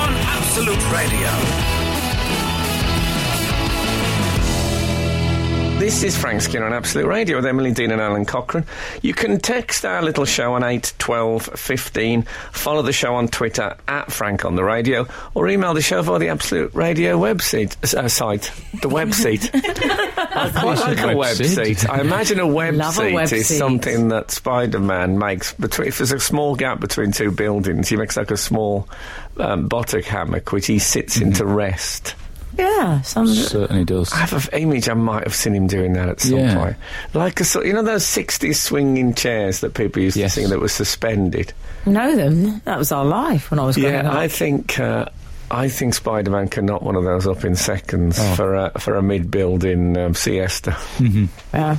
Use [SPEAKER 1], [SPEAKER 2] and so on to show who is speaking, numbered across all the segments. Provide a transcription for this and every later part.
[SPEAKER 1] Absolute Radio.
[SPEAKER 2] This is Frank Skinner on Absolute Radio with Emily Dean and Alan Cochrane. You can text our little show on 8 12 15, follow the show on Twitter at Frank on the Radio, or email the show via the Absolute Radio website. Uh, site. The website. I quite like a
[SPEAKER 3] Website.
[SPEAKER 2] website. I imagine a
[SPEAKER 4] Love a
[SPEAKER 2] website is
[SPEAKER 4] website.
[SPEAKER 2] something that Spider Man makes. Between, if there's a small gap between two buildings, he makes like a small um, buttock hammock which he sits in to rest.
[SPEAKER 4] Yeah, some.
[SPEAKER 3] Certainly does.
[SPEAKER 2] I have an image I might have seen him doing that at some
[SPEAKER 3] Yeah.
[SPEAKER 2] point. Like a sort, you know those '60s swinging chairs that people used
[SPEAKER 3] Yes.
[SPEAKER 2] to sing that were suspended.
[SPEAKER 4] know them. That was our life when I was growing
[SPEAKER 2] Yeah,
[SPEAKER 4] up.
[SPEAKER 2] I think uh, I think Spider-Man can knock one of those up in seconds
[SPEAKER 3] Oh. Hmm.
[SPEAKER 2] for a, for a mid-building um, siesta.
[SPEAKER 4] yeah.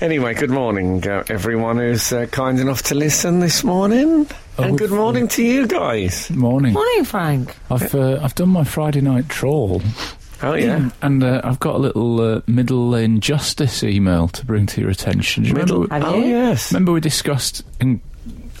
[SPEAKER 2] Anyway, good morning, uh, everyone who's uh, kind enough to listen this morning,
[SPEAKER 3] Oh,
[SPEAKER 2] and good morning to you guys.
[SPEAKER 3] Morning.
[SPEAKER 4] Morning, Frank.
[SPEAKER 3] I've uh, I've done my Friday night trawl,
[SPEAKER 2] Oh yeah,
[SPEAKER 3] and uh, I've got a little uh, middle lane justice email to bring to your attention. Do you
[SPEAKER 2] middle.
[SPEAKER 3] remember,
[SPEAKER 4] Have
[SPEAKER 2] oh
[SPEAKER 4] you?
[SPEAKER 2] yes.
[SPEAKER 3] remember we discussed in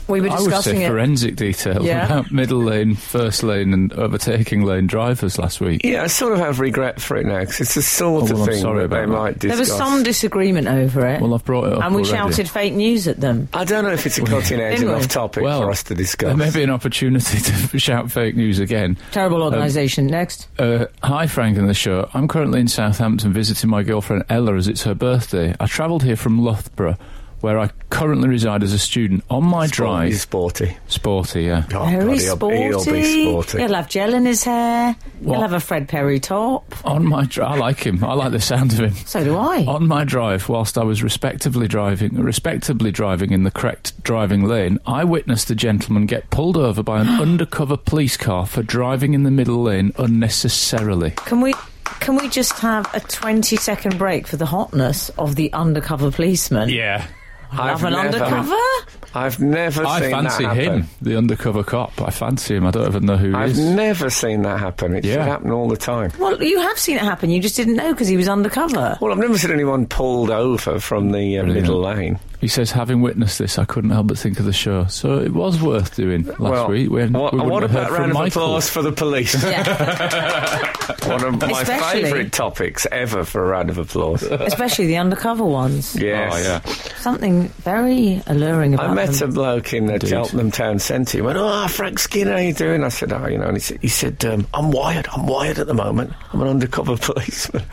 [SPEAKER 4] We were
[SPEAKER 3] I would
[SPEAKER 4] discussing
[SPEAKER 3] say
[SPEAKER 4] it.
[SPEAKER 3] forensic detail
[SPEAKER 4] Yeah.
[SPEAKER 3] about middle lane, first lane, and overtaking lane drivers last week.
[SPEAKER 2] Yeah, I sort of have regret for it now because it's the sort
[SPEAKER 3] Oh, well,
[SPEAKER 2] of
[SPEAKER 3] I'm
[SPEAKER 2] thing
[SPEAKER 3] sorry
[SPEAKER 2] that they
[SPEAKER 3] about that.
[SPEAKER 2] might
[SPEAKER 4] There
[SPEAKER 2] discuss.
[SPEAKER 4] was some disagreement over it,
[SPEAKER 3] Well, I've brought it up.
[SPEAKER 4] and we
[SPEAKER 3] already.
[SPEAKER 4] shouted fake news at them.
[SPEAKER 2] I don't know if it's a cutting edge
[SPEAKER 4] Didn't we?
[SPEAKER 2] enough topic
[SPEAKER 3] Well,
[SPEAKER 2] for us to discuss.
[SPEAKER 3] There may be an opportunity to shout fake news again.
[SPEAKER 4] Terrible organisation. Next,
[SPEAKER 3] Uh, hi, Frank and the show. I'm currently in Southampton visiting my girlfriend Ella as it's her birthday. I travelled here from Loughborough, where I currently reside as a student. On my
[SPEAKER 2] He's
[SPEAKER 3] drive,
[SPEAKER 2] sporty.
[SPEAKER 3] sporty, yeah.
[SPEAKER 2] Oh, God,
[SPEAKER 4] very
[SPEAKER 2] he'll,
[SPEAKER 4] sporty.
[SPEAKER 2] He'll be sporty.
[SPEAKER 4] He'll have gel in his hair.
[SPEAKER 3] What?
[SPEAKER 4] He'll have a Fred Perry top.
[SPEAKER 3] On my drive, I like him. I like the sound of him.
[SPEAKER 4] So do I.
[SPEAKER 3] On my drive, whilst I was respectively driving, respectably driving in the correct driving lane, I witnessed a gentleman get pulled over by an undercover police car for driving in the middle lane unnecessarily.
[SPEAKER 4] Can we? Can we just have a 20 second break for the hotness of the undercover policeman?
[SPEAKER 3] Yeah,
[SPEAKER 4] Have an undercover?
[SPEAKER 2] I've never
[SPEAKER 3] I
[SPEAKER 2] seen
[SPEAKER 3] fancy
[SPEAKER 2] that happen.
[SPEAKER 3] him, the undercover cop. I fancy him. I don't even know who he
[SPEAKER 2] I've
[SPEAKER 3] is.
[SPEAKER 2] never seen that happen. It should
[SPEAKER 3] Yeah.
[SPEAKER 2] happen all the time.
[SPEAKER 4] Well, you have seen it happen. You just didn't know because he was undercover.
[SPEAKER 2] Well, I've never seen anyone pulled over from the uh,
[SPEAKER 3] Brilliant.
[SPEAKER 2] middle lane.
[SPEAKER 3] he says, having witnessed this, I couldn't help but think of the show. So it was worth doing last
[SPEAKER 2] well,
[SPEAKER 3] week. When
[SPEAKER 2] what,
[SPEAKER 3] we wouldn't
[SPEAKER 2] what
[SPEAKER 3] have
[SPEAKER 2] about
[SPEAKER 3] heard
[SPEAKER 2] round
[SPEAKER 3] from
[SPEAKER 2] of
[SPEAKER 3] Michael.
[SPEAKER 2] applause for the police?
[SPEAKER 4] Yeah,
[SPEAKER 2] One of my
[SPEAKER 4] Especially-
[SPEAKER 2] favourite topics ever for a round of applause.
[SPEAKER 4] especially the undercover ones.
[SPEAKER 2] yes.
[SPEAKER 3] Oh, yeah.
[SPEAKER 4] Something very alluring about
[SPEAKER 2] I met a
[SPEAKER 4] them.
[SPEAKER 2] bloke in the
[SPEAKER 3] Indeed.
[SPEAKER 2] Cheltenham Town Centre. He went, "Oh, Frank Skinner, how you doing?" I said, "Oh, you know." And he said, he said um, "I'm wired. I'm wired at the moment. I'm an undercover policeman."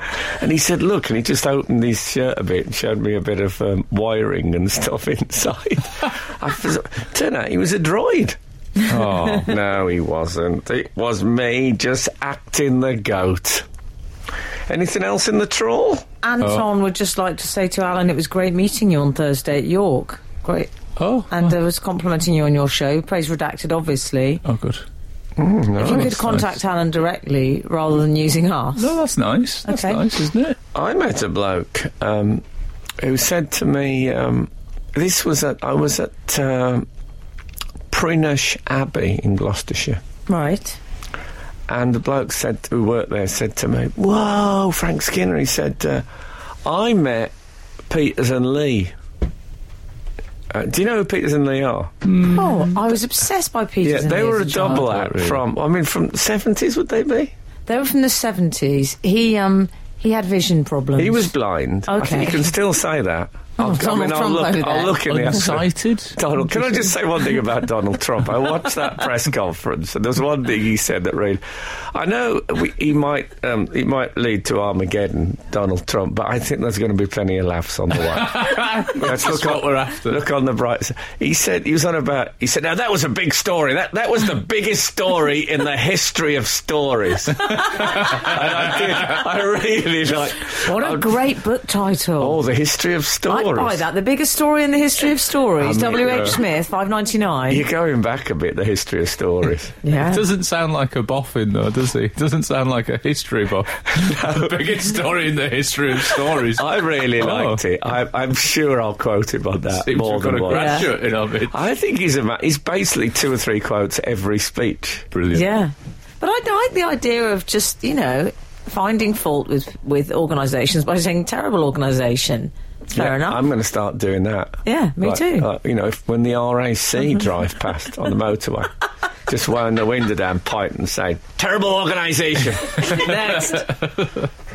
[SPEAKER 2] And he said, "Look," and he just opened his shirt a bit and showed me a bit of um, wiring and stuff inside. I was, turned out he was a droid.
[SPEAKER 3] Oh,
[SPEAKER 2] No, he wasn't. It was me just acting the goat. Anything else in the trawl?
[SPEAKER 4] Anton would just like to say to Alan, it was great meeting you on Thursday at York. Great.
[SPEAKER 3] oh,
[SPEAKER 4] And uh, was complimenting you on your show. Praise redacted, obviously.
[SPEAKER 3] oh, good.
[SPEAKER 4] If you could
[SPEAKER 3] that's
[SPEAKER 4] contact Alan directly rather than using us.
[SPEAKER 3] No, that's nice. That's
[SPEAKER 4] Okay.
[SPEAKER 3] nice, isn't it?
[SPEAKER 2] I met a bloke um, who said to me, um, "This was at I was at um, Prinish Abbey in Gloucestershire."
[SPEAKER 4] Right.
[SPEAKER 2] And the bloke said who worked there said to me, "Whoa, Frank Skinner." He said, uh, "I met Peters and Lee." Uh, do you know who Peters and Lee are?
[SPEAKER 4] Oh, I was obsessed by Peter.
[SPEAKER 2] Mm. yeah, they were a
[SPEAKER 3] child,
[SPEAKER 2] double act
[SPEAKER 3] really.
[SPEAKER 2] from. I mean, from seventies would they be?
[SPEAKER 4] They were from the 70s. He, um, he had vision problems.
[SPEAKER 2] He was blind. I think
[SPEAKER 4] Okay. Oh,
[SPEAKER 2] you can still say that. I'll, I
[SPEAKER 4] Donald
[SPEAKER 2] mean, I'll
[SPEAKER 4] Trump
[SPEAKER 2] look,
[SPEAKER 4] over
[SPEAKER 2] I'll
[SPEAKER 4] there.
[SPEAKER 2] look in the
[SPEAKER 3] Unsighted.
[SPEAKER 2] Donald, can I just say one thing about Donald Trump? I watched that press conference, and there was one thing he said that really, I know we, he might um, he might lead to Armageddon, Donald Trump, but I think there's going to be plenty of laughs on the way. Let's look
[SPEAKER 3] what
[SPEAKER 2] on,
[SPEAKER 3] we're after.
[SPEAKER 2] Look on the bright side. He said he was on about. He said, "Now that was a big story. That that was the biggest story in the history of stories." and I did. I really like.
[SPEAKER 4] What
[SPEAKER 2] I-
[SPEAKER 4] a great book title.
[SPEAKER 2] Oh, the history of stories.
[SPEAKER 4] I'd buy that. The biggest story in the history of stories.
[SPEAKER 2] I mean,
[SPEAKER 4] W. H.
[SPEAKER 2] yeah.
[SPEAKER 4] Smith, five ninety nine.
[SPEAKER 2] You're going back a bit, the history of stories.
[SPEAKER 4] Yeah.
[SPEAKER 3] Doesn't sound like a boffin though, does he? Doesn't sound like a history buff. the biggest story in the history of stories.
[SPEAKER 2] I really
[SPEAKER 3] Oh.
[SPEAKER 2] liked it. I, I'm sure I'll quote him on that
[SPEAKER 3] Seems
[SPEAKER 2] more
[SPEAKER 3] we've got
[SPEAKER 2] than
[SPEAKER 3] a
[SPEAKER 2] once.
[SPEAKER 3] graduate in of it.
[SPEAKER 2] I think he's a ma- he's basically two or three quotes every speech.
[SPEAKER 3] Brilliant.
[SPEAKER 4] yeah. But I like the idea of just you know finding fault with with organisations by saying terrible organisation. It's Fair
[SPEAKER 2] Yeah,
[SPEAKER 4] enough.
[SPEAKER 2] I'm going to start doing that.
[SPEAKER 4] Yeah, me
[SPEAKER 2] Like-
[SPEAKER 4] too. Mm-hmm.
[SPEAKER 2] like, you know, if, when the RAC drive past on the motorway. just wound the window down, pipe, and said, "Terrible organisation."
[SPEAKER 4] Next.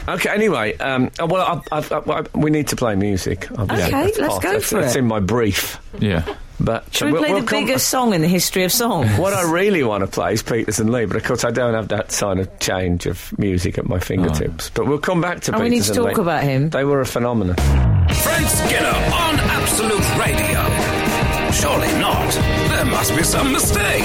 [SPEAKER 2] okay. Anyway, um, uh, well, I, I, I, I- we need to play music.
[SPEAKER 4] Okay, let's go for
[SPEAKER 2] It's
[SPEAKER 4] it.
[SPEAKER 2] in my brief,
[SPEAKER 3] Yeah.
[SPEAKER 2] but uh,
[SPEAKER 4] Should we
[SPEAKER 2] we'll-
[SPEAKER 4] play
[SPEAKER 2] we'll
[SPEAKER 4] the
[SPEAKER 2] come-
[SPEAKER 4] biggest song in the history of song?
[SPEAKER 2] What I really want to play is Peters and Lee, but of course I don't have that sign of change of music at my fingertips. But we'll come back to Peters
[SPEAKER 4] And we need to
[SPEAKER 2] and
[SPEAKER 4] talk
[SPEAKER 2] Lee.
[SPEAKER 4] about him.
[SPEAKER 2] They were a phenomenon.
[SPEAKER 1] Frank Skinner on Absolute Radio. Surely not. There must be some mistake.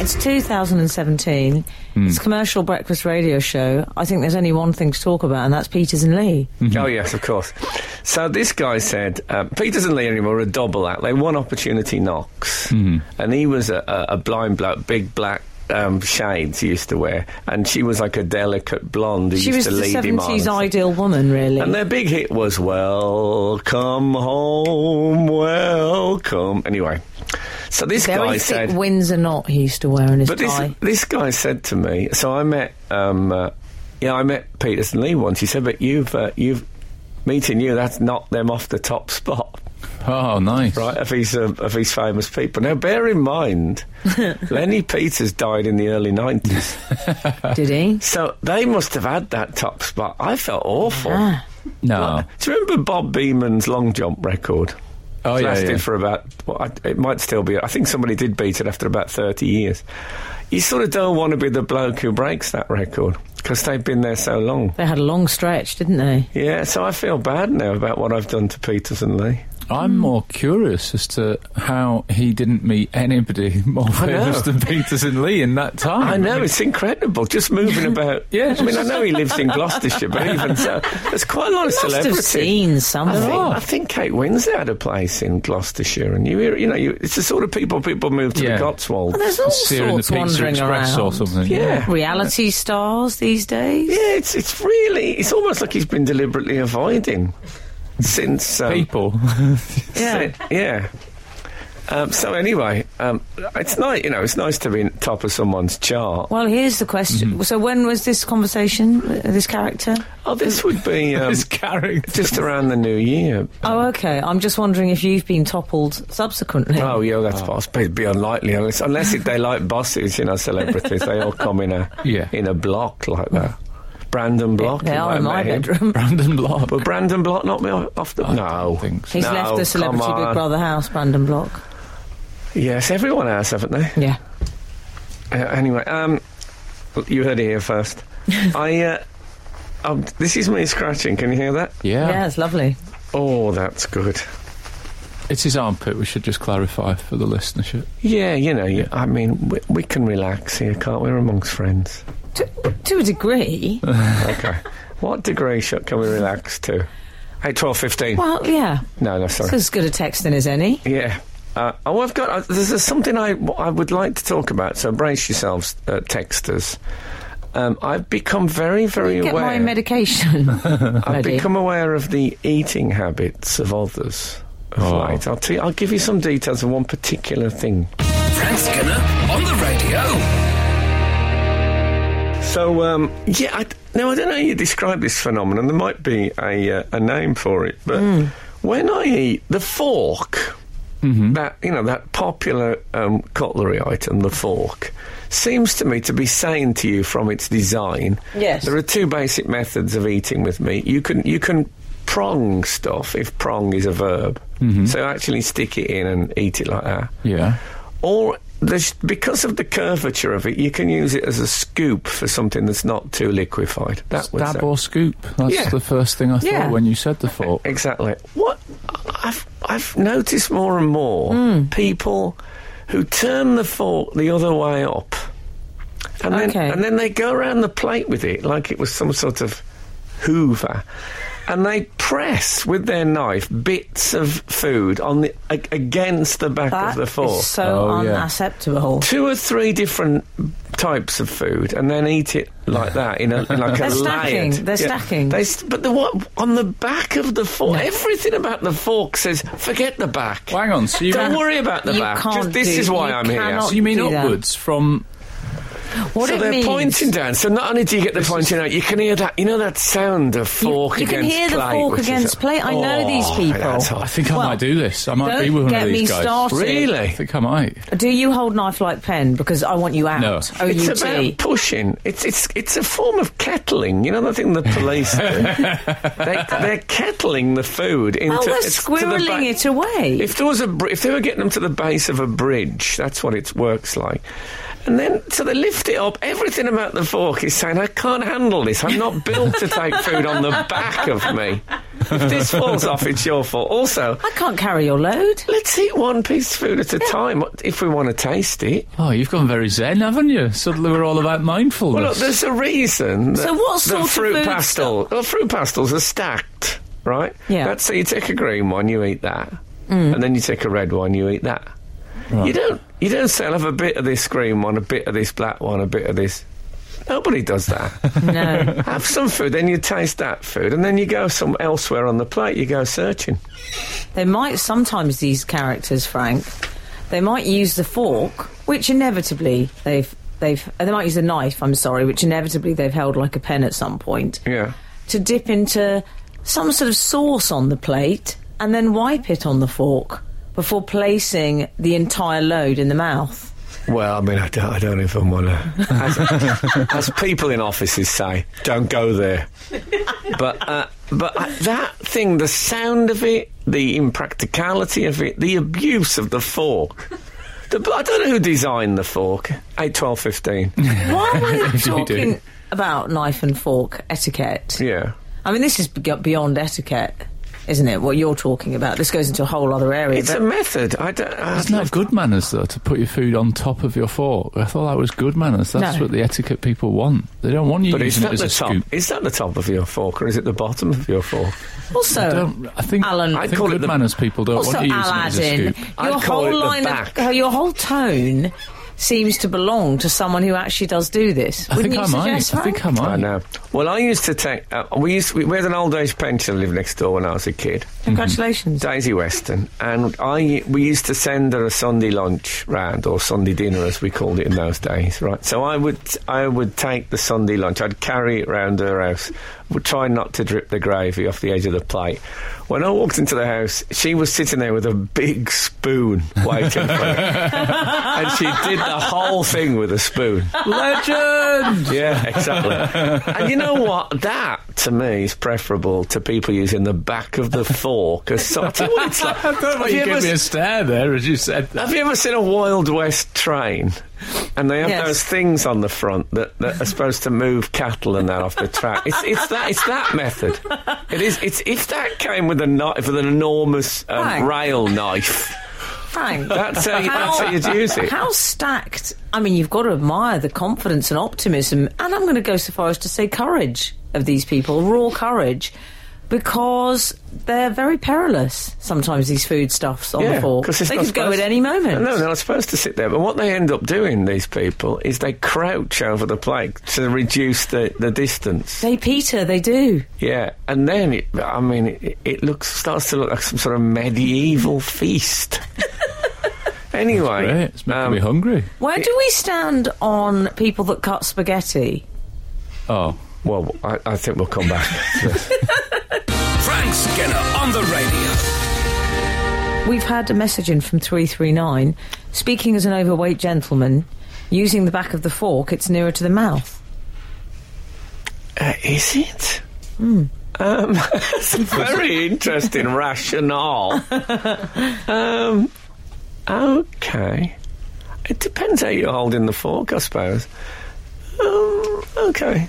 [SPEAKER 4] It's 2017.
[SPEAKER 2] Hmm.
[SPEAKER 4] It's a commercial breakfast radio show. I think there's only one thing to talk about, and that's Peters and Lee.
[SPEAKER 2] Oh yes, of course. So this guy said uh, Peters and Leary were a double act. They won opportunity knocks, and he was a, a, a blind bloke, big black. Um, shades he used to wear, and she was like a delicate blonde. Who
[SPEAKER 4] She was
[SPEAKER 2] used
[SPEAKER 4] the
[SPEAKER 2] to lead him on. and
[SPEAKER 4] 70s
[SPEAKER 2] stuff.
[SPEAKER 4] ideal woman, really.
[SPEAKER 2] And their big hit was Welcome Home, Welcome. Anyway, so this
[SPEAKER 4] Very
[SPEAKER 2] guy
[SPEAKER 4] thick
[SPEAKER 2] said.
[SPEAKER 4] Windsor knot he used to wear in his
[SPEAKER 2] But this,
[SPEAKER 4] tie.
[SPEAKER 2] this guy said to me, so I met, um, uh, yeah, I met Peterson Lee once. He said, but you've, uh, you've, meeting you, that's knocked them off the top spot,
[SPEAKER 3] Oh, nice.
[SPEAKER 2] right, of these, uh, of these famous people. Now, bear in mind, Lenny Peters died in the early 90s.
[SPEAKER 4] Did he?
[SPEAKER 2] so they must have had that top spot. I felt awful.
[SPEAKER 4] Ah,
[SPEAKER 3] No.
[SPEAKER 2] Like, do you remember Bob Beeman's long jump record?
[SPEAKER 3] Oh,
[SPEAKER 2] It
[SPEAKER 3] yeah,
[SPEAKER 2] lasted
[SPEAKER 3] yeah.
[SPEAKER 2] for about. Well, I, it might still be. I think somebody did beat it after about thirty years. You sort of don't want to be the bloke who breaks that record because they've been there so long.
[SPEAKER 4] They had a long stretch, didn't they?
[SPEAKER 2] Yeah, so I feel bad now about what I've done to Peters and Lee.
[SPEAKER 3] I'm more curious as to how he didn't meet anybody more famous
[SPEAKER 2] know.
[SPEAKER 3] than Peters and Lee in that time.
[SPEAKER 2] I know it's incredible. Just moving about.
[SPEAKER 3] Yeah,
[SPEAKER 2] I mean, I know he lives in Gloucestershire, but even so, there's quite a lot of
[SPEAKER 4] Must
[SPEAKER 2] celebrity.
[SPEAKER 4] have seen
[SPEAKER 2] I think,
[SPEAKER 4] something.
[SPEAKER 2] I think Kate Winslet had a place in Gloucestershire, and you hear, you know, you, it's the sort of people people move to
[SPEAKER 3] Yeah.
[SPEAKER 2] the Cotswolds.
[SPEAKER 4] There's all
[SPEAKER 3] Searing the
[SPEAKER 4] sorts
[SPEAKER 3] Pizza
[SPEAKER 4] wandering
[SPEAKER 3] Express
[SPEAKER 4] around.
[SPEAKER 3] or something.
[SPEAKER 2] Yeah.
[SPEAKER 4] Reality stars these days.
[SPEAKER 2] Yeah, it's it's really it's almost like he's been deliberately avoiding since um,
[SPEAKER 3] People.
[SPEAKER 2] si- yeah. Um, so anyway, um, it's nice. You know, it's nice to be in top of someone's chart.
[SPEAKER 4] Well, here's the question. So, when was this conversation, uh, this character?
[SPEAKER 2] Oh, this would be um,
[SPEAKER 3] His character.
[SPEAKER 2] just around the new year.
[SPEAKER 4] Oh, okay. I'm just wondering if you've been toppled subsequently.
[SPEAKER 2] Oh, yeah, that's possible. It'd be unlikely unless unless if they like bosses, you know, celebrities. they all come in a
[SPEAKER 3] Yeah.
[SPEAKER 2] in a block like that. Brandon Block.
[SPEAKER 4] they
[SPEAKER 2] you
[SPEAKER 4] are
[SPEAKER 2] might
[SPEAKER 4] in
[SPEAKER 2] have
[SPEAKER 4] my
[SPEAKER 2] met him.
[SPEAKER 3] Um,
[SPEAKER 4] bedroom. Oh.
[SPEAKER 3] Brandon Block.
[SPEAKER 2] But Brandon Block knocked me off off the. no,
[SPEAKER 3] don't think so.
[SPEAKER 4] He's
[SPEAKER 2] No,
[SPEAKER 4] left the celebrity
[SPEAKER 2] come
[SPEAKER 4] Big
[SPEAKER 2] on.
[SPEAKER 4] Brother house, Brandon Block.
[SPEAKER 2] Yes, everyone has, haven't they?
[SPEAKER 4] Yeah.
[SPEAKER 2] Uh, anyway, um, you heard it here first. I, uh, um, this is me scratching. Can you hear that?
[SPEAKER 3] Yeah.
[SPEAKER 4] Yeah, it's lovely.
[SPEAKER 2] Oh, that's good.
[SPEAKER 3] It's his armpit, we should just clarify for the listenership.
[SPEAKER 2] Yeah, you know, you, I mean, we, we can relax here, can't we? We're amongst friends.
[SPEAKER 4] To, to a degree.
[SPEAKER 2] Okay. what degree shot can we relax to? Hey, twelve fifteen.
[SPEAKER 4] well, yeah.
[SPEAKER 2] No, no,
[SPEAKER 4] It's
[SPEAKER 2] sorry.
[SPEAKER 4] as good a texting as any.
[SPEAKER 2] Yeah. Uh, oh, I've got. Uh, there's, there's something I w- I would like to talk about. So brace yourselves, uh, texters. Um, I've become very, very
[SPEAKER 4] Get
[SPEAKER 2] aware.
[SPEAKER 4] my medication
[SPEAKER 2] I've
[SPEAKER 4] ready.
[SPEAKER 2] become aware of the eating habits of others. Of
[SPEAKER 3] Oh.
[SPEAKER 2] late. I'll, tell you, I'll give you some details of one particular thing.
[SPEAKER 1] Frank Skinner on the radio.
[SPEAKER 2] So, um, yeah, I, now I don't know how you describe this phenomenon. There might be a, uh, a name for it, but when I eat the fork, that you know that popular um, cutlery item, the fork, seems to me to be saying to you from its design.
[SPEAKER 4] Yes.
[SPEAKER 2] there are two basic methods of eating with meat. You can you can prong stuff if prong is a verb. So actually stick it in and eat it like that
[SPEAKER 3] Yeah.
[SPEAKER 2] or there's, because of the curvature of it, you can use it as a scoop for something that's not too liquefied. That was
[SPEAKER 3] Stab or scoop. That's
[SPEAKER 2] Yeah.
[SPEAKER 3] the first thing I thought
[SPEAKER 4] Yeah.
[SPEAKER 3] when you said the fork.
[SPEAKER 2] exactly what I've I've noticed more and more
[SPEAKER 4] Hmm.
[SPEAKER 2] people who turn the fork the other way up, and then
[SPEAKER 4] Okay.
[SPEAKER 2] and then they go around the plate with it like it was some sort of Hoover. And they press with their knife bits of food on the a, against the back
[SPEAKER 4] That
[SPEAKER 2] of the fork.
[SPEAKER 4] is so
[SPEAKER 3] Oh, yeah.
[SPEAKER 4] unacceptable.
[SPEAKER 2] two or three different types of food and then eat it like that in a in like
[SPEAKER 4] They're
[SPEAKER 2] a
[SPEAKER 4] stacking,
[SPEAKER 2] layered.
[SPEAKER 4] they're stacking.
[SPEAKER 2] They st- but the what on the back of the fork? Everything about the fork says forget the back.
[SPEAKER 3] Hang on, so you
[SPEAKER 2] Don't
[SPEAKER 3] mean,
[SPEAKER 2] worry about the
[SPEAKER 4] You
[SPEAKER 2] back.
[SPEAKER 4] can't
[SPEAKER 2] Just, this
[SPEAKER 4] do-
[SPEAKER 2] is why
[SPEAKER 4] you
[SPEAKER 2] I'm here.
[SPEAKER 4] cannot-
[SPEAKER 3] so you mean
[SPEAKER 4] Do that.
[SPEAKER 3] upwards from
[SPEAKER 4] What
[SPEAKER 2] so
[SPEAKER 4] it
[SPEAKER 2] they're
[SPEAKER 4] means.
[SPEAKER 2] pointing down. So not only do you get the pointing out, you can hear that. You know that sound of
[SPEAKER 4] You-
[SPEAKER 2] fork
[SPEAKER 4] you,
[SPEAKER 2] against
[SPEAKER 4] can hear the
[SPEAKER 2] plate.
[SPEAKER 4] fork
[SPEAKER 2] which is
[SPEAKER 4] against
[SPEAKER 2] a-
[SPEAKER 4] plate. I know
[SPEAKER 2] Oh,
[SPEAKER 4] these people.
[SPEAKER 2] that's hot.
[SPEAKER 3] I think I
[SPEAKER 4] Well,
[SPEAKER 3] might do this. I might
[SPEAKER 4] don't
[SPEAKER 3] be one
[SPEAKER 4] get
[SPEAKER 3] of these
[SPEAKER 4] me
[SPEAKER 3] guys.
[SPEAKER 4] started.
[SPEAKER 3] I
[SPEAKER 2] Really?
[SPEAKER 3] think I might.
[SPEAKER 4] Do you hold knife like pen? Because I want Oh, you out.
[SPEAKER 3] No.
[SPEAKER 4] O
[SPEAKER 2] It's
[SPEAKER 4] U
[SPEAKER 2] about
[SPEAKER 4] T.
[SPEAKER 2] pushing. It's it's it's a form of kettling. You know the thing the police do. they, they're kettling the food into
[SPEAKER 4] Oh, we're
[SPEAKER 2] it's to the
[SPEAKER 4] squirreling
[SPEAKER 2] back-
[SPEAKER 4] it away.
[SPEAKER 2] If there was a, br- if they were getting them to the base of a bridge, that's what it works like. And then, so they lift it up. Everything about the fork is saying, "I can't handle this. I'm not built to take food on the back of me. If this falls off, it's your fault." Also,
[SPEAKER 4] I can't carry your load.
[SPEAKER 2] let's eat one piece of food at a time if we want to taste it.
[SPEAKER 3] Oh, you've gone very zen, haven't you? Suddenly we're all about mindfulness.
[SPEAKER 2] Well, look, there's a reason. That,
[SPEAKER 4] So what
[SPEAKER 2] that
[SPEAKER 4] sort of
[SPEAKER 2] fruit
[SPEAKER 4] food
[SPEAKER 2] pastel? Well, fruit pastels are stacked, right?
[SPEAKER 4] Yeah. Mm.
[SPEAKER 2] That's so you take a green one, you eat that, and then you take a red one, you eat that. You don't. You don't say, "I'll have a bit of this green one, a bit of this black one, a bit of this." Nobody does that.
[SPEAKER 4] No.
[SPEAKER 2] have some food, then you taste that food, and then you go some elsewhere on the plate. You go searching.
[SPEAKER 4] they might sometimes these characters, Frank. They might use the fork, which inevitably they've they've uh, they might use a knife. I'm sorry, which inevitably they've held like a pen at some point
[SPEAKER 2] Yeah.
[SPEAKER 4] to dip into some sort of sauce on the plate and then wipe it on the fork before placing the entire load in the mouth.
[SPEAKER 2] Well, I mean, I don't, I don't even want to. As, as people in offices say, don't go there. But uh, but uh, that thing, the sound of it, the impracticality of it, the abuse of the fork. The, I don't know who designed the fork. 8, 12, 15.
[SPEAKER 4] Why are we
[SPEAKER 3] If you do.
[SPEAKER 4] talking about knife and fork etiquette?
[SPEAKER 2] Yeah.
[SPEAKER 4] I mean, this is be- beyond etiquette, isn't it? What you're talking about. This goes into a whole other area.
[SPEAKER 2] It's
[SPEAKER 4] but-
[SPEAKER 2] a method. I don't. uh, I
[SPEAKER 3] It's not good manners, though, to put your food on top of your fork. I thought that was good manners. That's
[SPEAKER 4] No.
[SPEAKER 3] what the etiquette people want. They don't want you
[SPEAKER 2] but is
[SPEAKER 3] using it
[SPEAKER 2] that
[SPEAKER 3] as
[SPEAKER 2] the
[SPEAKER 3] a
[SPEAKER 2] top?
[SPEAKER 3] scoop.
[SPEAKER 2] Is that the top of your fork, or is it the bottom of your fork?
[SPEAKER 4] also,
[SPEAKER 3] Don't, I think,
[SPEAKER 4] Alan-
[SPEAKER 3] I
[SPEAKER 2] I'd
[SPEAKER 3] think
[SPEAKER 2] Uh, call it
[SPEAKER 3] good
[SPEAKER 2] the-
[SPEAKER 3] manners people don't
[SPEAKER 4] also
[SPEAKER 3] want you using it as a
[SPEAKER 4] Aladdin,
[SPEAKER 3] scoop.
[SPEAKER 2] I'd
[SPEAKER 4] your
[SPEAKER 2] call it
[SPEAKER 4] whole
[SPEAKER 2] the
[SPEAKER 4] line,
[SPEAKER 2] back.
[SPEAKER 4] of, your whole tone seems to belong to someone who actually does do this.
[SPEAKER 3] I think
[SPEAKER 4] Wouldn't
[SPEAKER 3] I
[SPEAKER 4] you suggest,
[SPEAKER 3] might. I
[SPEAKER 4] Frank?
[SPEAKER 3] think I might.
[SPEAKER 2] I know. Well, I used to take. Uh, we used. We, we had an old age pension lived next door when I was a kid.
[SPEAKER 4] Congratulations.
[SPEAKER 2] Daisy Weston, and I we used to send her a Sunday lunch round or Sunday dinner as we called it in those days, right? So I would I would take the Sunday lunch, I'd carry it round her house, would try not to drip the gravy off the edge of the plate. When I walked into the house, she was sitting there with a big spoon waiting for her, and she did the whole thing with a spoon.
[SPEAKER 3] Legend!
[SPEAKER 2] Yeah, exactly. and you know what? That to me is preferable to people using the back of the fork as sort of. Well, it's like- have,
[SPEAKER 3] you
[SPEAKER 2] you
[SPEAKER 3] gave
[SPEAKER 2] ever,
[SPEAKER 3] me a stare there as you said that.
[SPEAKER 2] have you ever seen a Wild West train? And they have
[SPEAKER 4] Yes.
[SPEAKER 2] those things on the front that, that are supposed to move cattle and that off the track. It's, it's that it's that method. It is. It's if that came with a knife with an enormous
[SPEAKER 4] Right.
[SPEAKER 2] um, rail knife.
[SPEAKER 4] Frank,
[SPEAKER 2] That's how, you, that's how you'd use it.
[SPEAKER 4] How stacked? I mean, you've got to admire the confidence and optimism, and I'm going to go so far as to say courage of these people, raw courage, because they're very perilous. Sometimes these foodstuffs on the fork,
[SPEAKER 2] because
[SPEAKER 4] they could go at any moment.
[SPEAKER 2] No, they're not supposed to sit there. But what they end up doing, these people, is they crouch over the plate to reduce the, the distance.
[SPEAKER 4] They Peter, they do.
[SPEAKER 2] Yeah, and then it, I mean, it, it looks starts to look like some sort of medieval feast. anyway,
[SPEAKER 3] Right, it's making
[SPEAKER 2] um,
[SPEAKER 3] me hungry.
[SPEAKER 4] Where do we stand on people that cut spaghetti?
[SPEAKER 3] Oh.
[SPEAKER 2] well, I, I think we'll come back.
[SPEAKER 1] Frank Skinner on the radio.
[SPEAKER 4] We've had a message in from 339. Speaking as an overweight gentleman, using the back of the fork, it's nearer to the mouth.
[SPEAKER 2] Uh, is it?
[SPEAKER 4] Hmm.
[SPEAKER 2] Um, it's a very interesting rationale. Um, okay. It depends how you're holding the fork, I suppose. Um, okay.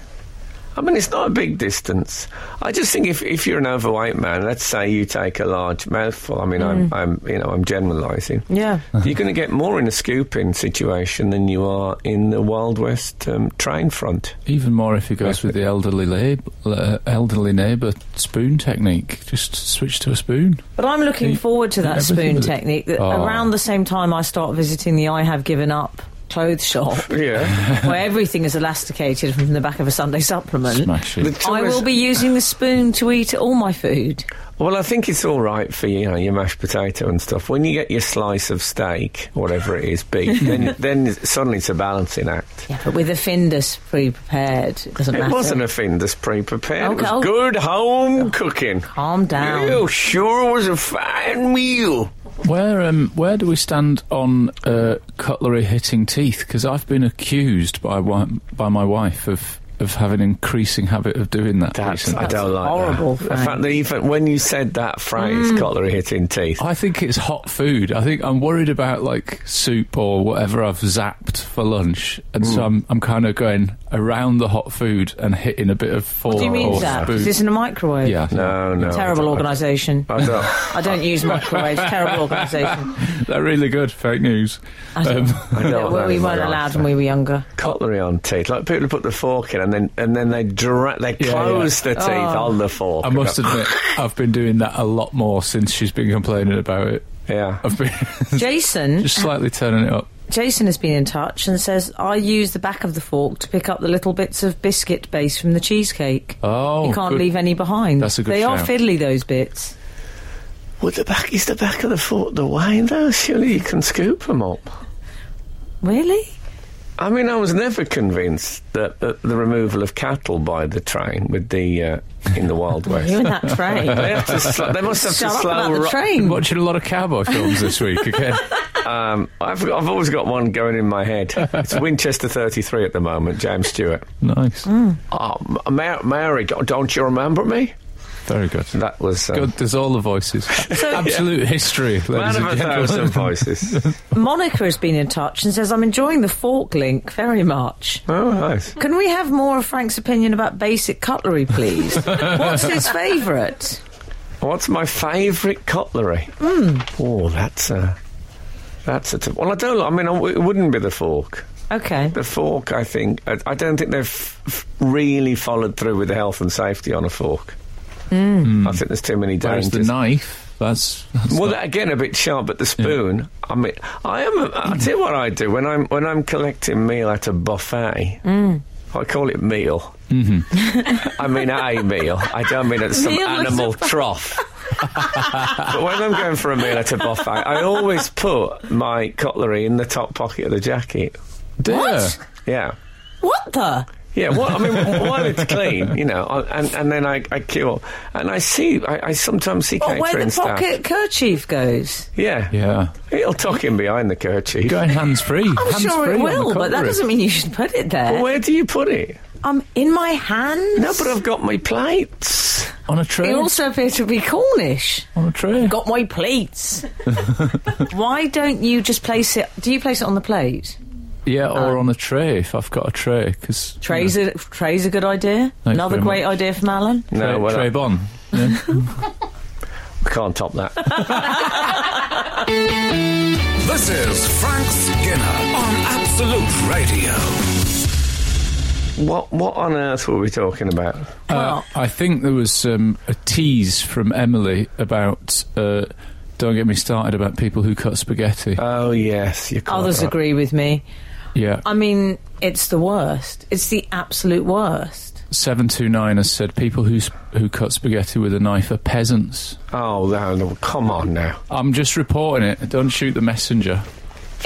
[SPEAKER 2] I mean, it's not a big distance. I just think if, if you're an overweight man, let's say you take a large mouthful. I mean, I'm, I'm you know I'm generalising.
[SPEAKER 4] Mm. Yeah.
[SPEAKER 2] You're going to get more in a scooping situation than you are in the Wild West um, train front.
[SPEAKER 3] Even more if he goes with the elderly lab, uh, elderly neighbour spoon technique. Just switch to a spoon.
[SPEAKER 4] But I'm looking
[SPEAKER 3] You-
[SPEAKER 4] forward to that
[SPEAKER 3] everything
[SPEAKER 4] spoon
[SPEAKER 3] with it.
[SPEAKER 4] technique. That
[SPEAKER 3] Oh.
[SPEAKER 4] Around the same time I start visiting the I Have Given Up clothes shop
[SPEAKER 2] Yeah.
[SPEAKER 4] where everything is elasticated from the back of a Sunday supplement.
[SPEAKER 3] Smash it.
[SPEAKER 2] The trouble
[SPEAKER 4] I
[SPEAKER 2] is-
[SPEAKER 4] will be using the spoon to eat all my food.
[SPEAKER 2] Well, I think it's all right for you know your mashed potato and stuff. When you get your slice of steak, whatever it is, beef, then then suddenly it's a balancing act.
[SPEAKER 4] Yeah, but with a Findus pre-prepared, it doesn't
[SPEAKER 2] It
[SPEAKER 4] matter.
[SPEAKER 2] wasn't a Findus pre-prepared. It
[SPEAKER 4] Okay, oh.
[SPEAKER 2] was good home cooking.
[SPEAKER 4] Calm down.
[SPEAKER 2] You sure was a fine meal.
[SPEAKER 3] Where um where do we stand on uh, cutlery hitting teeth? Because I've been accused by wi- by my wife of of having an increasing habit of doing that.
[SPEAKER 2] That's,
[SPEAKER 3] recently.
[SPEAKER 2] I don't like
[SPEAKER 4] horrible, Mm.
[SPEAKER 2] that.
[SPEAKER 4] Frank.
[SPEAKER 2] The fact that even when you said that phrase, cutlery hitting teeth.
[SPEAKER 4] Oh,
[SPEAKER 3] I think it's hot food. I think I'm worried about like soup or whatever I've zapped for lunch, and
[SPEAKER 2] Hmm.
[SPEAKER 3] so I'm I'm kind of going around the hot food and hitting a bit of fork
[SPEAKER 4] What do you mean
[SPEAKER 3] or
[SPEAKER 4] that? Is
[SPEAKER 3] Oh, spoon.
[SPEAKER 4] this in a microwave?
[SPEAKER 3] yeah,
[SPEAKER 2] No, no.
[SPEAKER 4] Terrible organisation.
[SPEAKER 2] I don't.
[SPEAKER 4] I don't use microwaves. Terrible organisation.
[SPEAKER 3] they're really good. Fake news. Um,
[SPEAKER 4] I
[SPEAKER 3] Oh,
[SPEAKER 4] don't-
[SPEAKER 2] I don't
[SPEAKER 4] Yeah,
[SPEAKER 2] know
[SPEAKER 4] we weren't
[SPEAKER 2] whether I
[SPEAKER 4] allowed
[SPEAKER 2] said
[SPEAKER 4] when we were younger.
[SPEAKER 2] cutlery on teeth. Like people who put the fork in and then and then they dra- they
[SPEAKER 3] Yeah,
[SPEAKER 2] close
[SPEAKER 3] yeah.
[SPEAKER 2] their teeth
[SPEAKER 4] Oh.
[SPEAKER 2] on the fork.
[SPEAKER 3] I must admit, I've been doing that a lot more since she's been complaining about it.
[SPEAKER 2] Yeah.
[SPEAKER 3] I've been
[SPEAKER 4] Jason,
[SPEAKER 3] just slightly turning it up.
[SPEAKER 4] Jason has been in touch and says I use the back of the fork to pick up the little bits of biscuit base from the cheesecake.
[SPEAKER 3] Oh,
[SPEAKER 4] you can't
[SPEAKER 3] good.
[SPEAKER 4] leave any behind.
[SPEAKER 3] That's a good
[SPEAKER 4] They are
[SPEAKER 3] shout.
[SPEAKER 4] fiddly those bits.
[SPEAKER 2] Well, the back is the back of the fork the wine though. Surely you can scoop them up.
[SPEAKER 4] Really?
[SPEAKER 2] I mean, I was never convinced that, that the removal of cattle by the train with the uh, in the Wild
[SPEAKER 4] You
[SPEAKER 2] West.
[SPEAKER 4] in that train?
[SPEAKER 2] They, have to sl- they must have
[SPEAKER 4] Shut
[SPEAKER 2] to
[SPEAKER 4] up
[SPEAKER 2] slow.
[SPEAKER 4] about the
[SPEAKER 2] ro-
[SPEAKER 3] Been
[SPEAKER 4] train.
[SPEAKER 3] watching a lot of cowboy films this week again.
[SPEAKER 2] um, I've, I've always got one going in my head. It's Winchester 33 at the moment. James Stewart.
[SPEAKER 3] nice,
[SPEAKER 4] Mm.
[SPEAKER 2] Oh, M- Mar- Mary, don't- don't you remember me?
[SPEAKER 3] very good.
[SPEAKER 2] That was um,
[SPEAKER 3] Good. There's all the voices. Absolute history, ladies
[SPEAKER 2] Man of
[SPEAKER 3] and
[SPEAKER 2] a
[SPEAKER 3] gentlemen.
[SPEAKER 2] thousand voices.
[SPEAKER 4] Monica has been in touch and says I'm enjoying the fork link very much.
[SPEAKER 2] oh, nice.
[SPEAKER 4] Can we have more of Frank's opinion about basic cutlery, please? What's his favourite?
[SPEAKER 2] What's my favourite cutlery?
[SPEAKER 3] Hmm.
[SPEAKER 2] Oh, that's a. That's a. T- well, I don't. I mean, I w- it wouldn't be the fork.
[SPEAKER 4] Okay.
[SPEAKER 2] The fork, I think. I, I don't think they've f- f- really followed through with the health and safety on a fork. I think there's too many
[SPEAKER 3] Hmm. Whereas
[SPEAKER 2] dangers.
[SPEAKER 3] the knife, that's, that's
[SPEAKER 2] Well,
[SPEAKER 3] not-
[SPEAKER 2] that, again, a bit sharp, but the spoon. I mean, I am. a- I tell you what I do when I'm when I'm collecting meal at a buffet.
[SPEAKER 4] Mm.
[SPEAKER 2] I call it meal. I mean a meal. I don't mean it's some
[SPEAKER 4] Meal is
[SPEAKER 2] animal trough. but when I'm going for a meal at a buffet, I always put my cutlery in the top pocket of the jacket.
[SPEAKER 3] Dear.
[SPEAKER 4] What?
[SPEAKER 2] Yeah.
[SPEAKER 4] What the? Oh,
[SPEAKER 2] Yeah, well, I mean, while it's clean, you know, I- and, and then I, I cure. And I see, I, I sometimes see
[SPEAKER 4] But
[SPEAKER 2] catering
[SPEAKER 4] Oh, where the
[SPEAKER 2] staff.
[SPEAKER 4] pocket kerchief goes?
[SPEAKER 2] Yeah,
[SPEAKER 3] Yeah,
[SPEAKER 2] It'll tuck in behind the kerchief.
[SPEAKER 3] going hands free.
[SPEAKER 4] I'm
[SPEAKER 3] hands
[SPEAKER 4] sure
[SPEAKER 3] free
[SPEAKER 4] it will, but that doesn't mean you should put it there.
[SPEAKER 2] Where do you put it?
[SPEAKER 4] I'm in my hands.
[SPEAKER 2] No, but I've got my plates.
[SPEAKER 3] on a tray.
[SPEAKER 4] They also appear to be Cornish.
[SPEAKER 3] on a tray.
[SPEAKER 4] Got my plates. Why don't you just place it? Do you place it on the plate?
[SPEAKER 3] Yeah,
[SPEAKER 4] Uh,
[SPEAKER 3] or on a tray if I've got a tray. Cause,
[SPEAKER 4] Tray's a tray's a good idea. Another
[SPEAKER 3] very
[SPEAKER 4] great idea from Alan.
[SPEAKER 3] you
[SPEAKER 2] No,
[SPEAKER 3] know, tray,
[SPEAKER 2] well,
[SPEAKER 3] tray
[SPEAKER 2] I
[SPEAKER 3] bon. Yeah.
[SPEAKER 2] I can't top that.
[SPEAKER 1] This is Frank Skinner on Absolute Radio.
[SPEAKER 2] what What on earth were we talking about?
[SPEAKER 3] Uh, I think there was um, a tease from Emily about. Uh, don't get me started about people who cut spaghetti.
[SPEAKER 2] Oh yes, you can't.
[SPEAKER 4] Others agree with me.
[SPEAKER 3] yeah,
[SPEAKER 4] I mean, it's the worst. It's the absolute worst.
[SPEAKER 3] seven two nine has said people who sp- who cut spaghetti with a knife are peasants.
[SPEAKER 2] Oh no, no, come on now.
[SPEAKER 3] I'm just reporting it. Don't shoot the messenger.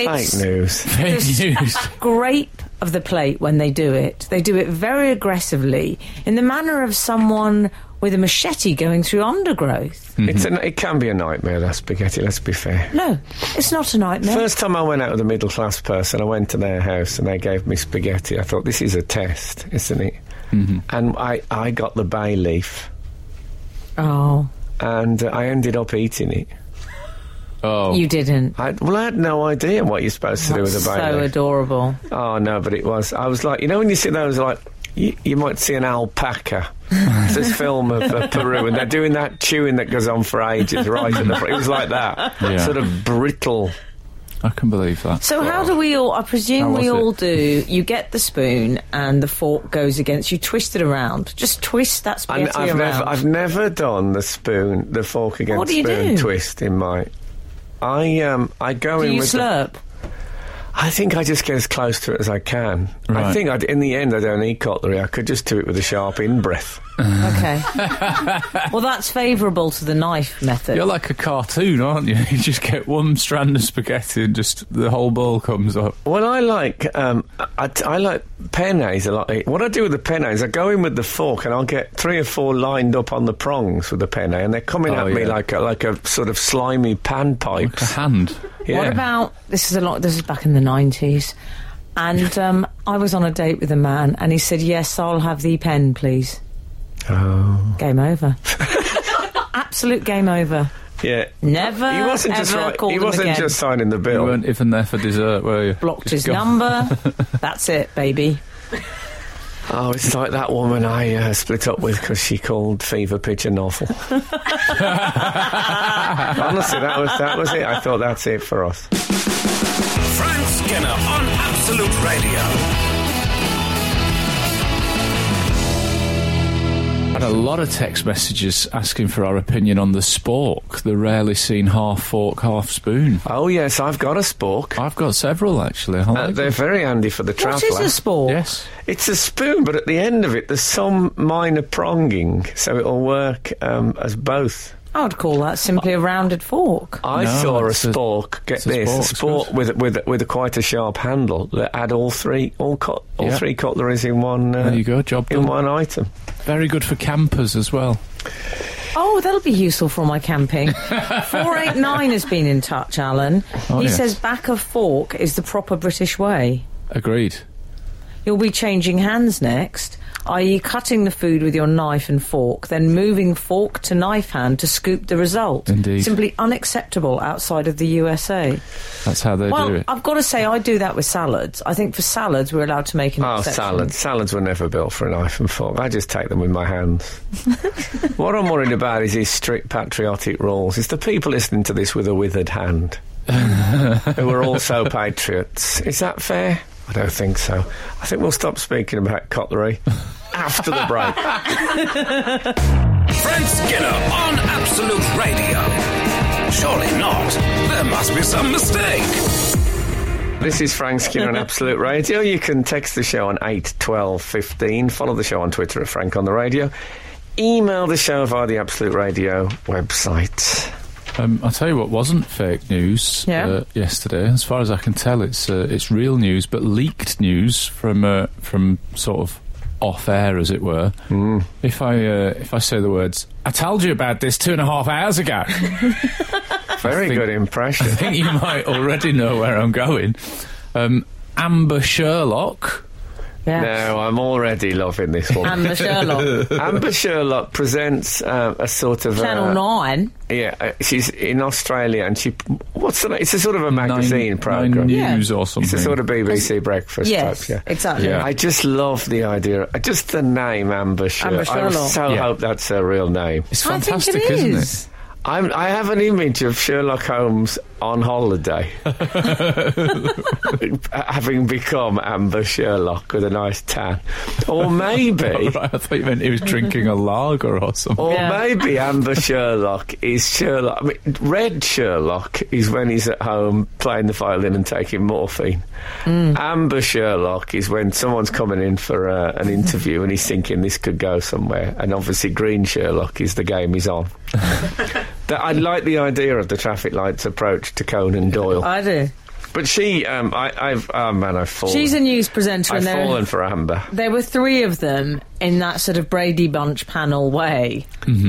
[SPEAKER 4] It's
[SPEAKER 2] Fake news.
[SPEAKER 3] Fake
[SPEAKER 4] Just-
[SPEAKER 3] news.
[SPEAKER 4] grape of the plate when they do it. They do it very aggressively in the manner of someone with a machete going through undergrowth.
[SPEAKER 2] It's a, it can be a nightmare. That spaghetti. Let's be fair.
[SPEAKER 4] No, it's not a nightmare.
[SPEAKER 2] First time I went out with a middle class person, I went to their house and they gave me spaghetti. I thought this is a test, isn't it? And I I got the bay leaf
[SPEAKER 4] oh,
[SPEAKER 2] and uh, I ended up eating it.
[SPEAKER 3] Oh,
[SPEAKER 4] you didn't.
[SPEAKER 2] I, well, I had no idea what you're supposed to do with a
[SPEAKER 4] That's
[SPEAKER 2] bay
[SPEAKER 4] so
[SPEAKER 2] leaf.
[SPEAKER 4] adorable.
[SPEAKER 2] Oh no, but it was. I was like, you know, when you see those, like, you, you might see an alpaca. It's this film of uh, Peru, and they're doing that chewing that goes on for ages, right? in the fr- it was like that,
[SPEAKER 3] Yeah.
[SPEAKER 2] sort of brittle.
[SPEAKER 3] I can believe that.
[SPEAKER 4] So how do we all? I
[SPEAKER 3] How
[SPEAKER 4] presume we
[SPEAKER 3] was it?
[SPEAKER 4] all do. You get the spoon and the fork goes against you. Twist it around. Just twist that
[SPEAKER 2] And
[SPEAKER 4] spaghetti
[SPEAKER 2] I've
[SPEAKER 4] around.
[SPEAKER 2] never, I've never done the spoon, the fork against
[SPEAKER 4] What do you
[SPEAKER 2] spoon
[SPEAKER 4] do?
[SPEAKER 2] twist in my. I um, I go
[SPEAKER 4] do
[SPEAKER 2] in
[SPEAKER 4] you
[SPEAKER 2] with. the-
[SPEAKER 4] slurp?
[SPEAKER 2] I think I just get as close to it as I can. I
[SPEAKER 3] Right.
[SPEAKER 2] think I'd, in the end I don't need cutlery. I could just do it with a sharp in breath.
[SPEAKER 4] Okay. well, that's favourable to the knife method.
[SPEAKER 3] You're like a cartoon, aren't you? You just get one strand of spaghetti and just the whole ball comes up.
[SPEAKER 2] Well, I like um, I, I like pennes a lot. What I do with the penne is I go in with the fork and I'll get three or four lined up on the prongs with the penne, and they're coming
[SPEAKER 3] Oh,
[SPEAKER 2] at me
[SPEAKER 3] yeah.
[SPEAKER 2] like a, like a sort of slimy
[SPEAKER 3] A
[SPEAKER 2] panpipes.
[SPEAKER 3] hand.
[SPEAKER 2] Yeah.
[SPEAKER 4] What about this? Is a lot. This is back in the nineties, and um, I was on a date with a man, and he said, "Yes, I'll have the pen, please."
[SPEAKER 2] Oh.
[SPEAKER 4] Game over. Absolute game over.
[SPEAKER 2] Yeah.
[SPEAKER 4] Never.
[SPEAKER 2] He wasn't
[SPEAKER 4] ever
[SPEAKER 2] just right.
[SPEAKER 4] called
[SPEAKER 2] He
[SPEAKER 4] him
[SPEAKER 2] wasn't
[SPEAKER 4] again.
[SPEAKER 2] just signing the
[SPEAKER 3] You
[SPEAKER 2] bill.
[SPEAKER 3] weren't even there for dessert, were you?
[SPEAKER 4] blocked
[SPEAKER 3] Just
[SPEAKER 4] his
[SPEAKER 3] gone.
[SPEAKER 4] number. That's it, baby.
[SPEAKER 2] Oh, it's like that woman I uh, split up with because she called fever pitch a novel. Honestly, that was that was it. I thought that's it for us.
[SPEAKER 1] Frank Skinner on Absolute Radio.
[SPEAKER 3] Had a lot of text messages asking for our opinion on the spork, the rarely seen half fork, half spoon.
[SPEAKER 2] Oh yes, I've got a spork.
[SPEAKER 3] I've got several actually. I
[SPEAKER 2] Uh,
[SPEAKER 3] like
[SPEAKER 2] they're
[SPEAKER 3] them.
[SPEAKER 2] very handy for the
[SPEAKER 4] What
[SPEAKER 2] traveller.
[SPEAKER 4] is a sport?
[SPEAKER 3] Yes.
[SPEAKER 2] It's a spoon, but at the end of it, there's some minor pronging, so it'll work um, as both.
[SPEAKER 4] I would call that simply a rounded fork.
[SPEAKER 2] I
[SPEAKER 3] No,
[SPEAKER 2] saw a
[SPEAKER 3] it's a-
[SPEAKER 2] spork. Get
[SPEAKER 3] it's a
[SPEAKER 2] this, a
[SPEAKER 3] spork, it's
[SPEAKER 2] spork
[SPEAKER 3] good.
[SPEAKER 2] with with with a quite a sharp handle that had all three all cut all
[SPEAKER 3] Yeah.
[SPEAKER 2] three cutleries in one. Uh,
[SPEAKER 3] There you go, job
[SPEAKER 2] In
[SPEAKER 3] done.
[SPEAKER 2] one item.
[SPEAKER 3] Very good for campers as well.
[SPEAKER 4] Oh, that'll be useful for my camping. 489 has been in touch, Alan.
[SPEAKER 3] Oh,
[SPEAKER 4] he
[SPEAKER 3] yes.
[SPEAKER 4] says back of fork is the proper British way.
[SPEAKER 3] Agreed.
[SPEAKER 4] You'll be changing hands next, i.e., cutting the food with your knife and fork, then moving fork to knife hand to scoop the result.
[SPEAKER 3] Indeed.
[SPEAKER 4] Simply unacceptable outside of the USA.
[SPEAKER 3] That's how they do
[SPEAKER 4] Well,
[SPEAKER 3] it.
[SPEAKER 4] I've got to say, I do that with salads. I think for salads, we're allowed to make an
[SPEAKER 2] Oh,
[SPEAKER 4] exception.
[SPEAKER 2] salads. Salads were never built for a knife and fork. I just take them with my hands. what I'm worried about is these strict patriotic rules. It's the people listening to this with a withered hand who are also patriots. Is that fair? I don't think so. I think we'll stop speaking about cutlery after the break.
[SPEAKER 1] Frank Skinner on Absolute Radio. Surely not. There must be some mistake.
[SPEAKER 2] This is Frank Skinner on Absolute Radio. You can text the show on 8 12 15. Follow the show on Twitter at Frank on the Radio. Email the show via the Absolute Radio website.
[SPEAKER 3] Um, I'll tell you what wasn't fake news
[SPEAKER 4] Yeah?
[SPEAKER 3] uh, yesterday. As far as I can tell, it's uh, it's real news, but leaked news from uh, from sort of off air, as it were. Mm. If I uh, if I say the words, I told you about this two and a half hours ago. I
[SPEAKER 2] Very
[SPEAKER 3] think-
[SPEAKER 2] good impression.
[SPEAKER 3] think you might already know where I'm going. Um, Amber Sherlock.
[SPEAKER 4] Yeah.
[SPEAKER 2] No, I'm already loving this one.
[SPEAKER 3] Um,
[SPEAKER 4] And the Sherlock.
[SPEAKER 2] Amber Sherlock presents uh, a sort of uh,
[SPEAKER 4] Channel 9.
[SPEAKER 2] Yeah, uh, she's in Australia, and she what's the name? It's a sort of a magazine
[SPEAKER 3] Nine-
[SPEAKER 2] program.
[SPEAKER 3] Nine
[SPEAKER 4] Yeah.
[SPEAKER 3] News or something.
[SPEAKER 2] It's a sort of BBC breakfast
[SPEAKER 4] Yes,
[SPEAKER 2] type. Yeah.
[SPEAKER 4] exactly.
[SPEAKER 3] Yeah.
[SPEAKER 2] I just love the idea. uh, Just the name Amber Sherlock. I
[SPEAKER 4] Sherlock.
[SPEAKER 2] so
[SPEAKER 3] Yeah.
[SPEAKER 2] hope that's her real name.
[SPEAKER 3] It's
[SPEAKER 4] I think
[SPEAKER 3] fantastic,
[SPEAKER 4] it
[SPEAKER 3] isn't it?
[SPEAKER 4] is.
[SPEAKER 2] I'm, I have an image of Sherlock Holmes on holiday, having become Amber Sherlock with a nice tan, or maybe.
[SPEAKER 3] Right, I thought you meant he was drinking a lager or something.
[SPEAKER 2] Or
[SPEAKER 4] Yeah.
[SPEAKER 2] maybe Amber Sherlock is Sherlock. I mean, Red Sherlock is when he's at home playing the violin and taking morphine.
[SPEAKER 4] Mm.
[SPEAKER 2] Amber Sherlock is when someone's coming in for uh, an interview and he's thinking this could go somewhere. And obviously, Green Sherlock is the game he's on. That- I like the idea of the traffic lights approach to Conan Doyle.
[SPEAKER 4] I do.
[SPEAKER 2] But she, um, I, I've, oh man, I've fallen.
[SPEAKER 4] Uh, She's a news presenter,
[SPEAKER 2] I've
[SPEAKER 4] and there,
[SPEAKER 2] fallen for Amber.
[SPEAKER 4] there were three of them in that sort of Brady Bunch panel way.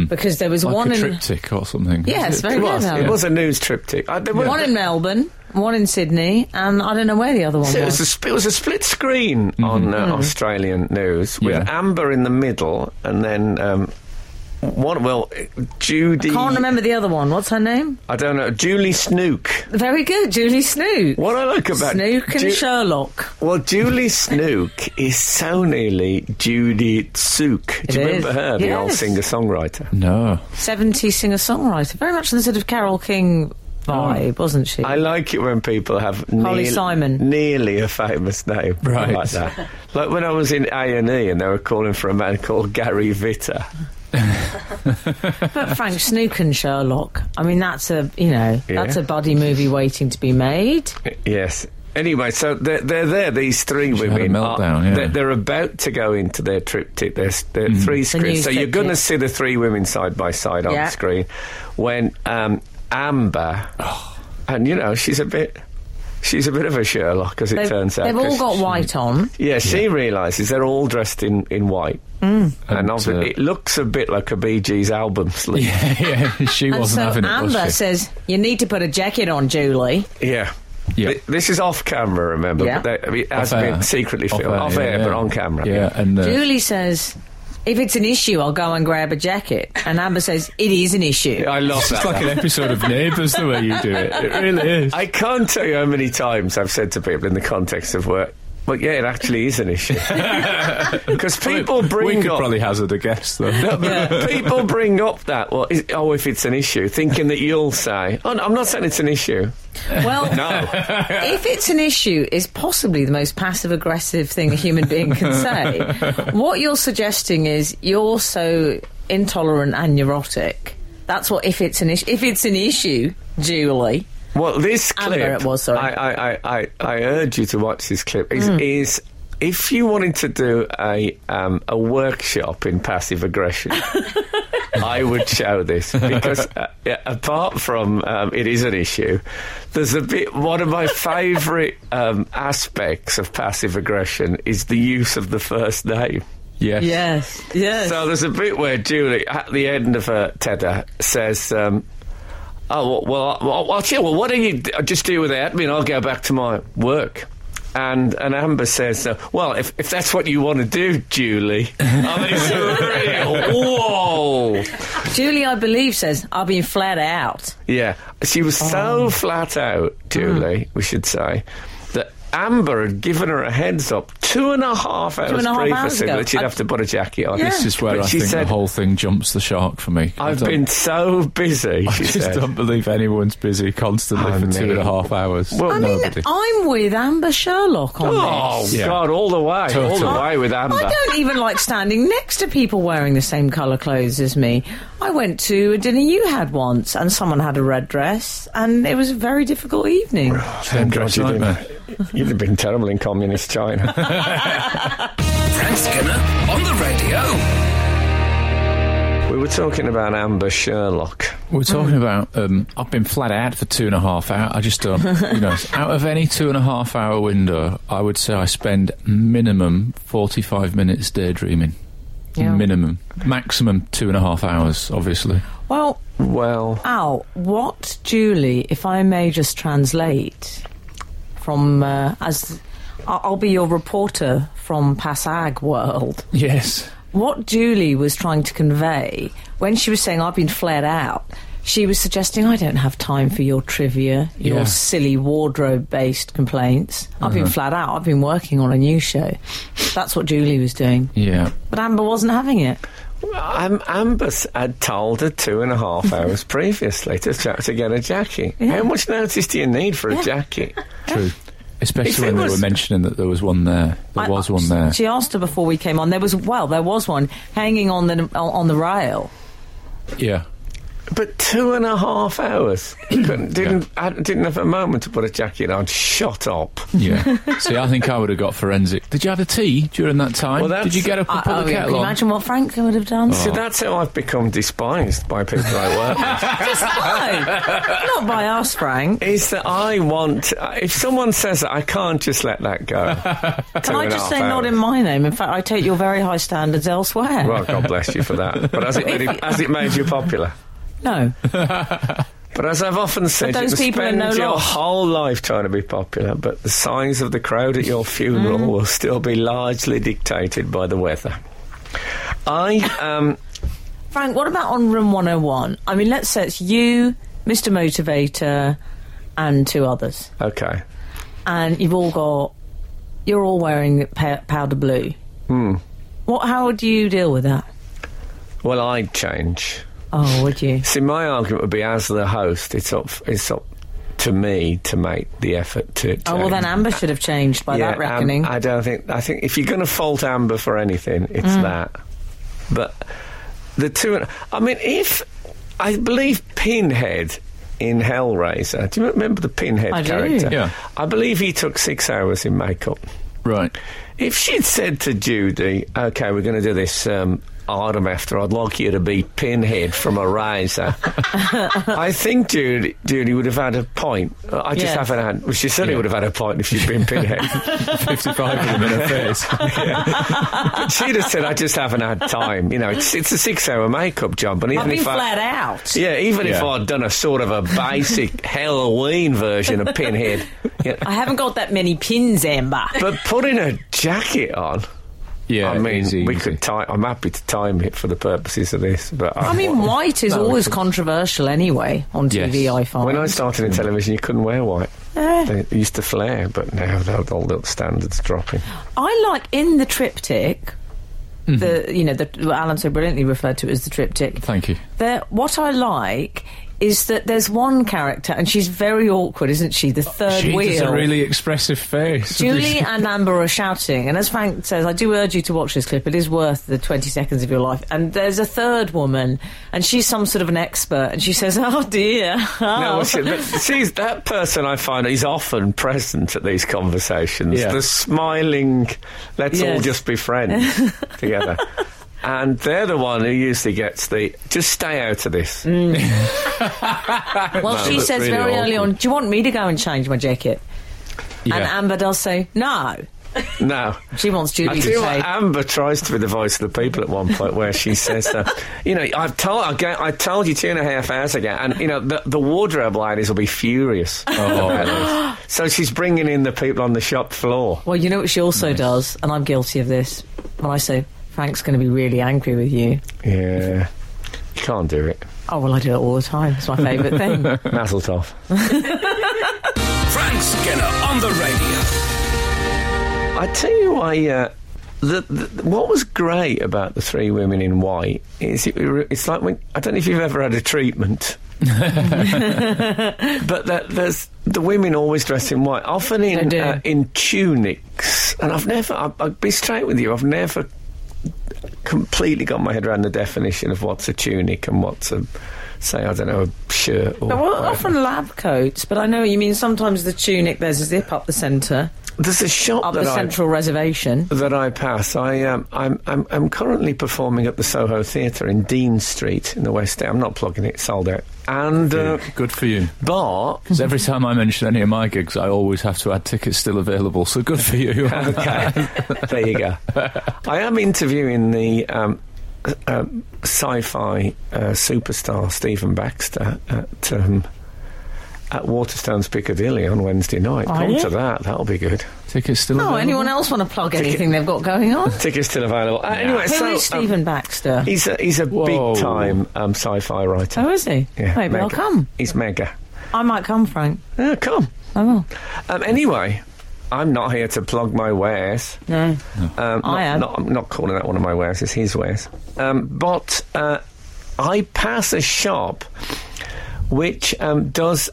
[SPEAKER 4] Because there was
[SPEAKER 3] like
[SPEAKER 4] one
[SPEAKER 3] a
[SPEAKER 4] in.
[SPEAKER 3] triptych or something.
[SPEAKER 4] Yes,
[SPEAKER 3] Is it?
[SPEAKER 4] very
[SPEAKER 2] Mm-hmm. It was,
[SPEAKER 4] good.
[SPEAKER 2] it
[SPEAKER 4] Alan.
[SPEAKER 2] was a news triptych. I, there were-
[SPEAKER 4] One in Melbourne, one in Sydney, and I don't know where the other one
[SPEAKER 2] So it,
[SPEAKER 4] was.
[SPEAKER 2] was a, sp- it was a split screen
[SPEAKER 4] Mm-hmm,
[SPEAKER 2] on uh, Australian news with
[SPEAKER 3] Yeah.
[SPEAKER 2] Amber in the middle and then um, one, well, Judy.
[SPEAKER 4] Can't remember the other one. What's her name?
[SPEAKER 2] I don't know, Julie Snook.
[SPEAKER 4] Very good, Julie Snook.
[SPEAKER 2] What I like about
[SPEAKER 4] Snook and
[SPEAKER 2] Ju-
[SPEAKER 4] Sherlock.
[SPEAKER 2] Well, Julie Snook is so nearly Judy Tsook. Do you
[SPEAKER 4] It
[SPEAKER 2] remember
[SPEAKER 4] is.
[SPEAKER 2] her, the old
[SPEAKER 4] Yes.
[SPEAKER 2] singer songwriter?
[SPEAKER 3] No.
[SPEAKER 4] 70 singer songwriter. Very much the sort of Carol King
[SPEAKER 2] Oh.
[SPEAKER 4] vibe, wasn't she?
[SPEAKER 2] I like it when people have
[SPEAKER 4] Holly
[SPEAKER 2] nearly-
[SPEAKER 4] Simon.
[SPEAKER 2] nearly a famous name,
[SPEAKER 3] Right.
[SPEAKER 2] Like that. Like when I was in A and E, and they were calling for a man called Gary Vitter.
[SPEAKER 4] But Frank Snook and Sherlock. I mean, that's a you know
[SPEAKER 2] Yeah.
[SPEAKER 4] that's a buddy movie waiting to be made.
[SPEAKER 2] Yes. Anyway, so they're, they're there, these three
[SPEAKER 3] had a
[SPEAKER 2] women. are-
[SPEAKER 3] meltdown, yeah. Mm-hmm.
[SPEAKER 2] they're, they're about to go into their triptych, their, s- their three
[SPEAKER 4] new
[SPEAKER 2] screens. So you're
[SPEAKER 4] triptych.
[SPEAKER 2] going to see the three women side by side on
[SPEAKER 4] Yeah.
[SPEAKER 2] screen when um, Amber,
[SPEAKER 3] Oh.
[SPEAKER 2] and you know, she's a bit. She's a bit of a Sherlock, as it
[SPEAKER 4] They've,
[SPEAKER 2] turns out.
[SPEAKER 4] they've
[SPEAKER 2] 'cause
[SPEAKER 4] all got
[SPEAKER 2] she-
[SPEAKER 4] white on.
[SPEAKER 2] Yeah, she realises they're all dressed in, in white.
[SPEAKER 4] Mm.
[SPEAKER 2] And
[SPEAKER 3] And,
[SPEAKER 2] obvi-
[SPEAKER 3] uh,
[SPEAKER 2] it looks a bit like a Bee Gees album sleeve.
[SPEAKER 3] yeah, yeah, she
[SPEAKER 4] And
[SPEAKER 3] wasn't
[SPEAKER 4] so
[SPEAKER 3] having it, was
[SPEAKER 4] Amber
[SPEAKER 3] she?
[SPEAKER 4] says, You need to put a jacket on, Julie.
[SPEAKER 2] Yeah.
[SPEAKER 3] Yeah.
[SPEAKER 2] Th- This is off camera, remember?
[SPEAKER 4] Yeah.
[SPEAKER 2] But they, I mean, it has
[SPEAKER 3] Off air.
[SPEAKER 2] been secretly
[SPEAKER 3] Off
[SPEAKER 2] filmed. Off air,
[SPEAKER 3] yeah,
[SPEAKER 2] but
[SPEAKER 3] yeah.
[SPEAKER 2] on camera.
[SPEAKER 3] Yeah, and uh,
[SPEAKER 4] Julie says, If it's an issue, I'll go and grab a jacket. And Amber says, It is an issue.
[SPEAKER 2] I love
[SPEAKER 3] it's
[SPEAKER 2] that.
[SPEAKER 3] like an episode of Neighbours the way you do it. It really is.
[SPEAKER 2] I can't tell you how many times I've said to people in the context of work, but yeah, it actually is an issue. Because people
[SPEAKER 3] we
[SPEAKER 2] bring
[SPEAKER 3] could
[SPEAKER 2] up.
[SPEAKER 3] probably hazard a guess though.
[SPEAKER 2] People bring up that, well, is, oh, if it's an issue, thinking that you'll say, oh, no, I'm not saying it's an issue.
[SPEAKER 4] Well,
[SPEAKER 2] No.
[SPEAKER 4] if it's an issue, is possibly the most passive aggressive thing a human being can say. what you're suggesting is you're so intolerant and neurotic. That's what if it's an issue. If it's an issue, Julie.
[SPEAKER 2] Well, this
[SPEAKER 4] Amber
[SPEAKER 2] clip,
[SPEAKER 4] it was, sorry. Hmm.
[SPEAKER 2] I, I, I, I, I urge you to watch this clip. Is, is if you wanted to do a um, a workshop in passive aggression, I would show this because uh, yeah, apart from um, it is an issue, there's a bit. One of my favourite um, aspects of passive aggression is the use of the first name.
[SPEAKER 3] yes.
[SPEAKER 4] Yes, yes.
[SPEAKER 2] So there's a bit where Julie, at the end of her tether, says, um, "Oh well, well, well, I'll tell you. Well, what do you d- just do with the admin? I'll go back to my work." And and Amber says, uh, "Well, if, if that's what you want to do, Julie, I mean, it's a real whoa."
[SPEAKER 4] Julie, I believe, says I've been flat out.
[SPEAKER 2] Yeah, she was so
[SPEAKER 4] Oh.
[SPEAKER 2] flat out, Julie,
[SPEAKER 4] Mm.
[SPEAKER 2] we should say, that Amber had given her a heads up two and a half hours
[SPEAKER 4] and a half hours
[SPEAKER 2] previously
[SPEAKER 4] ago.
[SPEAKER 2] that she'd
[SPEAKER 4] I-
[SPEAKER 2] have to put a jacket on.
[SPEAKER 4] Yeah.
[SPEAKER 3] This is where
[SPEAKER 2] But
[SPEAKER 3] I
[SPEAKER 2] she
[SPEAKER 3] think
[SPEAKER 2] said-
[SPEAKER 3] the whole thing jumps the shark for me. I
[SPEAKER 2] I've
[SPEAKER 3] don't-
[SPEAKER 2] been so busy.
[SPEAKER 3] I
[SPEAKER 2] she
[SPEAKER 3] just
[SPEAKER 2] said.
[SPEAKER 3] don't believe anyone's busy constantly
[SPEAKER 2] I
[SPEAKER 3] for two
[SPEAKER 2] mean-
[SPEAKER 3] and a half hours.
[SPEAKER 2] Well, I mean,
[SPEAKER 3] nobody.
[SPEAKER 4] I'm with Amber Sherlock on
[SPEAKER 2] Oh
[SPEAKER 4] this.
[SPEAKER 3] Yeah.
[SPEAKER 2] God! All the way, all
[SPEAKER 3] Totally.
[SPEAKER 2] the way with Amber.
[SPEAKER 4] I don't even like standing next to people wearing the same colour clothes as me. I went to a dinner you had once, and someone had a red dress, and it was a very difficult evening.
[SPEAKER 3] Same
[SPEAKER 2] God,
[SPEAKER 3] dress
[SPEAKER 2] you didn't.
[SPEAKER 3] nightmare.
[SPEAKER 2] You'd have been terrible in communist China.
[SPEAKER 1] Frank Skinner on the radio.
[SPEAKER 2] we were talking about Amber Sherlock.
[SPEAKER 3] We're talking
[SPEAKER 4] Hmm.
[SPEAKER 3] about. Um, I've been flat out for two and a half hours. I just don't. You know, out of any two and a half hour window, I would say I spend minimum forty five minutes daydreaming.
[SPEAKER 4] Yeah.
[SPEAKER 3] Minimum, maximum two and a half hours. Obviously,
[SPEAKER 4] Well,
[SPEAKER 2] Well,
[SPEAKER 4] Al, what, Julie, if I may just translate from uh, as I- I'll be your reporter from Passag World.
[SPEAKER 3] yes.
[SPEAKER 4] What Julie was trying to convey when she was saying, I've been flared out, she was suggesting, I don't have time for your trivia,
[SPEAKER 3] Yeah.
[SPEAKER 4] your
[SPEAKER 3] Uh-huh.
[SPEAKER 4] silly wardrobe based complaints. I've been flat out. I've been working on a new show. That's what Julie was doing.
[SPEAKER 3] Yeah.
[SPEAKER 4] But Amber wasn't having it.
[SPEAKER 2] Am- Amber s- had told her two and a half hours previously to, ch- to get a jacket. How much notice do you need for a jacket?
[SPEAKER 3] True.
[SPEAKER 2] If
[SPEAKER 3] Especially
[SPEAKER 2] it
[SPEAKER 3] when they
[SPEAKER 2] was-
[SPEAKER 3] were mentioning that there was one there. There
[SPEAKER 4] I-
[SPEAKER 3] was one there.
[SPEAKER 4] She asked her before we came on. There was, well, there was one hanging on the, on the rail.
[SPEAKER 3] Yeah.
[SPEAKER 2] But two and a half hours. Couldn't, didn't I didn't have a moment to put a jacket on. Shut up.
[SPEAKER 3] Yeah. See, I think I would have got forensic. Did you have a tea during that time?
[SPEAKER 2] Well, that's-
[SPEAKER 3] Did you get up and
[SPEAKER 4] I,
[SPEAKER 3] put
[SPEAKER 4] oh,
[SPEAKER 3] the
[SPEAKER 4] yeah, can
[SPEAKER 3] kettle
[SPEAKER 4] you
[SPEAKER 3] on? Oh.
[SPEAKER 4] imagine what Franklin would have done?
[SPEAKER 2] So that's how I've become despised by people I work with.
[SPEAKER 4] Just no, not by us, Frank.
[SPEAKER 2] is that I want. If someone says that, I can't just let that go.
[SPEAKER 4] Can I just say not in my name? In fact, I take your very high standards elsewhere.
[SPEAKER 2] Well, God bless you for that. But has it, really, has it made you popular?
[SPEAKER 4] No.
[SPEAKER 2] But as I've often said,
[SPEAKER 4] those
[SPEAKER 2] you can
[SPEAKER 4] people are
[SPEAKER 2] spend
[SPEAKER 4] no
[SPEAKER 2] your
[SPEAKER 4] loss.
[SPEAKER 2] whole life trying to be popular, but the size of the crowd at your funeral
[SPEAKER 4] Mm.
[SPEAKER 2] will still be largely dictated by the weather. I um,
[SPEAKER 4] Frank, what about on Room 101? I mean, let's say it's you, Mr. Motivator, and two others.
[SPEAKER 2] okay.
[SPEAKER 4] And you've all got, you're all wearing pow- powder blue.
[SPEAKER 2] Hmm.
[SPEAKER 4] What, how would you deal with that?
[SPEAKER 2] Well, I'd change.
[SPEAKER 4] Oh, would you?
[SPEAKER 2] See, my argument would be, as the host, it's up, it's up to me to make the effort to.
[SPEAKER 4] Oh, well,
[SPEAKER 2] change.
[SPEAKER 4] then Amber should have changed by that
[SPEAKER 2] Am-
[SPEAKER 4] reckoning.
[SPEAKER 2] um, I don't think. I think if you're going to fault Amber for anything, it's
[SPEAKER 4] Mm.
[SPEAKER 2] that. But the two. I mean, if I believe Pinhead in Hellraiser. Do you remember the Pinhead
[SPEAKER 4] I do.
[SPEAKER 2] character?
[SPEAKER 3] Yeah.
[SPEAKER 2] I believe he took six hours in makeup.
[SPEAKER 3] Right.
[SPEAKER 2] If she'd said to Judy, okay, we're going to do this um, item after, I'd like you to be Pinhead from a razor, I think Judy, Judy would have had a point. Uh, I just
[SPEAKER 4] Yeah.
[SPEAKER 2] haven't had, well, she certainly
[SPEAKER 3] Yeah.
[SPEAKER 2] would have had a point if she'd been Pinhead.
[SPEAKER 3] 55 of them in her face.
[SPEAKER 2] She'd have said, I just haven't had time. You know, it's, it's a six hour makeup job. And even
[SPEAKER 4] I've been
[SPEAKER 2] if I,
[SPEAKER 4] flat out.
[SPEAKER 2] Yeah, even if
[SPEAKER 3] Yeah.
[SPEAKER 2] I'd done a sort of a basic Halloween version of Pinhead. Yeah.
[SPEAKER 4] I haven't got that many pins, Amber.
[SPEAKER 2] But putting a jacket on,
[SPEAKER 3] Yeah,
[SPEAKER 2] I mean,
[SPEAKER 3] easy,
[SPEAKER 2] we
[SPEAKER 3] easy.
[SPEAKER 2] could time. I'm happy to time it for the purposes of this, but
[SPEAKER 4] I mean, white is
[SPEAKER 3] No,
[SPEAKER 4] always
[SPEAKER 3] because-
[SPEAKER 4] controversial anyway on
[SPEAKER 3] Yes.
[SPEAKER 4] TV, I find.
[SPEAKER 2] uh, when I started in television, you couldn't wear white.
[SPEAKER 4] Eh.
[SPEAKER 2] They used to flare, but now the the little standards dropping.
[SPEAKER 4] I like in the triptych.
[SPEAKER 2] Mm-hmm.
[SPEAKER 4] The you know the what Alan so brilliantly referred to it as the triptych.
[SPEAKER 3] Thank you.
[SPEAKER 4] There, what I like is that there's one character and she's very awkward, isn't she? The third
[SPEAKER 3] She
[SPEAKER 4] wheel.
[SPEAKER 3] has a really expressive face.
[SPEAKER 4] Julie and Amber are shouting, and as Frank says, I do urge you to watch this clip. It is worth the 20 seconds of your life. And there's a third woman, and she's some sort of an expert, and she says, "Oh dear."
[SPEAKER 2] No,
[SPEAKER 4] Oh."
[SPEAKER 2] well, see, that, see, that person I find is often present at these conversations.
[SPEAKER 3] Yeah.
[SPEAKER 2] The smiling, let's all
[SPEAKER 4] Yes.
[SPEAKER 2] just be friends together. And they're the one who usually gets the just stay out of this.
[SPEAKER 4] Mm. well,
[SPEAKER 2] No,
[SPEAKER 4] she
[SPEAKER 2] that's
[SPEAKER 4] says
[SPEAKER 2] really
[SPEAKER 4] very early
[SPEAKER 2] awkward.
[SPEAKER 4] on, "Do you want me to go and change my jacket?"
[SPEAKER 3] Yeah.
[SPEAKER 4] And Amber does say, "No."
[SPEAKER 2] No.
[SPEAKER 4] She wants Julie
[SPEAKER 2] I
[SPEAKER 4] to
[SPEAKER 2] do
[SPEAKER 4] say.
[SPEAKER 2] what Amber tries to be the voice of the people at one point where she says, uh, you know, I've told, I, ga- I told you two and a half hours ago, and, you know, the, the wardrobe ladies will be furious.
[SPEAKER 4] Oh.
[SPEAKER 2] about this. So she's bringing in the people on the shop floor.
[SPEAKER 4] Well, you know what she also does, and I'm guilty of this. When I say Frank's going to be really angry with you,
[SPEAKER 2] Yeah. You can't do it.
[SPEAKER 4] oh well, I do it all the time. It's my favourite thing.
[SPEAKER 2] Mazeltov.
[SPEAKER 1] Frank Skinner on the radio.
[SPEAKER 2] I tell you why. Uh, the, the, what was great about the three women in white is it, it's like when I don't know if you've ever had a treatment, but that, there's the women always dress in white, often in
[SPEAKER 4] They do.
[SPEAKER 2] uh, in tunics. And I've never, I, I'll be straight with you, I've never completely got my head around the definition of what's a tunic and what's a say I don't know a shirt or
[SPEAKER 4] Well,
[SPEAKER 2] whatever.
[SPEAKER 4] often lab coats, but I know what you mean. Sometimes the tunic, there's a zip up the centre,
[SPEAKER 2] there's a shop
[SPEAKER 4] up
[SPEAKER 2] that
[SPEAKER 4] the
[SPEAKER 2] I
[SPEAKER 4] central reservation.
[SPEAKER 2] that I pass. I um, I'm, I'm I'm currently performing at the Soho Theatre in Dean Street in the West End. I'm not plugging it, sold out. And uh,
[SPEAKER 3] Good for you.
[SPEAKER 2] bar.
[SPEAKER 3] 'Cause every time I mention any of my gigs, I always have to add tickets still available. So good for you.
[SPEAKER 2] Okay, there you go. I am interviewing the um, uh, sci-fi uh, superstar Stephen Baxter at um, at Waterstones Piccadilly on Wednesday night.
[SPEAKER 4] Are
[SPEAKER 2] Come
[SPEAKER 4] you?
[SPEAKER 2] to that. That'll be good.
[SPEAKER 3] tickets still
[SPEAKER 4] Oh,
[SPEAKER 3] available.
[SPEAKER 4] anyone else want to plug anything they've got going on?
[SPEAKER 2] Tickets still available. Uh, anyway,
[SPEAKER 4] Who
[SPEAKER 2] so
[SPEAKER 4] is
[SPEAKER 2] um,
[SPEAKER 4] Stephen Baxter?
[SPEAKER 2] he's a he's a
[SPEAKER 3] Whoa.
[SPEAKER 2] big time um, sci-fi writer.
[SPEAKER 4] Oh, is he?
[SPEAKER 2] Yeah,
[SPEAKER 4] Maybe I'll
[SPEAKER 2] mega.
[SPEAKER 4] come.
[SPEAKER 2] He's mega.
[SPEAKER 4] I might come, Frank. Oh,
[SPEAKER 2] Yeah, come.
[SPEAKER 4] I will.
[SPEAKER 2] Um, anyway, I'm not here to plug my wares.
[SPEAKER 4] No.
[SPEAKER 2] Um,
[SPEAKER 4] I
[SPEAKER 2] not-
[SPEAKER 4] am.
[SPEAKER 2] Not, I'm not calling that one of my wares. It's his wares. Um, but uh, I pass a shop which um, does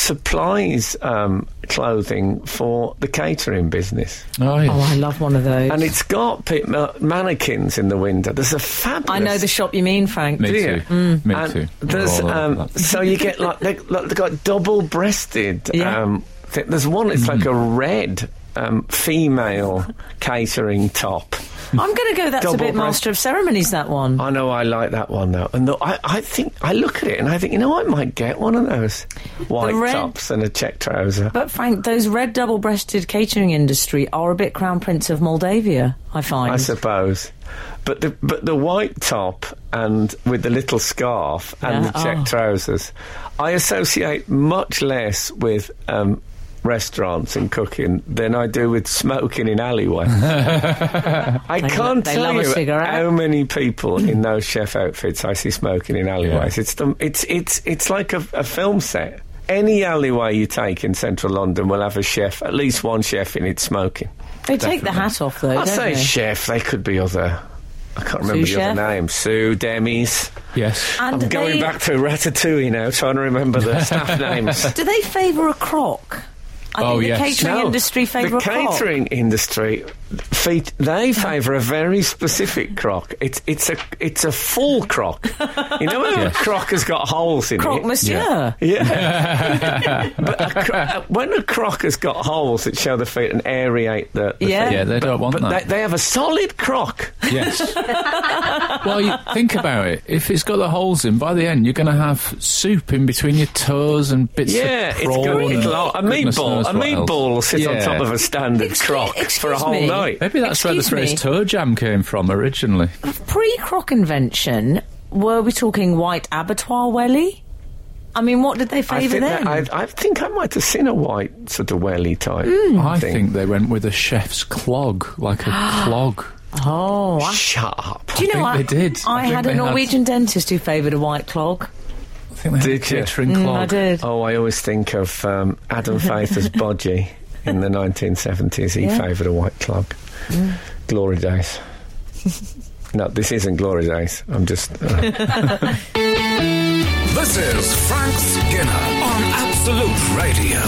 [SPEAKER 2] supplies um, clothing for the catering business,
[SPEAKER 3] Oh, yeah.
[SPEAKER 4] Oh, I love one of those.
[SPEAKER 2] and it's got pe- ma- mannequins in the window. There's a fabulous.
[SPEAKER 4] I know the shop you mean, Frank.
[SPEAKER 3] Me
[SPEAKER 2] Do you?
[SPEAKER 3] too.
[SPEAKER 4] Mm.
[SPEAKER 3] Me
[SPEAKER 2] And
[SPEAKER 3] too.
[SPEAKER 2] There's,
[SPEAKER 3] We're all over
[SPEAKER 2] um,
[SPEAKER 3] that.
[SPEAKER 2] so you get like they, like they've got double-breasted.
[SPEAKER 4] Yeah.
[SPEAKER 2] Um, th- there's one. It's
[SPEAKER 3] Mm-hmm.
[SPEAKER 2] like a red um, female catering top.
[SPEAKER 4] I'm going to go. That's a
[SPEAKER 2] Double breast-
[SPEAKER 4] bit master of ceremonies. That one.
[SPEAKER 2] I know I like that one though, and the, I, I think I look at it and I think you know I might get one of those white
[SPEAKER 4] red-
[SPEAKER 2] tops and a check trouser.
[SPEAKER 4] But Frank, those red double-breasted catering industry are a bit Crown Prince of Moldavia. I find.
[SPEAKER 2] I suppose. But the but the white top and with the little scarf and
[SPEAKER 4] Yeah,
[SPEAKER 2] the check
[SPEAKER 4] oh.
[SPEAKER 2] trousers, I associate much less with um, restaurants and cooking than I do with smoking in alleyways. I
[SPEAKER 4] They lo-
[SPEAKER 2] can't
[SPEAKER 4] they
[SPEAKER 2] tell
[SPEAKER 4] love a
[SPEAKER 2] you
[SPEAKER 4] cigarette.
[SPEAKER 2] how many people in those chef outfits I see smoking in alleyways.
[SPEAKER 3] Yeah.
[SPEAKER 2] It's the, it's it's it's like a, a film set. Any alleyway you take in central London will have a chef, at least one chef in it smoking.
[SPEAKER 4] they take the hat off though,
[SPEAKER 2] I
[SPEAKER 4] don't
[SPEAKER 2] say
[SPEAKER 4] they?
[SPEAKER 2] chef. They could be other. I can't remember
[SPEAKER 4] Sous
[SPEAKER 2] the other
[SPEAKER 4] chef?
[SPEAKER 2] name. Sue Demis.
[SPEAKER 3] Yes.
[SPEAKER 4] and
[SPEAKER 2] I'm going
[SPEAKER 4] they-
[SPEAKER 2] back to Ratatouille now, trying to remember the staff names.
[SPEAKER 4] Do they favour a croc? I
[SPEAKER 3] Oh,
[SPEAKER 4] think the
[SPEAKER 3] yes.
[SPEAKER 4] catering
[SPEAKER 2] No,
[SPEAKER 4] industry favour
[SPEAKER 2] the
[SPEAKER 4] a crock.
[SPEAKER 2] catering industry fe- they favour a very specific crock. It's it's a it's a full crock. You know when a crock has got holes in
[SPEAKER 4] Crock
[SPEAKER 2] it.
[SPEAKER 4] monsieur.
[SPEAKER 3] Yeah.
[SPEAKER 2] yeah, but a cro- uh, when a crock has got holes that show the feet and aerate the, the
[SPEAKER 4] Yeah.
[SPEAKER 2] thing.
[SPEAKER 3] Yeah, they don't want
[SPEAKER 2] but
[SPEAKER 3] that.
[SPEAKER 2] They, they have a solid crock.
[SPEAKER 3] Yes. well, you think about it. If it's got the holes in, by the end you're going to have soup in between your toes and bits
[SPEAKER 2] Yeah,
[SPEAKER 3] of
[SPEAKER 2] it's
[SPEAKER 3] prawn.
[SPEAKER 2] great.
[SPEAKER 3] and
[SPEAKER 2] Like, a
[SPEAKER 3] goodness
[SPEAKER 2] meatball,
[SPEAKER 3] knows
[SPEAKER 2] a
[SPEAKER 3] what else.
[SPEAKER 2] meatball will sit on
[SPEAKER 3] Yeah.
[SPEAKER 2] top of a standard
[SPEAKER 4] Excuse-
[SPEAKER 2] crock for a
[SPEAKER 4] excuse
[SPEAKER 2] whole
[SPEAKER 4] me.
[SPEAKER 2] night.
[SPEAKER 3] Maybe that's where the
[SPEAKER 4] Excuse
[SPEAKER 3] phrase
[SPEAKER 4] me.
[SPEAKER 3] toe jam came from originally.
[SPEAKER 4] Pre crock invention, were we talking white abattoir welly? I mean, what did they
[SPEAKER 2] I
[SPEAKER 4] favour
[SPEAKER 2] think,
[SPEAKER 4] then?
[SPEAKER 2] that, I, I think I might have seen a white sort of welly type.
[SPEAKER 3] Hmm. I
[SPEAKER 2] thing.
[SPEAKER 3] think. they went with a chef's clog, like a clog.
[SPEAKER 4] oh, I
[SPEAKER 2] Shut up.
[SPEAKER 4] Do you know
[SPEAKER 3] I
[SPEAKER 4] what?
[SPEAKER 3] think they did.
[SPEAKER 4] I,
[SPEAKER 3] I think
[SPEAKER 4] had a
[SPEAKER 3] they had-
[SPEAKER 4] Norwegian dentist who favoured a white clog.
[SPEAKER 3] I think they
[SPEAKER 2] Did
[SPEAKER 3] had
[SPEAKER 2] you?
[SPEAKER 3] a catering
[SPEAKER 4] Mm, I
[SPEAKER 3] clog.
[SPEAKER 4] did.
[SPEAKER 2] Oh, I always think of um, Adam Faith as Bodgy in the 1970s. He
[SPEAKER 4] Yeah.
[SPEAKER 2] favoured a white clog.
[SPEAKER 3] Mm.
[SPEAKER 2] Glory days. No, this isn't glory days. I'm just. Uh,
[SPEAKER 1] This is Frank Skinner on Absolute Radio.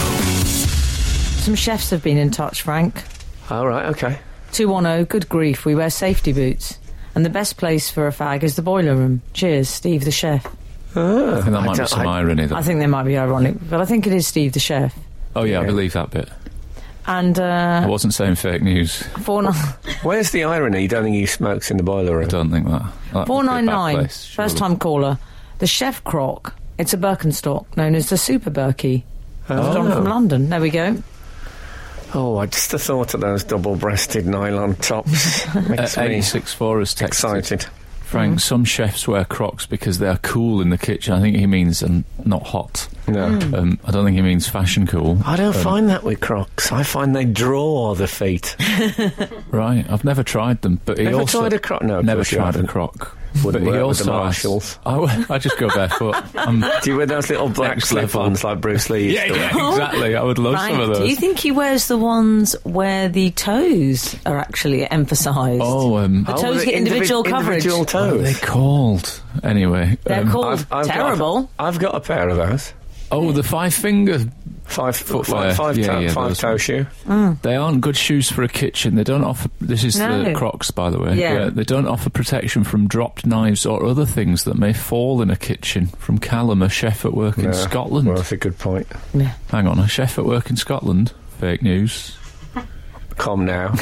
[SPEAKER 4] Some chefs have been in touch, Frank.
[SPEAKER 2] all right, okay.
[SPEAKER 4] 210, oh, good grief, we wear safety boots. And the best place for a fag is the boiler room. Cheers, Steve the chef.
[SPEAKER 3] I think that
[SPEAKER 2] I
[SPEAKER 3] might be
[SPEAKER 2] don't-
[SPEAKER 3] some
[SPEAKER 2] I-
[SPEAKER 3] irony. There.
[SPEAKER 4] I think that might be ironic, but I think it is Steve the chef.
[SPEAKER 3] oh yeah,
[SPEAKER 2] Yeah.
[SPEAKER 3] I believe that bit.
[SPEAKER 4] And
[SPEAKER 3] I
[SPEAKER 4] uh,
[SPEAKER 3] wasn't saying fake news.
[SPEAKER 4] four nine
[SPEAKER 2] Where's the irony? You don't think he smokes in the boiler room?
[SPEAKER 3] I don't think that. that
[SPEAKER 4] four
[SPEAKER 3] would be a bad
[SPEAKER 4] nine nine.
[SPEAKER 3] place, surely.
[SPEAKER 4] First time caller. The chef croc. It's a Birkenstock known as the Super Berkey. It's on from London. There we go.
[SPEAKER 2] Oh, I just the thought of those double-breasted nylon tops makes
[SPEAKER 3] Uh,
[SPEAKER 2] me
[SPEAKER 3] 864 has texted.
[SPEAKER 2] excited.
[SPEAKER 4] Mm.
[SPEAKER 3] Frank, some chefs wear Crocs because they are cool in the kitchen. I think he means um, not hot.
[SPEAKER 2] No,
[SPEAKER 4] Mm.
[SPEAKER 3] Um, I don't think he means fashion cool.
[SPEAKER 2] Hmm. I don't find that with Crocs. I find they draw the feet.
[SPEAKER 3] Right, I've never tried them, but he
[SPEAKER 2] Never
[SPEAKER 3] also
[SPEAKER 2] tried a Croc? No, of
[SPEAKER 3] never
[SPEAKER 2] course you
[SPEAKER 3] tried a
[SPEAKER 2] haven't.
[SPEAKER 3] Croc.
[SPEAKER 2] Wouldn't work
[SPEAKER 3] but he
[SPEAKER 2] with the
[SPEAKER 3] also
[SPEAKER 2] Marshalls.
[SPEAKER 3] I, w- I just go barefoot. I'm,
[SPEAKER 2] Do you wear those little black
[SPEAKER 3] Next level.
[SPEAKER 2] slip-ons like Bruce Lee used
[SPEAKER 3] yeah,
[SPEAKER 2] to wear?
[SPEAKER 3] yeah, exactly. I would love Oh, some of
[SPEAKER 4] Frank, do you
[SPEAKER 3] those.
[SPEAKER 4] think he wears the ones where the toes are actually emphasised?
[SPEAKER 3] Oh, um,
[SPEAKER 4] The toes
[SPEAKER 2] the
[SPEAKER 4] get individual
[SPEAKER 2] individ-
[SPEAKER 4] coverage.
[SPEAKER 2] Individual
[SPEAKER 3] what are they
[SPEAKER 2] toes.
[SPEAKER 3] called? Anyway,
[SPEAKER 4] They're
[SPEAKER 3] um,
[SPEAKER 4] called terrible.
[SPEAKER 2] Got, I've got a pair of those.
[SPEAKER 3] oh, the five finger.
[SPEAKER 2] Five foot,
[SPEAKER 3] Footwear.
[SPEAKER 2] five, five,
[SPEAKER 3] Yeah,
[SPEAKER 2] toe,
[SPEAKER 3] yeah,
[SPEAKER 2] five
[SPEAKER 3] those
[SPEAKER 2] toe
[SPEAKER 3] ones.
[SPEAKER 2] shoe.
[SPEAKER 3] They aren't good shoes for a kitchen. They don't offer. This is
[SPEAKER 4] No.
[SPEAKER 3] the Crocs, by the way.
[SPEAKER 4] Yeah.
[SPEAKER 3] They don't offer protection from dropped knives or other things that may fall in a kitchen. From Callum, a chef at work in
[SPEAKER 2] Yeah.
[SPEAKER 3] Scotland.
[SPEAKER 2] Well, that's a good point.
[SPEAKER 4] Yeah.
[SPEAKER 3] Hang on, a chef at work in Scotland. Fake news.
[SPEAKER 2] Come now.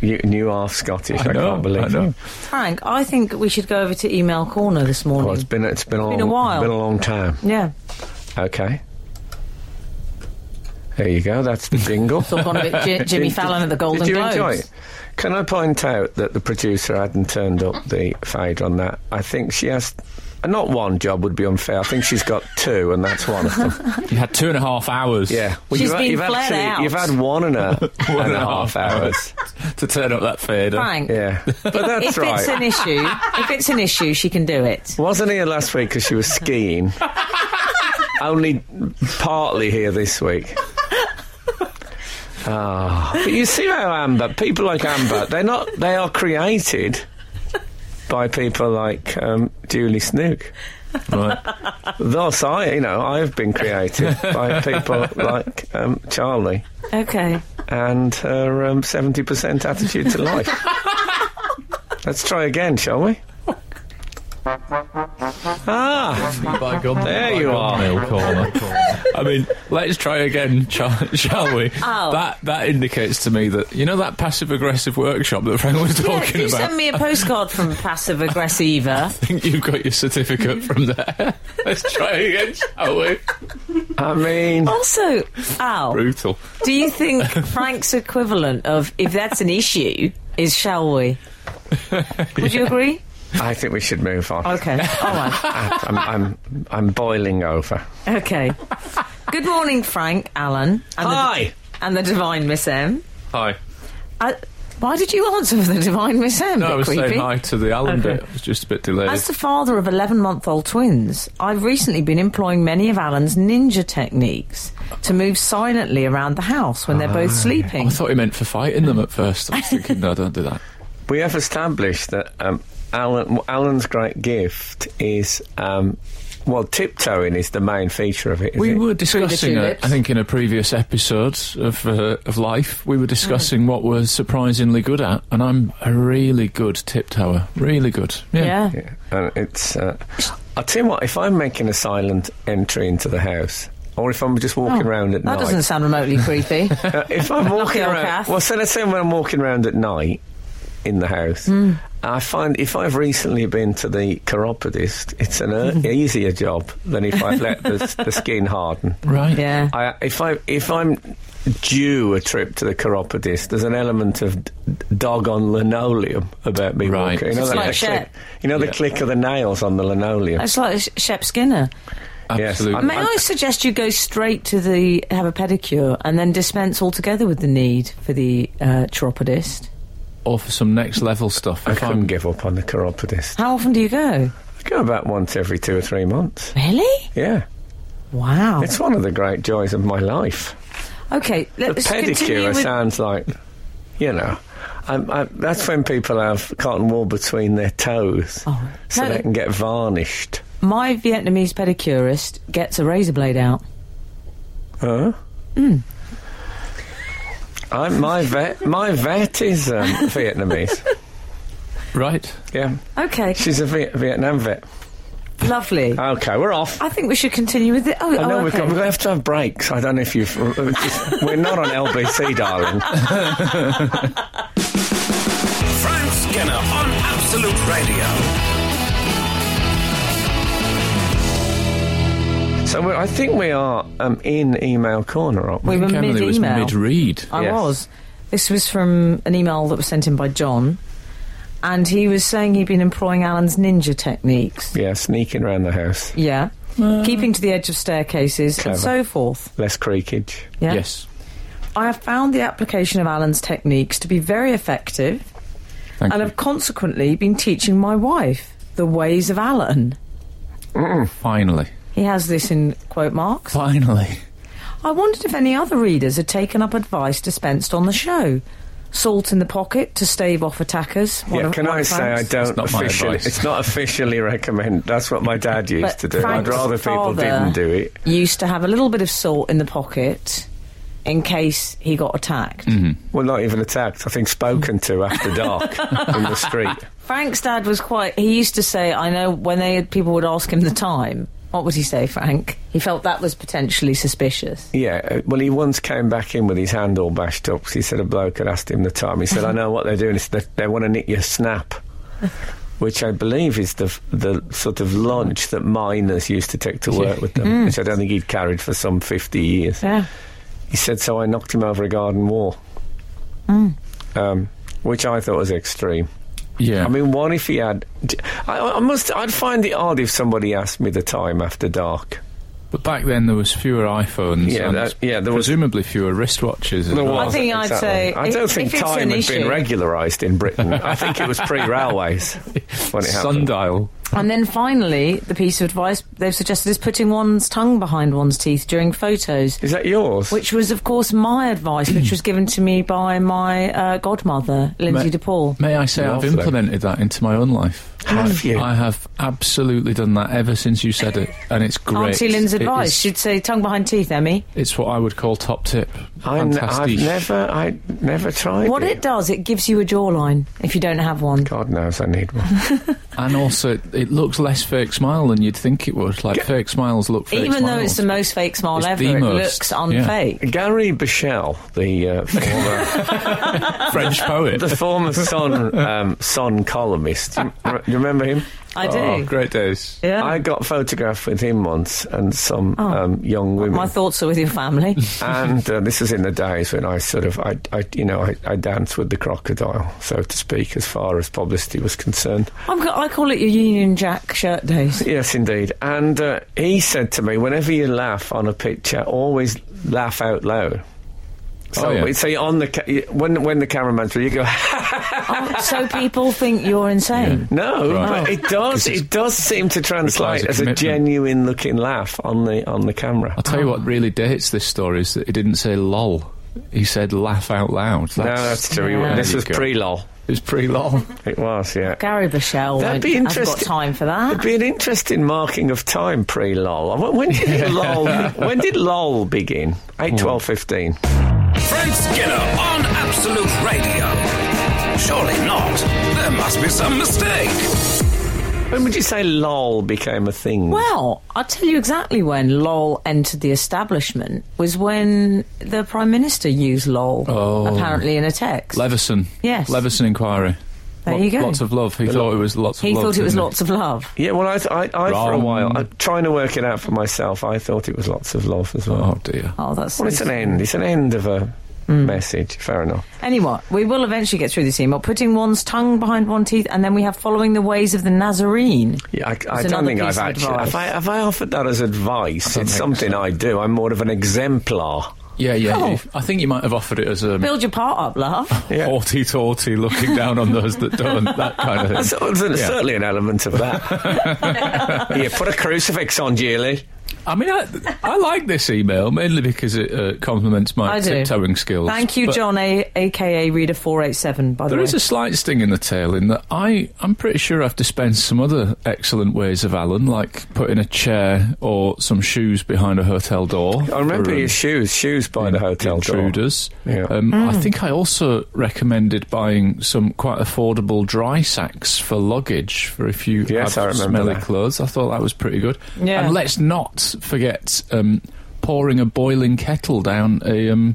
[SPEAKER 2] you, you are Scottish. I,
[SPEAKER 3] know,
[SPEAKER 2] can't believe
[SPEAKER 3] I know.
[SPEAKER 2] it.
[SPEAKER 4] Frank, I think we should go over to email corner this morning.
[SPEAKER 2] Well, it's been it's been, a
[SPEAKER 4] been
[SPEAKER 2] long-
[SPEAKER 4] a while.
[SPEAKER 2] Been a long time.
[SPEAKER 4] yeah,
[SPEAKER 2] Okay. There you go. That's the jingle.
[SPEAKER 4] it's all gone a bit J- Jimmy
[SPEAKER 2] Did-
[SPEAKER 4] Fallon at the Golden
[SPEAKER 2] Did you
[SPEAKER 4] Globes.
[SPEAKER 2] enjoy it? Can I point out that the producer hadn't turned up the fade on that? I think she has. Not one job would be unfair. I think she's got two, and that's one of them.
[SPEAKER 3] You had two and a half hours.
[SPEAKER 2] Yeah,
[SPEAKER 4] She's
[SPEAKER 2] you've, had-
[SPEAKER 4] been
[SPEAKER 2] you've
[SPEAKER 4] flat
[SPEAKER 2] had two-
[SPEAKER 4] out.
[SPEAKER 2] You've had one and a,
[SPEAKER 3] One
[SPEAKER 2] and a half hours.
[SPEAKER 3] to turn up that fader.
[SPEAKER 4] Frank,
[SPEAKER 2] Yeah, but that's
[SPEAKER 4] if
[SPEAKER 2] right.
[SPEAKER 4] it's an issue, if it's an issue, she can do it.
[SPEAKER 2] Wasn't here last week because she was skiing. Only partly here this week. Ah, but you see how Amber, people like Amber, they're not. They are created by people like um, Julie Snook.
[SPEAKER 3] Right.
[SPEAKER 2] Thus, I, you know, I've been created by people like um, Charlie
[SPEAKER 4] Okay.
[SPEAKER 2] and her um, seventy percent attitude to life. Let's try again, shall we? Ah, There you are.
[SPEAKER 3] Mail caller. I mean, let's try again, shall, shall we?
[SPEAKER 4] Oh.
[SPEAKER 3] That that indicates to me that you know that passive aggressive workshop that Frank was
[SPEAKER 4] Yeah,
[SPEAKER 3] talking
[SPEAKER 4] do
[SPEAKER 3] about.
[SPEAKER 4] send me a postcard from Passive Aggressiva.
[SPEAKER 3] I think you've got your certificate from there. let's try again, shall we?
[SPEAKER 2] I mean,
[SPEAKER 4] Also, Al,
[SPEAKER 3] Brutal.
[SPEAKER 4] do you think Frank's equivalent of if that's an issue is shall we? Would you agree?
[SPEAKER 2] I think we should move on.
[SPEAKER 4] Okay. All right.
[SPEAKER 2] I'm, I'm, I'm boiling over.
[SPEAKER 4] Okay. Good morning, Frank, Alan, and,
[SPEAKER 2] Hi.
[SPEAKER 4] the, and the divine Miss M.
[SPEAKER 3] Hi.
[SPEAKER 4] I, why did you answer for the divine Miss M?
[SPEAKER 3] No,
[SPEAKER 4] Bit
[SPEAKER 3] I was
[SPEAKER 4] creepy.
[SPEAKER 3] saying hi to the Allen
[SPEAKER 4] Okay.
[SPEAKER 3] bit. I was just a bit delayed.
[SPEAKER 4] As the father of 11 month old twins, I've recently been employing many of Alan's ninja techniques to move silently around the house when they're
[SPEAKER 2] Ah,
[SPEAKER 4] both
[SPEAKER 3] I
[SPEAKER 4] sleeping.
[SPEAKER 3] thought he meant for fighting them at first. I was thinking, no, don't do that.
[SPEAKER 2] We have established that um, Alan, Alan's great gift is um, well, tiptoeing is the main feature of it. is
[SPEAKER 3] We
[SPEAKER 2] it?
[SPEAKER 3] were
[SPEAKER 4] the
[SPEAKER 3] discussing, it,
[SPEAKER 4] tulips.
[SPEAKER 3] I think, in a previous episode of uh, of life,
[SPEAKER 4] Mm-hmm.
[SPEAKER 3] we were discussing what we're surprisingly good at, and I'm a really good tiptoer, really good. Yeah.
[SPEAKER 4] Yeah.
[SPEAKER 2] Oh, Yeah, and it's. Uh, I'll tell you what. If I'm making a silent entry into the house, or if I'm just walking around at
[SPEAKER 4] Oh, That
[SPEAKER 2] night,
[SPEAKER 4] doesn't sound remotely creepy.
[SPEAKER 2] Uh, if I'm walking
[SPEAKER 4] Knocking on
[SPEAKER 2] around,
[SPEAKER 4] cast.
[SPEAKER 2] well, so let's say when I'm walking around at night in the house,
[SPEAKER 4] Hmm.
[SPEAKER 2] I find if I've recently been to the chiropodist, it's an uh,
[SPEAKER 4] Mm-hmm.
[SPEAKER 2] easier job than if I've let the, s- the skin harden.
[SPEAKER 3] Right.
[SPEAKER 4] yeah.
[SPEAKER 2] I, if I if I'm due a trip to the chiropodist, there's an element of d- dog on linoleum about me
[SPEAKER 3] Right.
[SPEAKER 2] walking. You know,
[SPEAKER 4] It's
[SPEAKER 2] that
[SPEAKER 4] like
[SPEAKER 2] the
[SPEAKER 4] Shep.
[SPEAKER 2] click, you know the
[SPEAKER 3] Yeah.
[SPEAKER 2] click of the nails on the linoleum.
[SPEAKER 4] That's like Sh- Shep Skinner.
[SPEAKER 2] Yes,
[SPEAKER 3] Absolutely.
[SPEAKER 4] May I suggest you go straight to the have a pedicure and then dispense altogether with the need for the uh, chiropodist?
[SPEAKER 3] Or for some next level stuff.
[SPEAKER 2] I
[SPEAKER 3] if
[SPEAKER 2] couldn't
[SPEAKER 3] I'm-
[SPEAKER 2] give up on the chiropodist.
[SPEAKER 4] How often do you go?
[SPEAKER 2] I go about once every two or three months.
[SPEAKER 4] Really?
[SPEAKER 2] Yeah,
[SPEAKER 4] Wow.
[SPEAKER 2] it's one of the great joys of my life.
[SPEAKER 4] Okay,
[SPEAKER 2] The
[SPEAKER 4] let's continue
[SPEAKER 2] pedicure
[SPEAKER 4] with.
[SPEAKER 2] sounds like, you know, I'm, i that's when people have cotton wool between their toes
[SPEAKER 4] Oh,
[SPEAKER 2] so
[SPEAKER 4] no.
[SPEAKER 2] they can get varnished.
[SPEAKER 4] My Vietnamese pedicurist gets a razor blade out.
[SPEAKER 2] Huh? I, my vet, my vet is um, Vietnamese.
[SPEAKER 3] Right.
[SPEAKER 2] Yeah,
[SPEAKER 4] Okay,
[SPEAKER 2] she's a Viet- Vietnam vet.
[SPEAKER 4] lovely.
[SPEAKER 2] Okay, we're off.
[SPEAKER 4] I think we should continue with the. Oh,
[SPEAKER 2] I know
[SPEAKER 4] oh
[SPEAKER 2] we've,
[SPEAKER 4] okay.
[SPEAKER 2] got, we have to have breaks. I don't know if you've. uh, we're not on LBC, darling.
[SPEAKER 1] Frank Skinner on Absolute Radio.
[SPEAKER 2] So we're, I think we are um, in email corner, aren't we?
[SPEAKER 4] We were
[SPEAKER 3] I think Emily was
[SPEAKER 4] mid-email. Oh,
[SPEAKER 3] mid read.
[SPEAKER 4] I
[SPEAKER 2] Yes.
[SPEAKER 4] was. This was from an email that was sent in by John, and he was saying he'd been employing Alan's ninja techniques.
[SPEAKER 2] Yeah, sneaking around the house.
[SPEAKER 4] Yeah. Keeping to the edge of staircases
[SPEAKER 2] Clever.
[SPEAKER 4] and so forth.
[SPEAKER 2] Less creakage.
[SPEAKER 4] Yeah.
[SPEAKER 3] Yes.
[SPEAKER 4] I have found the application of Alan's techniques to be very effective
[SPEAKER 3] Thank
[SPEAKER 4] and
[SPEAKER 3] you.
[SPEAKER 4] have consequently been teaching my wife the ways of Alan.
[SPEAKER 3] Finally.
[SPEAKER 4] He has this in quote marks.
[SPEAKER 3] Finally.
[SPEAKER 4] I wondered if any other readers had taken up advice dispensed on the show. Salt in the pocket to stave off attackers. one
[SPEAKER 2] yeah,
[SPEAKER 4] of-
[SPEAKER 2] can
[SPEAKER 4] one
[SPEAKER 2] I
[SPEAKER 4] of
[SPEAKER 2] say I
[SPEAKER 4] Frank's.
[SPEAKER 2] don't
[SPEAKER 3] not my
[SPEAKER 2] officially?
[SPEAKER 3] advice.
[SPEAKER 2] It's not officially recommend. That's what my dad used
[SPEAKER 4] But
[SPEAKER 2] to do.
[SPEAKER 4] Frank's
[SPEAKER 2] I'd rather people
[SPEAKER 4] father
[SPEAKER 2] didn't do it.
[SPEAKER 4] Used to have a little bit of salt in the pocket in case he got attacked.
[SPEAKER 2] Well, not even attacked. I think spoken to after dark in the street.
[SPEAKER 4] Frank's dad was quite. He used to say, "I know when they people would ask him the time." What would he say, Frank? He felt that was potentially suspicious.
[SPEAKER 2] Yeah. uh, Well, he once came back in with his hand all bashed up 'cause he said a bloke had asked him the time. He said, "I know what they're doing. It's they, they want to nick your snap." Which I believe is the the sort of lunch that miners used to take to work with them, which I don't think he'd carried for some fifty years.
[SPEAKER 4] Yeah.
[SPEAKER 2] He said, so I knocked him over a garden wall.
[SPEAKER 4] Mm.
[SPEAKER 2] Um, which I thought was extreme.
[SPEAKER 3] Yeah.
[SPEAKER 2] I mean, one if he had. d- I, I must. I'd find it odd if somebody asked me the time after dark.
[SPEAKER 3] but back then there was fewer iPhones.
[SPEAKER 2] Yeah,
[SPEAKER 3] and
[SPEAKER 2] that- yeah, there was-
[SPEAKER 3] presumably fewer wristwatches. as
[SPEAKER 2] There
[SPEAKER 3] well.
[SPEAKER 4] I
[SPEAKER 2] was,
[SPEAKER 4] think I'd
[SPEAKER 2] exactly.
[SPEAKER 4] say
[SPEAKER 2] I don't
[SPEAKER 4] if-
[SPEAKER 2] think
[SPEAKER 4] if it's
[SPEAKER 2] time
[SPEAKER 4] an
[SPEAKER 2] had
[SPEAKER 4] issue-
[SPEAKER 2] been regularised in Britain. I think it was pre railways when it happened.
[SPEAKER 3] Sundial.
[SPEAKER 4] And then finally, the piece of advice they've suggested is putting one's tongue behind one's teeth during photos,
[SPEAKER 2] Is that yours?
[SPEAKER 4] which was, of course, my advice, which was given to me by my uh, godmother, Lindsay
[SPEAKER 3] Ma-
[SPEAKER 4] DePaul.
[SPEAKER 3] May I say
[SPEAKER 2] Lovely.
[SPEAKER 3] I've implemented that into my own life.
[SPEAKER 2] have you?
[SPEAKER 3] I have absolutely done that ever since you said it, and it's great.
[SPEAKER 4] Auntie Lynn's
[SPEAKER 3] It
[SPEAKER 4] advice:
[SPEAKER 3] is-
[SPEAKER 4] she'd say tongue behind teeth, Emmy.
[SPEAKER 3] it's what I would call top tip.
[SPEAKER 2] I n- I've
[SPEAKER 3] Fantastic.
[SPEAKER 2] never. I never tried.
[SPEAKER 4] What it does, it gives you a jawline if you don't have one.
[SPEAKER 2] God knows I need one.
[SPEAKER 3] And also, it, it looks less fake smile than you'd think it would. Like fake smiles look fake
[SPEAKER 4] Even though it's the
[SPEAKER 3] smiles.
[SPEAKER 4] most fake smile
[SPEAKER 3] It's
[SPEAKER 4] ever,
[SPEAKER 3] the
[SPEAKER 4] it
[SPEAKER 3] most,
[SPEAKER 4] looks
[SPEAKER 3] yeah.
[SPEAKER 4] unfake.
[SPEAKER 2] Gary Bichelle, the uh, former.
[SPEAKER 3] French poet.
[SPEAKER 2] the former Son um, Son columnist. Do you, do you remember him?
[SPEAKER 4] I do.
[SPEAKER 3] Oh, great days.
[SPEAKER 4] Yeah.
[SPEAKER 2] I got photographed with him once and some um, young women.
[SPEAKER 4] My thoughts are with your family.
[SPEAKER 2] and uh, this was in the days when I sort of, I, I you know, I, I danced with the crocodile, so to speak, as far as publicity was concerned.
[SPEAKER 4] I'm, ca- I call it your Union Jack shirt days.
[SPEAKER 2] Yes, indeed. And uh, he said to me, whenever you laugh on a picture, always laugh out loud. So,
[SPEAKER 3] Oh, yeah.
[SPEAKER 2] so you're on the ca- you- when when the cameraman's through, you go
[SPEAKER 4] Oh, so people think you're insane.
[SPEAKER 2] No,
[SPEAKER 3] Right.
[SPEAKER 2] but it does. It does seem to translate
[SPEAKER 3] requires a
[SPEAKER 2] as a
[SPEAKER 3] commitment.
[SPEAKER 2] genuine looking laugh on the on the camera.
[SPEAKER 3] I'll tell you what really dates this story is that he didn't say lol. he said laugh out loud.
[SPEAKER 2] No,
[SPEAKER 3] That's,
[SPEAKER 2] that's true.
[SPEAKER 4] Yeah.
[SPEAKER 2] This
[SPEAKER 3] There
[SPEAKER 2] was
[SPEAKER 3] you go.
[SPEAKER 2] pre lol.
[SPEAKER 3] it was pretty long.
[SPEAKER 2] It was, yeah.
[SPEAKER 4] Gary Bichelle.
[SPEAKER 2] That'd
[SPEAKER 4] won't-
[SPEAKER 2] be
[SPEAKER 4] I've got
[SPEAKER 2] interesting.
[SPEAKER 4] time for that.
[SPEAKER 2] It'd be an interesting marking of time pre lol. When, when did lol? When did lol begin?
[SPEAKER 3] Hmm.
[SPEAKER 2] 8, 12, 15.
[SPEAKER 1] Frank Skinner on Absolute Radio. Surely not. There must be some mistake.
[SPEAKER 2] When would you say lol became a thing?
[SPEAKER 4] Well, I'll tell you exactly when LOL entered the establishment was when the Prime Minister used LOL,
[SPEAKER 3] Oh.
[SPEAKER 4] apparently, in a text.
[SPEAKER 3] Leveson.
[SPEAKER 4] Yes.
[SPEAKER 3] Leveson inquiry.
[SPEAKER 4] There you go.
[SPEAKER 3] Lots of love. He thought it was lots of
[SPEAKER 4] he
[SPEAKER 3] love.
[SPEAKER 4] thought it was
[SPEAKER 3] didn't
[SPEAKER 4] lots of love.
[SPEAKER 2] yeah, well, I, th- I, I for a
[SPEAKER 3] Wrong.
[SPEAKER 2] while, I'm trying to work it out for myself. I thought it was lots of love as well.
[SPEAKER 3] Oh dear.
[SPEAKER 4] Oh, that's
[SPEAKER 2] Well, it's an end. It's an end of a message. Fair enough.
[SPEAKER 4] Anyway, we will eventually get through this email. Putting one's tongue behind one teeth, and then we have following the ways of the Nazarene.
[SPEAKER 2] Yeah, I, I
[SPEAKER 4] another
[SPEAKER 2] don't think
[SPEAKER 4] piece
[SPEAKER 2] I've
[SPEAKER 4] of
[SPEAKER 2] actually.
[SPEAKER 4] advice.
[SPEAKER 2] Have I, have I offered that as advice?
[SPEAKER 3] don't
[SPEAKER 2] It's
[SPEAKER 3] think
[SPEAKER 2] something I do. I'm more of an exemplar.
[SPEAKER 3] Yeah, yeah.
[SPEAKER 4] Oh.
[SPEAKER 3] you- I think you might have offered it as a
[SPEAKER 4] Build your part up, love.
[SPEAKER 2] Yeah.
[SPEAKER 3] haughty torty looking down on those that don't. That kind of
[SPEAKER 2] That's
[SPEAKER 3] thing.
[SPEAKER 2] there's
[SPEAKER 3] Yeah.
[SPEAKER 2] certainly an element of that. yeah, put a crucifix on, Julie.
[SPEAKER 3] I mean, I, I like this email mainly because it uh, complements my
[SPEAKER 4] I do.
[SPEAKER 3] tiptoeing skills.
[SPEAKER 4] Thank you,
[SPEAKER 3] But
[SPEAKER 4] John, a- aka Reader Four Eight Seven. By the
[SPEAKER 3] There
[SPEAKER 4] way,
[SPEAKER 3] is a slight sting in the tail in that I, I'm pretty sure I've dispensed some other excellent ways of Alan, like putting a chair or some shoes behind a hotel door.
[SPEAKER 2] I remember
[SPEAKER 3] for, um,
[SPEAKER 2] your shoes, shoes by the hotel door.
[SPEAKER 3] intruders.
[SPEAKER 2] Yeah.
[SPEAKER 3] Um, I
[SPEAKER 4] Mm.
[SPEAKER 3] think I also recommended buying some quite affordable dry sacks for luggage for if you
[SPEAKER 2] Yes, I
[SPEAKER 3] have
[SPEAKER 2] remember
[SPEAKER 3] smelly
[SPEAKER 2] that.
[SPEAKER 3] clothes. I thought that was pretty good.
[SPEAKER 4] Yeah.
[SPEAKER 3] And let's not forget um, pouring a boiling kettle down a, um,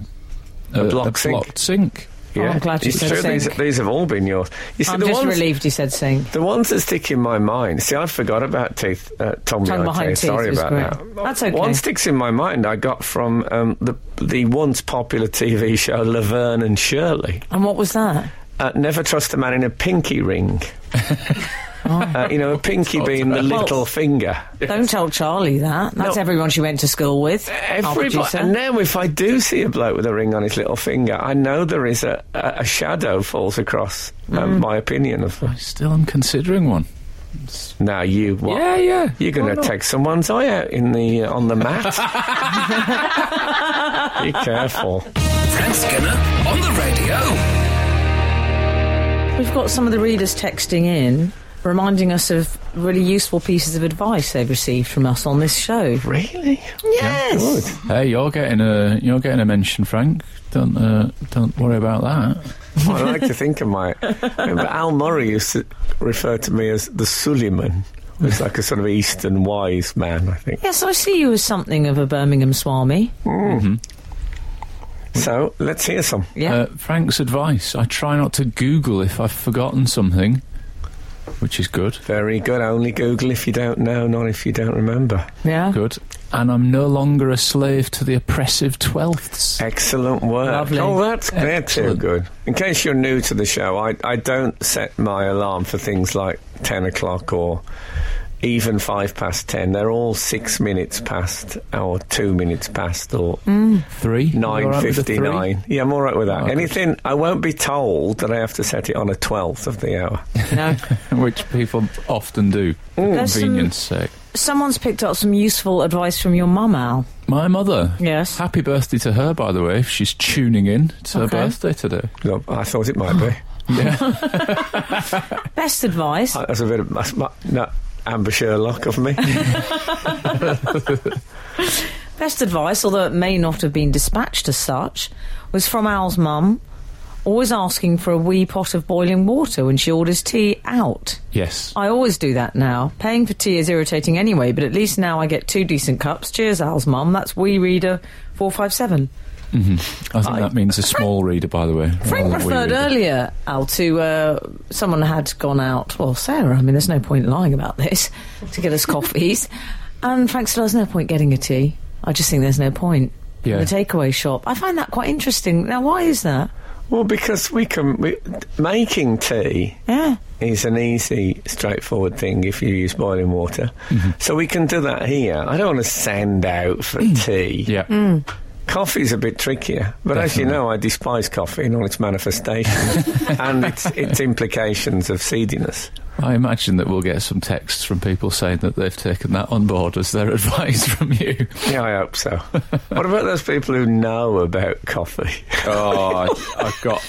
[SPEAKER 2] A block sink.
[SPEAKER 3] blocked sink.
[SPEAKER 4] Oh, I'm glad you
[SPEAKER 2] It's
[SPEAKER 4] said
[SPEAKER 2] true, These,
[SPEAKER 4] sink.
[SPEAKER 2] these have all been yours. You see,
[SPEAKER 4] I'm
[SPEAKER 2] the
[SPEAKER 4] just
[SPEAKER 2] ones,
[SPEAKER 4] relieved you said sing.
[SPEAKER 2] the ones that stick in my mind. See, I forgot about teeth. Uh, tongue
[SPEAKER 4] Tongue
[SPEAKER 2] behind,
[SPEAKER 4] behind
[SPEAKER 2] teeth.
[SPEAKER 4] teeth
[SPEAKER 2] Sorry
[SPEAKER 4] was
[SPEAKER 2] about
[SPEAKER 4] great.
[SPEAKER 2] that.
[SPEAKER 4] That's okay.
[SPEAKER 2] One sticks in my mind. I got from um, the the once popular TV show Laverne and Shirley.
[SPEAKER 4] And what was that?
[SPEAKER 2] Uh, never trust a man in a pinky ring. Uh, you know, a pinky being the
[SPEAKER 4] Well-
[SPEAKER 2] little finger.
[SPEAKER 4] Don't tell Charlie that. That's
[SPEAKER 2] No.
[SPEAKER 4] everyone she went to school with. our
[SPEAKER 2] Everybody,
[SPEAKER 4] producer.
[SPEAKER 2] and now if I do see a bloke with a ring on his little finger, I know there is a, a, a shadow falls across um, my opinion of them.
[SPEAKER 3] I still am considering one.
[SPEAKER 2] Now you what?
[SPEAKER 3] Yeah, yeah.
[SPEAKER 2] You're going to take someone's eye out in the uh, on the mat. Be careful.
[SPEAKER 1] Frank Skinner on the radio.
[SPEAKER 4] We've got some of the readers texting in, reminding us of really useful pieces of advice they've received from us on this show.
[SPEAKER 2] Really?
[SPEAKER 4] Yes.
[SPEAKER 3] Hey, you're getting a you're getting a mention, Frank. Don't uh, don't worry about that.
[SPEAKER 2] I like to think of my. Remember, Al Murray used to refer to me as the Suleiman. It was like a sort of Eastern wise man, I think.
[SPEAKER 4] Yes, I see you as something of a Birmingham Swami.
[SPEAKER 2] So let's hear some.
[SPEAKER 4] Yeah.
[SPEAKER 3] Uh, Frank's advice. I try not to Google if I've forgotten something, which is good.
[SPEAKER 2] Very good. Only Google if you don't know, not if you don't remember.
[SPEAKER 4] yeah.
[SPEAKER 3] Good. And I'm no longer a slave to the oppressive twelfths.
[SPEAKER 2] Excellent work.
[SPEAKER 4] Lovely.
[SPEAKER 2] Oh, that's they're too
[SPEAKER 3] Excellent.
[SPEAKER 2] good. In case you're new to the show, I, I don't set my alarm for things like 10 o'clock or even 5 past 10. They're all 6 minutes past or 2 minutes past or
[SPEAKER 3] Three. You all right Mm. with the three?
[SPEAKER 2] 9.59. Yeah, I'm all right with that.
[SPEAKER 3] Oh, good.
[SPEAKER 2] Anything, I won't be told that I have to set it on a 12th of the hour.
[SPEAKER 4] No.
[SPEAKER 3] which people often do for
[SPEAKER 4] There's some-
[SPEAKER 3] convenience sake.
[SPEAKER 4] Someone's picked up some useful advice from your mum, Al.
[SPEAKER 3] My mother.
[SPEAKER 4] Yes.
[SPEAKER 3] Happy birthday to her, by the way. If she's tuning in, it's her
[SPEAKER 4] Okay.
[SPEAKER 3] birthday today.
[SPEAKER 2] Look, I thought it might be.
[SPEAKER 4] Best advice.
[SPEAKER 2] That's a bit of... That's, mu- no, Amber Sherlock of me.
[SPEAKER 4] Best advice, although it may not have been dispatched as such, was from Al's mum, always asking for a wee pot of boiling water when she orders tea out.
[SPEAKER 3] Yes.
[SPEAKER 4] I always do that now. Paying for tea is irritating anyway, but at least now I get two decent cups. Cheers, Al's mum. That's Wee Reader 457.
[SPEAKER 3] I think that means a small reader, by the way. rather than
[SPEAKER 4] Frank
[SPEAKER 3] wee
[SPEAKER 4] referred
[SPEAKER 3] Oh, reader.
[SPEAKER 4] earlier, Al, to uh, someone had gone out, well, Sarah, I mean, there's no point lying about this, to get us coffees. And Frank said, "Oh, there's no point getting a tea. I just think there's no point.
[SPEAKER 3] Yeah.
[SPEAKER 4] In the takeaway shop. I find that quite interesting. Now, why is that?
[SPEAKER 2] well, because we can... We, making tea...
[SPEAKER 4] Yeah.
[SPEAKER 2] is an easy, straightforward thing if you use boiling water.
[SPEAKER 3] Mm-hmm.
[SPEAKER 2] So we can do that here. I don't want to send out for tea.
[SPEAKER 3] Mm. Yeah.
[SPEAKER 4] Mm.
[SPEAKER 2] Coffee's a bit trickier, but as you know, I despise coffee in all its manifestations and its, its implications of seediness.
[SPEAKER 3] I imagine that we'll get some texts from people saying that they've taken that on board as their advice from you.
[SPEAKER 2] Yeah, I hope so. what about those people who know about coffee?
[SPEAKER 3] Oh, I, I've got.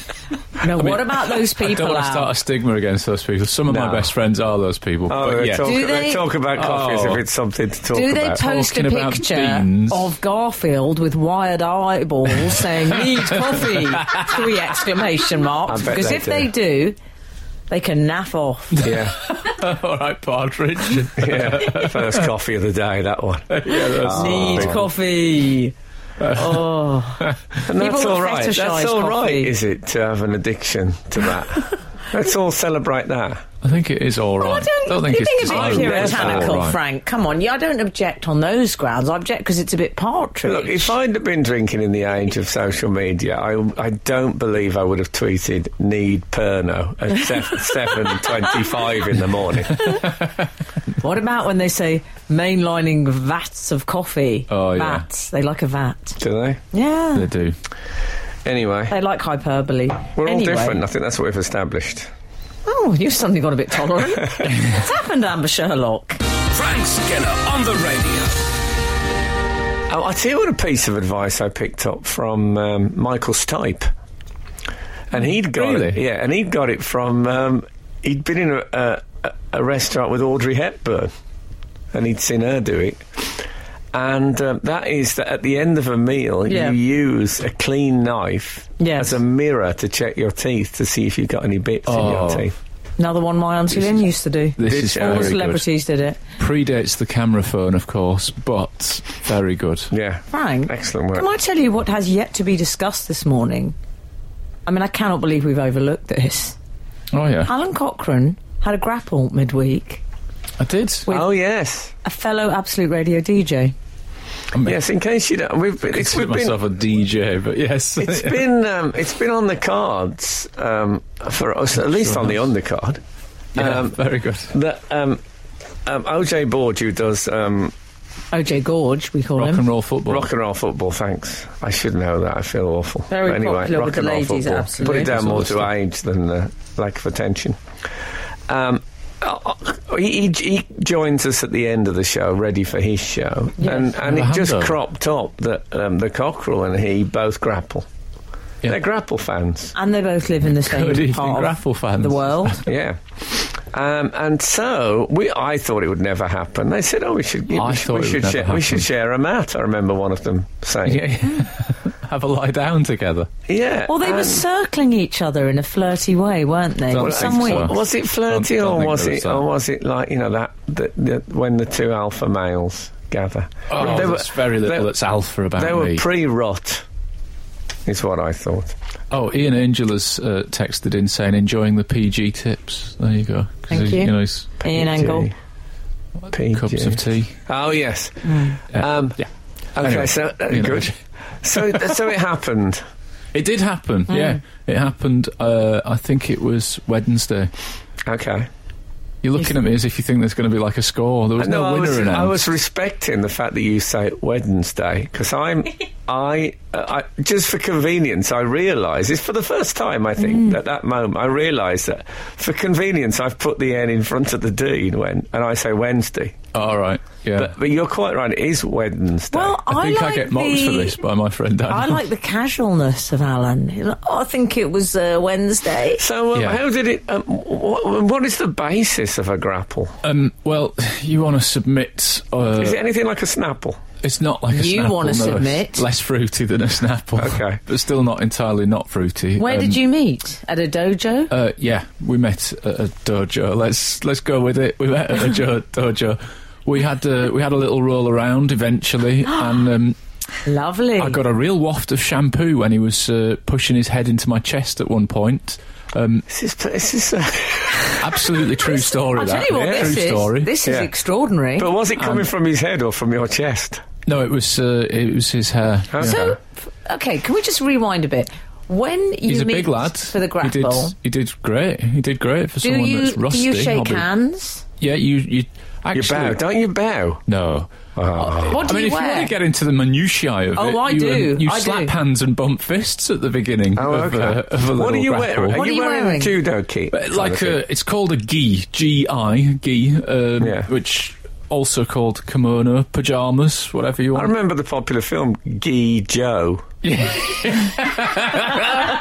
[SPEAKER 4] No,
[SPEAKER 3] mean,
[SPEAKER 4] what about those
[SPEAKER 3] I
[SPEAKER 4] people?
[SPEAKER 3] don't want to
[SPEAKER 4] Al?
[SPEAKER 3] start a stigma against those people. Some of my
[SPEAKER 2] No.
[SPEAKER 3] best friends are those people.
[SPEAKER 2] Oh,
[SPEAKER 3] but
[SPEAKER 2] they
[SPEAKER 3] yeah.
[SPEAKER 2] talk,
[SPEAKER 4] Do
[SPEAKER 2] they
[SPEAKER 4] they-
[SPEAKER 2] talk about coffee as
[SPEAKER 3] Oh.
[SPEAKER 2] if it's something to talk
[SPEAKER 4] Do they
[SPEAKER 2] about.
[SPEAKER 4] post a
[SPEAKER 3] Talking about
[SPEAKER 4] picture
[SPEAKER 3] beans.
[SPEAKER 4] of Garfield with wired eyeballs saying "Need coffee!" three exclamation marks?
[SPEAKER 2] I bet
[SPEAKER 4] Because
[SPEAKER 2] they
[SPEAKER 4] if
[SPEAKER 2] do.
[SPEAKER 4] they do, they can naff off.
[SPEAKER 2] yeah,
[SPEAKER 3] All right, Partridge.
[SPEAKER 2] yeah. First coffee of the day, that one.
[SPEAKER 4] Need coffee. Oh,
[SPEAKER 2] And that's
[SPEAKER 4] People
[SPEAKER 2] all right. That's
[SPEAKER 4] fetishise
[SPEAKER 2] all right,
[SPEAKER 4] coffee.
[SPEAKER 2] is it, to have an addiction to that? Let's all celebrate that.
[SPEAKER 3] I think it is all right.
[SPEAKER 4] Oh, I don't,
[SPEAKER 3] think
[SPEAKER 4] you
[SPEAKER 3] it's
[SPEAKER 4] think it's
[SPEAKER 3] terrible.
[SPEAKER 4] puritanical,
[SPEAKER 3] All right.
[SPEAKER 4] Frank. Come on, yeah, I don't object on those grounds. I object because it's a bit partridge.
[SPEAKER 2] Look, if I'd have been drinking in the age of social media, I, I don't believe I would have tweeted need perno at seven twenty-five in the morning.
[SPEAKER 4] What about when they say mainlining vats of coffee?
[SPEAKER 3] Oh, yeah.
[SPEAKER 4] vats. They like a vat.
[SPEAKER 2] Do they?
[SPEAKER 4] Yeah,
[SPEAKER 3] They do.
[SPEAKER 2] Anyway,
[SPEAKER 4] they like hyperbole.
[SPEAKER 2] we're all
[SPEAKER 4] Anyway.
[SPEAKER 2] different. I think that's what we've established.
[SPEAKER 4] Oh, you've suddenly got a bit tolerant. What's happened, Amber Sherlock?
[SPEAKER 1] Frank Skinner on the radio.
[SPEAKER 2] Oh, I tell you what, a piece of advice I picked up from um, Michael Stipe, and he'd got it.
[SPEAKER 3] Really?
[SPEAKER 2] Yeah, and he'd got it from um, he'd been in a, a, a- a restaurant with Audrey Hepburn, and he'd seen her do it. And um, that is that at the end of a meal,
[SPEAKER 4] Yeah.
[SPEAKER 2] you use a clean knife
[SPEAKER 4] Yes.
[SPEAKER 2] as a mirror to check your teeth to see if you've got any bits in
[SPEAKER 3] Oh.
[SPEAKER 2] your teeth.
[SPEAKER 4] Another one my auntie Lynn used to do.
[SPEAKER 3] This
[SPEAKER 2] Did
[SPEAKER 3] is
[SPEAKER 2] you?
[SPEAKER 4] All
[SPEAKER 3] very good.
[SPEAKER 4] celebrities did it.
[SPEAKER 3] Predates the camera phone, of course, but very good.
[SPEAKER 2] Yeah,
[SPEAKER 4] Frank,
[SPEAKER 2] excellent
[SPEAKER 4] can
[SPEAKER 2] work.
[SPEAKER 4] I tell you what has yet to be discussed this morning? I mean, I cannot believe we've overlooked this.
[SPEAKER 3] Oh yeah,
[SPEAKER 4] Alan Cochrane had a grapple midweek.
[SPEAKER 3] I did.
[SPEAKER 2] Oh yes,
[SPEAKER 4] A fellow Absolute Radio DJ.
[SPEAKER 2] yes. In case you don't, we've been, it's,
[SPEAKER 3] consider
[SPEAKER 2] we've been
[SPEAKER 3] myself a DJ, but yes,
[SPEAKER 2] It's been um, it's been on the cards um, for us, at least on the undercard.
[SPEAKER 3] yeah,
[SPEAKER 2] um,
[SPEAKER 3] very good.
[SPEAKER 2] That um, um, OJ Board, who does um,
[SPEAKER 4] OJ Gorge, we call
[SPEAKER 3] Rock
[SPEAKER 4] him.
[SPEAKER 3] and roll football.
[SPEAKER 2] rock and roll football. Thanks, I should know that. I feel awful.
[SPEAKER 4] Very
[SPEAKER 2] But anyway,
[SPEAKER 4] popular
[SPEAKER 2] rock
[SPEAKER 4] with
[SPEAKER 2] and
[SPEAKER 4] the
[SPEAKER 2] roll
[SPEAKER 4] ladies,
[SPEAKER 2] football.
[SPEAKER 4] absolutely.
[SPEAKER 2] Put it down
[SPEAKER 3] That's all
[SPEAKER 2] more
[SPEAKER 3] the
[SPEAKER 2] to
[SPEAKER 3] stuff.
[SPEAKER 2] age than uh, lack of attention. Um, uh, uh, he, he he joins us at the end of the show, ready for his show,
[SPEAKER 4] Yes.
[SPEAKER 2] and and
[SPEAKER 3] The
[SPEAKER 2] it just
[SPEAKER 3] handover.
[SPEAKER 2] cropped up that um, the cockerel and he both grapple.
[SPEAKER 3] Yeah.
[SPEAKER 2] They're grapple fans.
[SPEAKER 4] And they both live in the same
[SPEAKER 3] Good evening,
[SPEAKER 4] part
[SPEAKER 3] grapple
[SPEAKER 4] of
[SPEAKER 3] fans.
[SPEAKER 4] the world.
[SPEAKER 2] Yeah. Um, and so we, I thought it would never happen. They said, "Oh, we should, we
[SPEAKER 3] I
[SPEAKER 2] should,
[SPEAKER 3] thought
[SPEAKER 2] we
[SPEAKER 3] it would
[SPEAKER 2] should,
[SPEAKER 3] never
[SPEAKER 2] share, we
[SPEAKER 3] happen.
[SPEAKER 2] should share a mat." I remember one of them saying, "Yeah."
[SPEAKER 3] Yeah. Have a lie down together.
[SPEAKER 4] Well, they were
[SPEAKER 2] and-
[SPEAKER 4] circling each other in a flirty way, weren't they?
[SPEAKER 3] Don't
[SPEAKER 4] Some
[SPEAKER 3] think so.
[SPEAKER 4] weeks.
[SPEAKER 3] Um, Well,
[SPEAKER 2] was it flirty
[SPEAKER 3] Don't- don't
[SPEAKER 2] or
[SPEAKER 3] think
[SPEAKER 2] was
[SPEAKER 3] there
[SPEAKER 2] it
[SPEAKER 3] was
[SPEAKER 2] or
[SPEAKER 3] that.
[SPEAKER 2] was it like you know that the, the, when the two alpha males gather?
[SPEAKER 3] Oh,
[SPEAKER 2] they
[SPEAKER 3] there's very little
[SPEAKER 2] they-
[SPEAKER 3] that's alpha about
[SPEAKER 2] They were
[SPEAKER 3] me.
[SPEAKER 2] pre-rot, is what I thought.
[SPEAKER 3] oh, Ian Angela's uh, texted in saying enjoying the PG tips. There you go. 'Cause
[SPEAKER 4] Thank
[SPEAKER 3] he-
[SPEAKER 4] you.
[SPEAKER 3] know, he's
[SPEAKER 4] Ian Angle.
[SPEAKER 2] PG.
[SPEAKER 3] cups of tea.
[SPEAKER 2] Oh yes.
[SPEAKER 4] Hmm.
[SPEAKER 3] Yeah.
[SPEAKER 2] Um,
[SPEAKER 3] yeah.
[SPEAKER 2] Okay,
[SPEAKER 3] Anyway,
[SPEAKER 2] so uh,
[SPEAKER 3] you know.
[SPEAKER 2] good. so so it happened.
[SPEAKER 3] It did happen.
[SPEAKER 4] Mm.
[SPEAKER 3] Yeah, it happened. Uh, I think it was Wednesday.
[SPEAKER 2] Okay.
[SPEAKER 3] You're looking at me as if you think there's going to be like a score. There was no,
[SPEAKER 2] I
[SPEAKER 3] winner
[SPEAKER 2] was,
[SPEAKER 3] announced.
[SPEAKER 2] I was respecting the fact that you say Wednesday because I'm, I, uh, I, just for convenience, I realise it's for the first time I think at that moment I realise that for convenience I've put the N in front of the D when and I say Wednesday,
[SPEAKER 3] All right. Yeah.
[SPEAKER 2] but, but you're quite right, it is Wednesday.
[SPEAKER 4] Well, I,
[SPEAKER 3] I think I,
[SPEAKER 4] like
[SPEAKER 3] get mocked
[SPEAKER 4] the,
[SPEAKER 3] for this by my friend Daniel.
[SPEAKER 4] I like the casualness of Alan. He's like, "Oh, I think it was uh, Wednesday.
[SPEAKER 2] so um,
[SPEAKER 3] Yeah.
[SPEAKER 2] how did it? Um, wh- what is the basis of a grapple?
[SPEAKER 3] Um, well, you want to submit. Uh,
[SPEAKER 2] Is it anything like a snapple?
[SPEAKER 3] It's not like a
[SPEAKER 4] You
[SPEAKER 3] Snapple, no.
[SPEAKER 4] wanna submit?
[SPEAKER 3] It's less fruity than a Snapple.
[SPEAKER 2] Okay.
[SPEAKER 3] but still not entirely not fruity.
[SPEAKER 4] Where
[SPEAKER 3] Um,
[SPEAKER 4] did you meet? At a dojo?
[SPEAKER 3] Uh, yeah, we met at a dojo. Let's let's go with it. We met at a jo- dojo. We had uh, we had a little roll around eventually, and um,
[SPEAKER 4] Lovely.
[SPEAKER 3] I got a real waft of shampoo when he was uh, pushing his head into my chest at one point. Um,
[SPEAKER 2] This is this is. Uh,
[SPEAKER 3] absolutely true story.
[SPEAKER 4] I'll
[SPEAKER 3] that
[SPEAKER 4] tell you what
[SPEAKER 3] true
[SPEAKER 4] this is.
[SPEAKER 3] story.
[SPEAKER 4] This is
[SPEAKER 2] Yeah.
[SPEAKER 4] extraordinary.
[SPEAKER 2] but was it coming from his head or from your chest?
[SPEAKER 3] No, it was uh, it was his hair.
[SPEAKER 2] Okay.
[SPEAKER 4] so, f- okay, can we just rewind a bit? When you
[SPEAKER 3] He's a
[SPEAKER 4] meet
[SPEAKER 3] big lad.
[SPEAKER 4] for the
[SPEAKER 3] he did,
[SPEAKER 4] grapple,
[SPEAKER 3] he did great. He did great for
[SPEAKER 4] do
[SPEAKER 3] someone
[SPEAKER 4] you
[SPEAKER 3] that's rusty.
[SPEAKER 4] do you shake
[SPEAKER 3] I'll be-
[SPEAKER 4] hands?
[SPEAKER 3] Yeah, you you
[SPEAKER 2] You
[SPEAKER 3] actually
[SPEAKER 2] bow, don't you bow?
[SPEAKER 3] no.
[SPEAKER 4] What
[SPEAKER 3] Oh. I
[SPEAKER 4] do
[SPEAKER 3] mean,
[SPEAKER 4] you
[SPEAKER 3] if you
[SPEAKER 4] wear?
[SPEAKER 3] want to get into the minutiae of
[SPEAKER 4] Oh,
[SPEAKER 3] it,
[SPEAKER 4] I
[SPEAKER 3] you,
[SPEAKER 4] do.
[SPEAKER 3] um, you
[SPEAKER 4] I
[SPEAKER 3] slap
[SPEAKER 4] do.
[SPEAKER 3] hands and bump fists at the beginning
[SPEAKER 2] Oh,
[SPEAKER 3] of,
[SPEAKER 2] okay.
[SPEAKER 3] uh, of a little
[SPEAKER 2] what are you
[SPEAKER 3] grapple.
[SPEAKER 2] wearing? Are
[SPEAKER 4] What
[SPEAKER 2] you,
[SPEAKER 4] are you
[SPEAKER 2] wearing,
[SPEAKER 4] wearing?
[SPEAKER 2] a judo kit?
[SPEAKER 3] But like
[SPEAKER 2] kind of
[SPEAKER 3] a, it's called a gi, G I gi, um,
[SPEAKER 2] Yeah.
[SPEAKER 3] which also called kimono, pajamas, whatever you
[SPEAKER 2] I
[SPEAKER 3] want.
[SPEAKER 2] remember the popular film Gee Joe. Oh,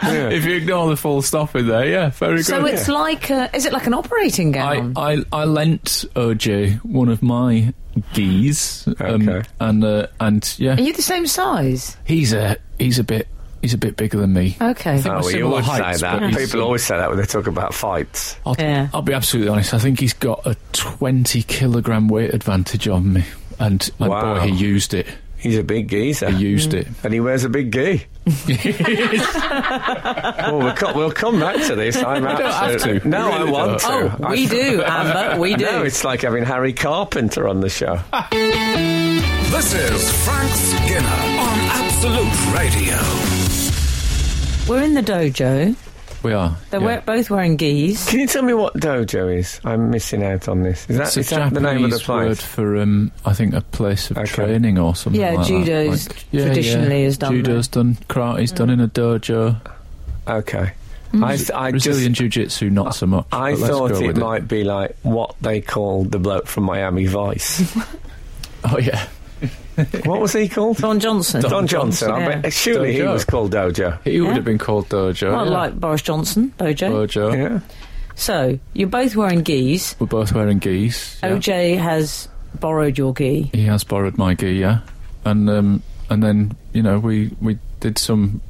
[SPEAKER 3] if you ignore the full stop in there, yeah, very
[SPEAKER 4] So
[SPEAKER 3] good.
[SPEAKER 4] it's like a, is it like an operating
[SPEAKER 3] I,
[SPEAKER 4] gown?
[SPEAKER 3] I, I lent OJ one of my geese, um,
[SPEAKER 2] Okay.
[SPEAKER 3] and uh, and yeah,
[SPEAKER 4] are you the same size?
[SPEAKER 3] he's a he's a bit he's a bit bigger than me.
[SPEAKER 4] Okay.
[SPEAKER 3] think-
[SPEAKER 2] Oh, well, you
[SPEAKER 3] similar
[SPEAKER 2] always
[SPEAKER 3] heights,
[SPEAKER 2] say that.
[SPEAKER 3] but he's-
[SPEAKER 2] People always say that when they talk about fights.
[SPEAKER 3] I'll,
[SPEAKER 4] Yeah.
[SPEAKER 3] I'll be absolutely honest. I think he's got a 20 kilogram weight advantage on me. And, and
[SPEAKER 2] Wow.
[SPEAKER 3] boy, he used it.
[SPEAKER 2] He's a big geezer. Mm.
[SPEAKER 3] He used it.
[SPEAKER 2] and he wears a big gi. well, we'll, co- we'll come back to this. I'm
[SPEAKER 3] don't have
[SPEAKER 2] absolutely
[SPEAKER 3] to.
[SPEAKER 2] no,
[SPEAKER 3] You really
[SPEAKER 2] I want
[SPEAKER 4] oh,
[SPEAKER 2] to. I-
[SPEAKER 4] we do, Amber. We do.
[SPEAKER 2] No, it's like having Harry Carpenter on the show.
[SPEAKER 1] This is Frank Skinner on Absolute Radio.
[SPEAKER 4] We're in the dojo.
[SPEAKER 3] We are.
[SPEAKER 4] They're
[SPEAKER 3] yeah.
[SPEAKER 4] we- both wearing geese.
[SPEAKER 2] Can you tell me what dojo is? I'm missing out on this. Is that,
[SPEAKER 3] It's a
[SPEAKER 2] is that the
[SPEAKER 3] Japanese
[SPEAKER 2] name of the
[SPEAKER 3] word
[SPEAKER 2] place?
[SPEAKER 3] for, um, I think, a place of
[SPEAKER 2] Okay.
[SPEAKER 3] training or something.
[SPEAKER 4] Yeah,
[SPEAKER 3] like that.
[SPEAKER 4] judo's
[SPEAKER 3] Like- yeah,
[SPEAKER 4] traditionally
[SPEAKER 3] yeah.
[SPEAKER 4] is done
[SPEAKER 3] Judo's done. Karate's done in a dojo.
[SPEAKER 2] Okay. I, th- I just
[SPEAKER 3] Brazilian jiu-jitsu, not so much.
[SPEAKER 2] I
[SPEAKER 3] but let's
[SPEAKER 2] thought
[SPEAKER 3] go
[SPEAKER 2] it
[SPEAKER 3] with
[SPEAKER 2] might be like what they called the bloke from Miami Vice.
[SPEAKER 3] Oh yeah,
[SPEAKER 2] what was he called?
[SPEAKER 4] Don Johnson.
[SPEAKER 2] Don Johnson. I
[SPEAKER 4] yeah.
[SPEAKER 2] bet surely he
[SPEAKER 3] Dojo.
[SPEAKER 2] was called Dojo.
[SPEAKER 3] he would
[SPEAKER 4] Yeah.
[SPEAKER 3] have been called dojo.
[SPEAKER 4] Well,
[SPEAKER 3] yeah.
[SPEAKER 4] like Boris Johnson, dojo.
[SPEAKER 3] dojo.
[SPEAKER 2] Yeah.
[SPEAKER 4] So you're both wearing geese.
[SPEAKER 3] We're both wearing geese. yeah.
[SPEAKER 4] OJ has borrowed your gi.
[SPEAKER 3] he has borrowed my gear, yeah, and um, and then you know we we did some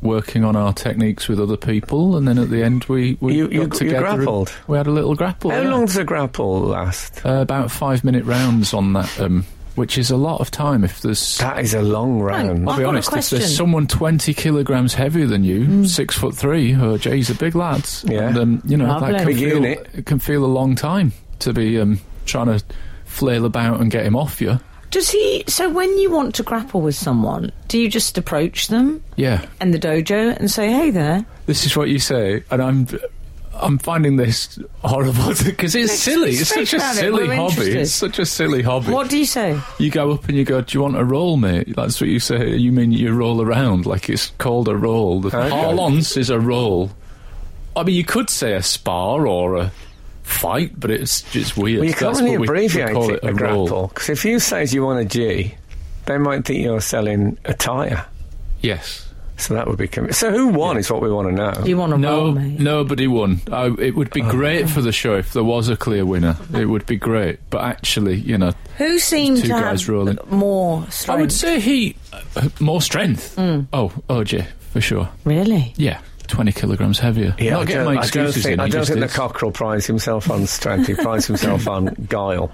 [SPEAKER 3] working on our techniques with other people, and then at the end we we
[SPEAKER 2] You-
[SPEAKER 3] got
[SPEAKER 2] you- you
[SPEAKER 3] together. and
[SPEAKER 2] grappled?
[SPEAKER 3] We had a little grapple.
[SPEAKER 2] How
[SPEAKER 3] yeah.
[SPEAKER 2] long does a grapple last?
[SPEAKER 3] Uh, about five minute rounds on that, um, which is a lot of time if there's.
[SPEAKER 2] That is a long round.
[SPEAKER 4] I've
[SPEAKER 3] I'll be
[SPEAKER 4] got a
[SPEAKER 3] honest, if
[SPEAKER 4] question.
[SPEAKER 3] there's someone 20 kilograms heavier than you, six foot three, oh, gee, he's a big lad.
[SPEAKER 2] Hmm. Yeah.
[SPEAKER 3] And, um, you know,
[SPEAKER 4] Lovely.
[SPEAKER 3] that can
[SPEAKER 4] Big
[SPEAKER 3] feel,
[SPEAKER 2] unit.
[SPEAKER 3] it can feel a long time to be um, trying to flail about and get him off you.
[SPEAKER 4] Does he? So when you want to grapple with someone, do you just approach them
[SPEAKER 3] Yeah.
[SPEAKER 4] and the dojo and say, "Hey there"?
[SPEAKER 3] this is what you say, and I'm I'm finding this horrible because it's silly. It's
[SPEAKER 4] speak
[SPEAKER 3] such a
[SPEAKER 4] about it,
[SPEAKER 3] silly
[SPEAKER 4] we're
[SPEAKER 3] hobby.
[SPEAKER 4] interested.
[SPEAKER 3] It's such a silly hobby.
[SPEAKER 4] What do you say?
[SPEAKER 3] You go up and you go, "Do you want a roll, mate?" That's what you say. You mean you roll around like it's called a roll. The
[SPEAKER 2] Okay.
[SPEAKER 3] parlance is a roll. I mean, you could say a spar or a fight, but it's just weird.
[SPEAKER 2] Well, you can't
[SPEAKER 3] That's
[SPEAKER 2] really
[SPEAKER 3] what we- we
[SPEAKER 2] abbreviate
[SPEAKER 3] call
[SPEAKER 2] it, a,
[SPEAKER 3] roll.
[SPEAKER 2] grapple. Because if you say you want a G, they might think you're selling a tyre.
[SPEAKER 3] Yes.
[SPEAKER 2] So that would be. Com- so who won is what we want to know.
[SPEAKER 4] Do you want to roll,
[SPEAKER 3] No,
[SPEAKER 4] Oh, mate? Oh,
[SPEAKER 3] nobody won. I, it would be great for the show if there was a clear winner. It would be great, but actually, you know,
[SPEAKER 4] Who seemed
[SPEAKER 3] two
[SPEAKER 4] to
[SPEAKER 3] guys
[SPEAKER 4] have
[SPEAKER 3] rolling.
[SPEAKER 4] more
[SPEAKER 3] I
[SPEAKER 4] strength?
[SPEAKER 3] would say he uh, more strength.
[SPEAKER 4] Hmm.
[SPEAKER 3] Oh, OJ for sure.
[SPEAKER 4] really?
[SPEAKER 3] Yeah, twenty kilograms heavier.
[SPEAKER 2] Yeah,
[SPEAKER 3] Not getting
[SPEAKER 2] don't-
[SPEAKER 3] my excuses
[SPEAKER 2] I don't think,
[SPEAKER 3] in.
[SPEAKER 2] I
[SPEAKER 3] he
[SPEAKER 2] don't
[SPEAKER 3] just
[SPEAKER 2] think the
[SPEAKER 3] is.
[SPEAKER 2] cockerel prides himself on strength. He prides himself on guile,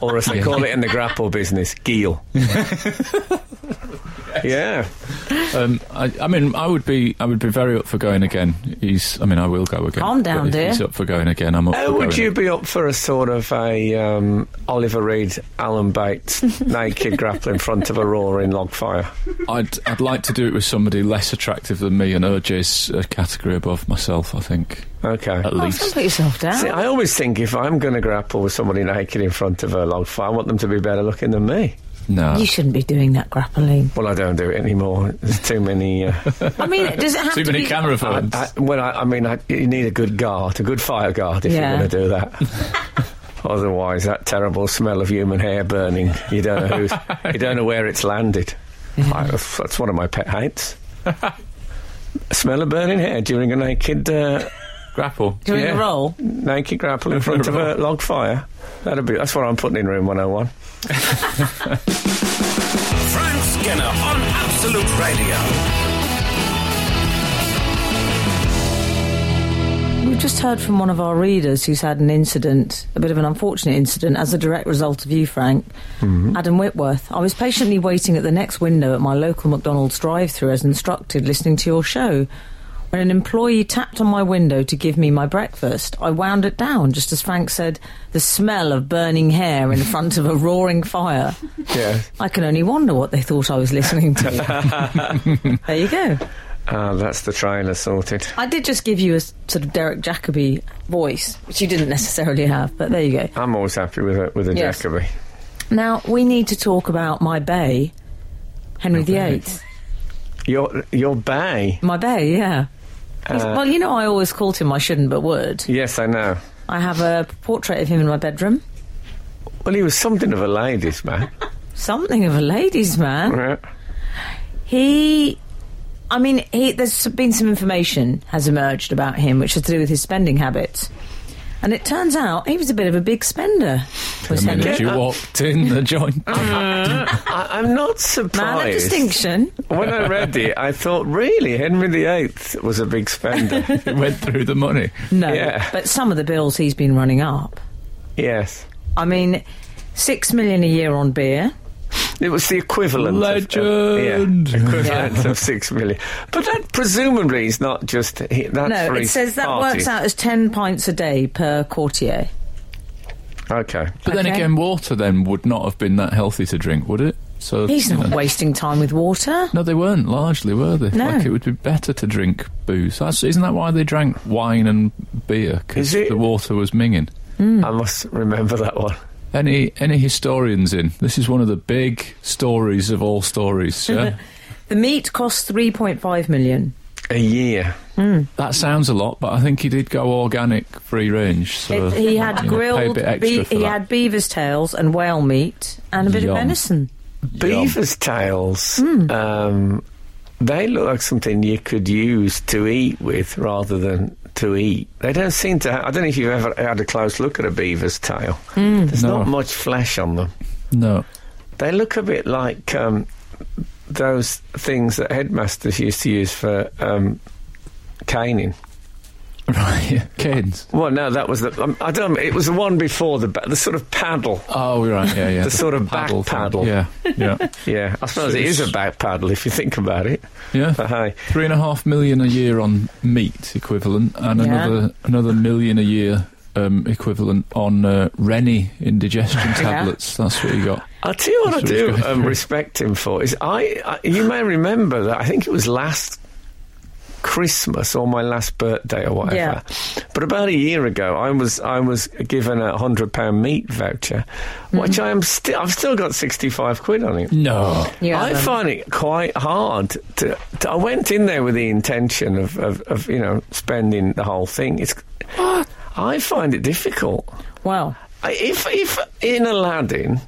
[SPEAKER 2] or as they call it in the grapple business, guile. yeah,
[SPEAKER 3] Um, I, I mean, I would be, I would be very up for going again. He's, I mean, I will go again.
[SPEAKER 4] Calm down,
[SPEAKER 3] But if
[SPEAKER 4] dear.
[SPEAKER 3] He's up for going again. I'm up.
[SPEAKER 2] How
[SPEAKER 3] for
[SPEAKER 2] Uh, would
[SPEAKER 3] going.
[SPEAKER 2] you be up for a sort of a um, Oliver Reed, Alan Bates naked grapple in front of a roaring log fire?
[SPEAKER 3] I'd, I'd like to do it with somebody less attractive than me, and OJ's a category above myself. I think
[SPEAKER 2] Okay.
[SPEAKER 3] at
[SPEAKER 4] Oh, don't
[SPEAKER 3] least.
[SPEAKER 4] put yourself down.
[SPEAKER 2] See, I always think if I'm going to grapple with somebody naked in front of a log fire, I want them to be better looking than me.
[SPEAKER 3] No.
[SPEAKER 4] you shouldn't be doing that grappling.
[SPEAKER 2] Well, I don't do it anymore. There's too many. Uh,
[SPEAKER 4] I mean, does it have
[SPEAKER 3] Too
[SPEAKER 4] to
[SPEAKER 3] many
[SPEAKER 4] be?
[SPEAKER 3] camera
[SPEAKER 2] I,
[SPEAKER 3] phones.
[SPEAKER 2] I, well, I, I mean, I, you need a good guard, a good fire guard, if
[SPEAKER 4] Yeah.
[SPEAKER 2] you're going to do that. Otherwise, that terrible smell of human hair burning, you don't know, who's, you don't know where it's landed. I, that's one of my pet hates. smell of burning hair during a naked, uh,
[SPEAKER 3] Grapple.
[SPEAKER 4] Doing
[SPEAKER 2] Yeah.
[SPEAKER 4] a roll.
[SPEAKER 2] naked grapple in front of a log fire. That'd be, that's what I'm putting in room 101.
[SPEAKER 1] Frank Skinner on Absolute Radio.
[SPEAKER 4] We've just heard from one of our readers who's had an incident, a bit of an unfortunate incident, as a direct result of you, Frank. Adam Whitworth. I was patiently waiting at the next window at my local McDonald's drive through as instructed, listening to your show. When an employee tapped on my window to give me my breakfast, I wound it down, just as Frank said, the smell of burning hair in front of a roaring fire.
[SPEAKER 2] Yeah.
[SPEAKER 4] I can only wonder what they thought I was listening to. there you go.
[SPEAKER 2] Ah, that's the trailer sorted.
[SPEAKER 4] I did just give you a s- sort of Derek Jacobi voice, which you didn't necessarily have, but there you go.
[SPEAKER 2] I'm always happy with a, with a
[SPEAKER 4] Yes.
[SPEAKER 2] Jacobi.
[SPEAKER 4] Now, we need to talk about my bay, Henry VIII.
[SPEAKER 2] Your your bay.
[SPEAKER 4] My bay, yeah. He's-
[SPEAKER 2] Uh,
[SPEAKER 4] well, you know, I always called him I shouldn't but would.
[SPEAKER 2] Yes, I know.
[SPEAKER 4] I have a portrait of him in my bedroom.
[SPEAKER 2] Well, he was something of a ladies' man.
[SPEAKER 4] Something of a ladies' man.
[SPEAKER 2] Right.
[SPEAKER 4] He. I mean, he, there's been some information has emerged about him, which has to do with his spending habits. And it turns out he was a bit of a big spender. Was
[SPEAKER 3] The minute
[SPEAKER 4] Henry.
[SPEAKER 3] you walked in the joint.
[SPEAKER 4] Mm.
[SPEAKER 2] I, I'm not
[SPEAKER 4] Uh. Man of
[SPEAKER 2] surprised.
[SPEAKER 4] distinction.
[SPEAKER 2] when I read it, I thought, really, Henry VIII was a big spender.
[SPEAKER 3] It went through the money.
[SPEAKER 4] No.
[SPEAKER 2] Yeah.
[SPEAKER 4] But some of the bills he's been running up.
[SPEAKER 2] yes.
[SPEAKER 4] I mean, six million a year on beer.
[SPEAKER 2] It was the equivalent. Of,
[SPEAKER 3] Legend.
[SPEAKER 2] yeah, equivalent of six million. But that presumably is not just. That's
[SPEAKER 4] no,
[SPEAKER 2] for
[SPEAKER 4] it
[SPEAKER 2] his
[SPEAKER 4] says that
[SPEAKER 2] party.
[SPEAKER 4] works out as 10 pints a day per courtier.
[SPEAKER 2] Okay.
[SPEAKER 3] But then
[SPEAKER 4] Okay.
[SPEAKER 3] again, water then would not have been that healthy to drink, would it? So
[SPEAKER 4] He's
[SPEAKER 3] you
[SPEAKER 4] not
[SPEAKER 3] know.
[SPEAKER 4] wasting time with water.
[SPEAKER 3] No, they weren't largely, were they?
[SPEAKER 4] No.
[SPEAKER 3] Like it would be better to drink booze. That's, isn't that why they drank wine and beer? Because
[SPEAKER 2] Is it-
[SPEAKER 3] the water was minging.
[SPEAKER 4] Mm.
[SPEAKER 2] I must remember that one.
[SPEAKER 3] Any any historians in? This is one of the big stories of all stories. Yeah?
[SPEAKER 4] The meat costs 3.5 million.
[SPEAKER 2] A year.
[SPEAKER 3] that sounds a lot, but I think he did go organic, free range. So
[SPEAKER 4] It- he
[SPEAKER 3] you
[SPEAKER 4] had
[SPEAKER 3] know, Pay a
[SPEAKER 4] grilled,
[SPEAKER 3] bit extra
[SPEAKER 4] be-
[SPEAKER 3] for
[SPEAKER 4] he
[SPEAKER 3] that.
[SPEAKER 4] had beaver's tails and whale meat and a bit
[SPEAKER 3] Yum.
[SPEAKER 4] of venison.
[SPEAKER 2] Beaver's tails. Um, they look like something you could use to eat with rather than to eat. They don't seem to. Have, I don't know if you've ever had a close look at a beaver's tail. There's
[SPEAKER 3] No.
[SPEAKER 2] not much flesh on them.
[SPEAKER 3] No,
[SPEAKER 2] They look a bit like um, those things that headmasters used to use for um, caning.
[SPEAKER 3] right, yeah. canes.
[SPEAKER 2] Well, no, that was the. Um, I don't. It was the one before the ba- the sort of paddle.
[SPEAKER 3] Oh, right, yeah, yeah.
[SPEAKER 2] The sort of back
[SPEAKER 3] thing.
[SPEAKER 2] paddle.
[SPEAKER 3] Yeah, yeah,
[SPEAKER 2] Yeah, I suppose it is a back paddle if you think about it. But
[SPEAKER 3] yeah.
[SPEAKER 2] hey,
[SPEAKER 3] Three and a half million a year on meat equivalent, and
[SPEAKER 4] Yeah.
[SPEAKER 3] another another million a year um, equivalent on uh, Rennie indigestion tablets. That's what you got.
[SPEAKER 2] I'll tell you what I
[SPEAKER 3] That's what he's
[SPEAKER 2] do
[SPEAKER 3] going
[SPEAKER 2] um,
[SPEAKER 3] through.
[SPEAKER 2] respect him for is I, I. You may remember that I think it was last Christmas or my last birthday or whatever. But about a year ago, I was I was given a hundred pound meat voucher, which I am still I've still got sixty five quid on it.
[SPEAKER 3] No,
[SPEAKER 4] Yeah,
[SPEAKER 2] I
[SPEAKER 4] um,
[SPEAKER 2] find it quite hard to, to. I went in there with the intention of, of, of you know spending the whole thing. It's. I find it difficult.
[SPEAKER 4] well,
[SPEAKER 2] I- If if in Aladdin,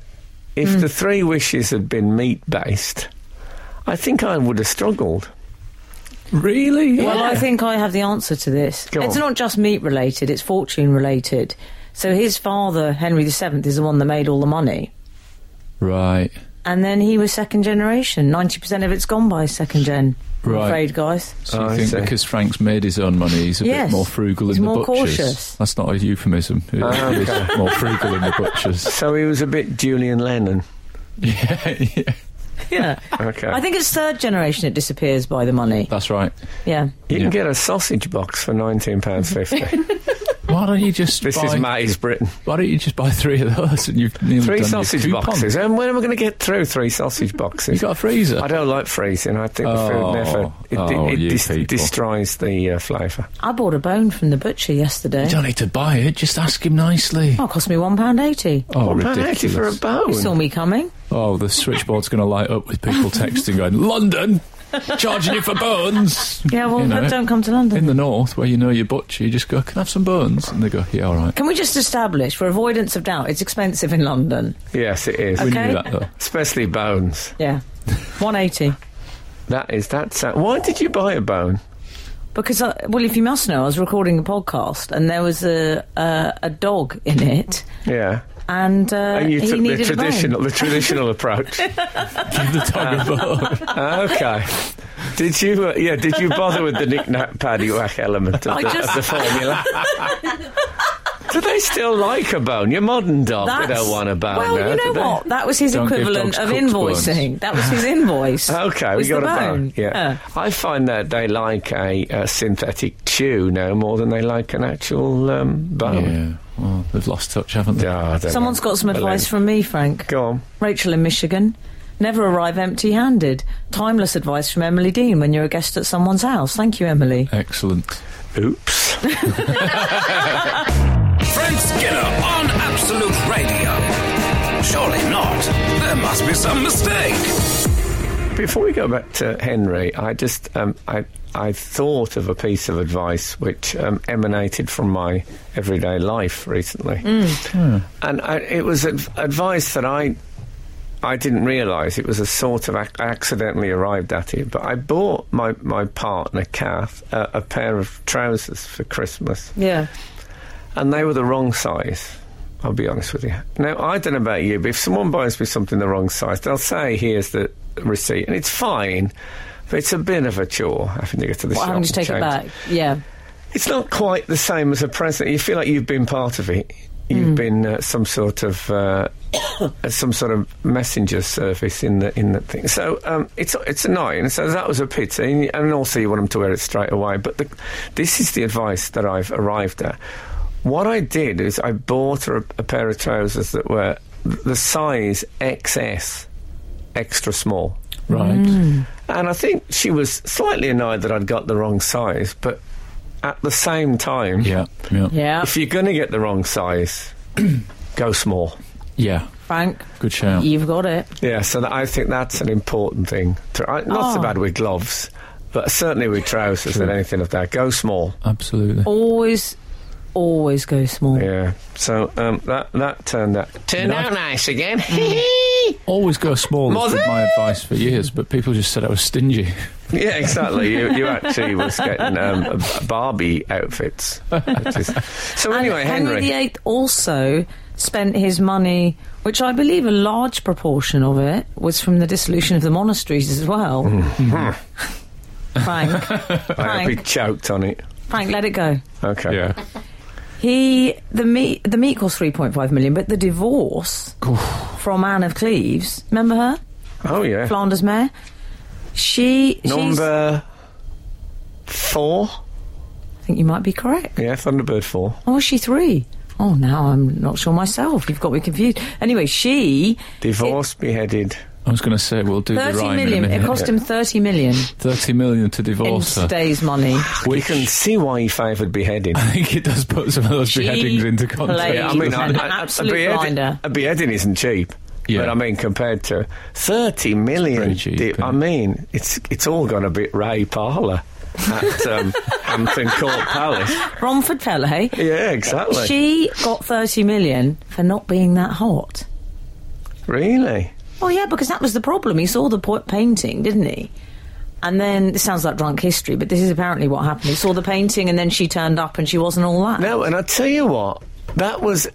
[SPEAKER 2] if
[SPEAKER 4] Hmm.
[SPEAKER 2] the three wishes had been meat based, I think I would have struggled.
[SPEAKER 3] really?
[SPEAKER 4] well, I think I have the answer to this.
[SPEAKER 2] Go
[SPEAKER 4] it's
[SPEAKER 2] on.
[SPEAKER 4] not just meat related; it's fortune related. So his father, Henry VII, is the one that made all the money,
[SPEAKER 3] Right.
[SPEAKER 4] and then he was second generation. Ninety percent of it's gone by second gen. I'm
[SPEAKER 3] Right.
[SPEAKER 4] afraid, guys.
[SPEAKER 3] So
[SPEAKER 2] Oh, I
[SPEAKER 3] you think
[SPEAKER 2] see.
[SPEAKER 3] because Frank's made his own money, he's a
[SPEAKER 4] Yes.
[SPEAKER 3] bit more frugal
[SPEAKER 4] He's
[SPEAKER 3] in the
[SPEAKER 4] more
[SPEAKER 3] butchers.
[SPEAKER 4] cautious.
[SPEAKER 3] That's not a euphemism. It
[SPEAKER 2] Ah,
[SPEAKER 3] is more frugal in the butchers.
[SPEAKER 2] So he was a bit Julian Lennon.
[SPEAKER 3] Yeah, yeah.
[SPEAKER 4] Yeah,
[SPEAKER 2] Okay,
[SPEAKER 4] I think it's third generation it disappears by the money.
[SPEAKER 3] That's right.
[SPEAKER 4] Yeah,
[SPEAKER 2] you can
[SPEAKER 3] yeah.
[SPEAKER 2] get a sausage box for nineteen pounds fifty.
[SPEAKER 3] Why don't you just
[SPEAKER 2] this
[SPEAKER 3] buy,
[SPEAKER 2] is Matty's Britain.
[SPEAKER 3] Why don't you just buy three of those and you've nearly
[SPEAKER 2] Three
[SPEAKER 3] done your
[SPEAKER 2] sausage
[SPEAKER 3] coupon?
[SPEAKER 2] boxes. And when am I going to get through three sausage boxes?
[SPEAKER 3] You've got a freezer.
[SPEAKER 2] I don't like freezing. I think the
[SPEAKER 3] Oh,
[SPEAKER 2] food never. It,
[SPEAKER 3] oh,
[SPEAKER 2] it, it
[SPEAKER 3] you
[SPEAKER 2] dis-
[SPEAKER 3] people.
[SPEAKER 2] destroys the uh, flavour.
[SPEAKER 4] I bought a bone from the butcher yesterday.
[SPEAKER 3] You don't need to buy it. Just ask him nicely.
[SPEAKER 4] Oh, it cost me one pound eighty.
[SPEAKER 3] Oh,
[SPEAKER 2] One pound eighty for a
[SPEAKER 3] ridiculous!
[SPEAKER 4] You saw
[SPEAKER 2] bone.
[SPEAKER 4] me coming.
[SPEAKER 3] Oh, the switchboard's going to light up with people texting going, "London, charging you for bones."
[SPEAKER 4] Yeah, well,
[SPEAKER 3] You know,
[SPEAKER 4] don't come to London.
[SPEAKER 3] in the north where you know your butcher. You just go, "Can I have some bones?" And they go, "Yeah, all right."
[SPEAKER 4] Can we just establish, for avoidance of doubt, it's expensive in London.
[SPEAKER 2] Yes, it is.
[SPEAKER 3] We
[SPEAKER 4] Okay.
[SPEAKER 3] knew that though.
[SPEAKER 2] Especially bones.
[SPEAKER 4] Yeah, one eighty.
[SPEAKER 2] That is that. Sound. Why did you buy a bone?
[SPEAKER 4] Because, I, well, if you must know, I was recording a podcast and there was a uh, a, a dog in it,
[SPEAKER 2] Yeah,
[SPEAKER 4] and, uh,
[SPEAKER 2] and you
[SPEAKER 4] he
[SPEAKER 2] took the
[SPEAKER 4] needed
[SPEAKER 2] traditional, the traditional approach. Uh,
[SPEAKER 3] Give the dog a bone.
[SPEAKER 2] Okay. Did you? Uh, yeah. Did you bother with the knick-knack paddywhack element of
[SPEAKER 4] I
[SPEAKER 2] the, of
[SPEAKER 4] just-
[SPEAKER 2] the formula? do they still like a bone? Your modern dog,
[SPEAKER 4] a bone.
[SPEAKER 2] they don't want a bone.
[SPEAKER 4] Well,
[SPEAKER 2] now,
[SPEAKER 4] you
[SPEAKER 2] do
[SPEAKER 4] know
[SPEAKER 2] they?
[SPEAKER 4] what? That was his
[SPEAKER 3] Don't give
[SPEAKER 4] equivalent
[SPEAKER 3] dogs
[SPEAKER 4] of
[SPEAKER 3] cooked bones.
[SPEAKER 4] invoicing. That was his invoice.
[SPEAKER 2] Okay, we
[SPEAKER 4] was
[SPEAKER 2] got
[SPEAKER 4] the
[SPEAKER 2] a bone.
[SPEAKER 4] bone.
[SPEAKER 2] Yeah. I find that they like a, uh synthetic chew now more than they like an actual um, bone.
[SPEAKER 3] Oh,
[SPEAKER 2] Ah,
[SPEAKER 3] Yeah, well, they've lost touch, haven't they?
[SPEAKER 2] Yeah.
[SPEAKER 4] Someone's got some advice from me, Frank.
[SPEAKER 2] Go on.
[SPEAKER 4] Rachel in Michigan. Never arrive empty handed. Timeless advice from Emily Dean when you're a guest at someone's house. Thank you, Emily.
[SPEAKER 3] Excellent.
[SPEAKER 2] Oops.
[SPEAKER 1] Frank Skinner on Absolute Radio. Surely not. There must be some mistake.
[SPEAKER 2] Before we go back to Henry, I just um, I I thought of a piece of advice which um, emanated from my everyday life recently, and I, it was adv- advice that I I didn't realise it was a sort of ac- I accidentally arrived at it. But I bought my my partner Kath a, a pair of trousers for Christmas,
[SPEAKER 4] Yeah.
[SPEAKER 2] and they were the wrong size. I'll be honest with you. Now, I don't know about you, but if someone buys me something the wrong size, they'll say, here's the receipt, and it's fine, but it's a bit of a chore having to get to the
[SPEAKER 4] What
[SPEAKER 2] shop.
[SPEAKER 4] having to
[SPEAKER 2] and
[SPEAKER 4] take it
[SPEAKER 2] change.
[SPEAKER 4] back? Yeah.
[SPEAKER 2] It's not quite the same as a present. You feel like you've been part of it. You've been uh, some sort of uh, some sort of messenger service in the in the thing. So um, it's it's annoying. So that was a pity, and, and also you want them to wear it straight away. But the, this is the advice that I've arrived at. What I did is I bought her a, a pair of trousers that were the size XS, extra small.
[SPEAKER 3] Right.
[SPEAKER 4] Mm.
[SPEAKER 2] And I think she was slightly annoyed that I'd got the wrong size, but at the same time,
[SPEAKER 3] Yeah. Yeah.
[SPEAKER 4] Yeah.
[SPEAKER 2] if you're going to get the wrong size, go small.
[SPEAKER 3] Yeah.
[SPEAKER 4] Frank,
[SPEAKER 3] Good shout.
[SPEAKER 4] you've got it.
[SPEAKER 2] Yeah, so that, I think that's an important thing. To, I, not so
[SPEAKER 4] Oh.
[SPEAKER 2] bad with gloves, but certainly with trousers and anything of that. Go small.
[SPEAKER 3] Absolutely.
[SPEAKER 4] Always, always go small.
[SPEAKER 2] Yeah. So um, that that turned out turned
[SPEAKER 3] out
[SPEAKER 2] nice again.
[SPEAKER 3] Always go small. That's been
[SPEAKER 2] Mother!
[SPEAKER 3] my advice for years, but people just said I was stingy.
[SPEAKER 2] yeah, exactly. You you actually was getting um, Barbie outfits. which is- So
[SPEAKER 4] And
[SPEAKER 2] anyway, Henry.
[SPEAKER 4] VIII also spent his money, which I believe a large proportion of it was from the dissolution of the monasteries as well.
[SPEAKER 3] Mm.
[SPEAKER 4] Frank,
[SPEAKER 2] I'll be
[SPEAKER 4] Frank,
[SPEAKER 2] choked on it.
[SPEAKER 4] Frank, let it go.
[SPEAKER 2] Okay.
[SPEAKER 4] He the meat the meat cost three point five million, but the divorce from Anne of Cleves. Remember her,
[SPEAKER 2] Oh yeah.
[SPEAKER 4] Flanders Mare. She she's-
[SPEAKER 2] Number four.
[SPEAKER 4] I think you might be correct.
[SPEAKER 2] Yeah, Thunderbird four.
[SPEAKER 4] Or was she three? Oh, now I'm not sure myself. You've got me confused. Anyway, she
[SPEAKER 2] Divorced, beheaded.
[SPEAKER 3] I was going to say we'll do the
[SPEAKER 4] thirty
[SPEAKER 3] rhyme in
[SPEAKER 4] million.
[SPEAKER 3] a
[SPEAKER 4] It
[SPEAKER 3] minute.
[SPEAKER 4] cost him thirty million
[SPEAKER 3] Thirty million to
[SPEAKER 4] in
[SPEAKER 3] divorce her.
[SPEAKER 4] today's money.
[SPEAKER 2] We can see why he favoured beheading.
[SPEAKER 3] I think it does put some of those
[SPEAKER 4] She
[SPEAKER 3] beheadings into context.
[SPEAKER 4] played- Yeah, I mean, An absolute blinder.
[SPEAKER 2] a beheading isn't cheap.
[SPEAKER 3] Yeah.
[SPEAKER 2] But I mean, compared to thirty million,
[SPEAKER 3] Very cheap,
[SPEAKER 2] di-
[SPEAKER 3] yeah.
[SPEAKER 2] I mean, it's it's all gone a bit Ray Parlour at um, Hampton Court Palace.
[SPEAKER 4] Romford fella, hey?
[SPEAKER 2] Yeah, exactly.
[SPEAKER 4] She got thirty million for not being that hot.
[SPEAKER 2] really?
[SPEAKER 4] Oh yeah, because that was the problem. He saw the po- painting, didn't he? And then this sounds like drunk history, but this is apparently what happened. He saw the painting, and then she turned up, and she wasn't all that.
[SPEAKER 2] No, and I tell you what, that was.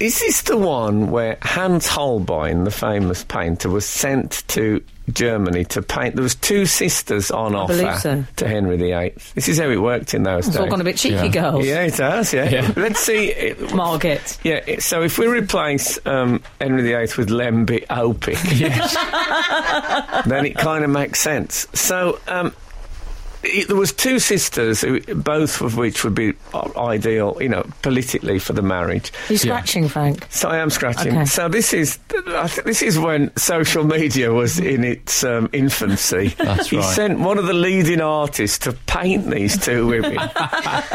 [SPEAKER 2] Is this the one where Hans Holbein, the famous painter, was sent to Germany to paint? There was two sisters on
[SPEAKER 4] believe
[SPEAKER 2] offer
[SPEAKER 4] so.
[SPEAKER 2] to Henry VIII. This is how it worked in those
[SPEAKER 4] it's all
[SPEAKER 2] days.
[SPEAKER 4] gone a bit cheeky,
[SPEAKER 3] Yeah.
[SPEAKER 4] girls.
[SPEAKER 2] yeah, it does. Yeah,
[SPEAKER 3] Yeah.
[SPEAKER 2] let's see. It,
[SPEAKER 4] Margaret.
[SPEAKER 2] yeah, it- so if we replace um, Henry VIII with Lemby Opic, then it kind of makes sense. So um, it, there was two sisters, who, both of which would be uh, ideal, you know, politically for the marriage.
[SPEAKER 4] You're scratching, Frank.
[SPEAKER 2] So I am scratching.
[SPEAKER 4] Okay.
[SPEAKER 2] So this is I think this is when social media was
[SPEAKER 4] Mm.
[SPEAKER 2] in its um, infancy.
[SPEAKER 3] That's
[SPEAKER 2] he
[SPEAKER 3] right.
[SPEAKER 2] sent one of the leading artists to paint these two women.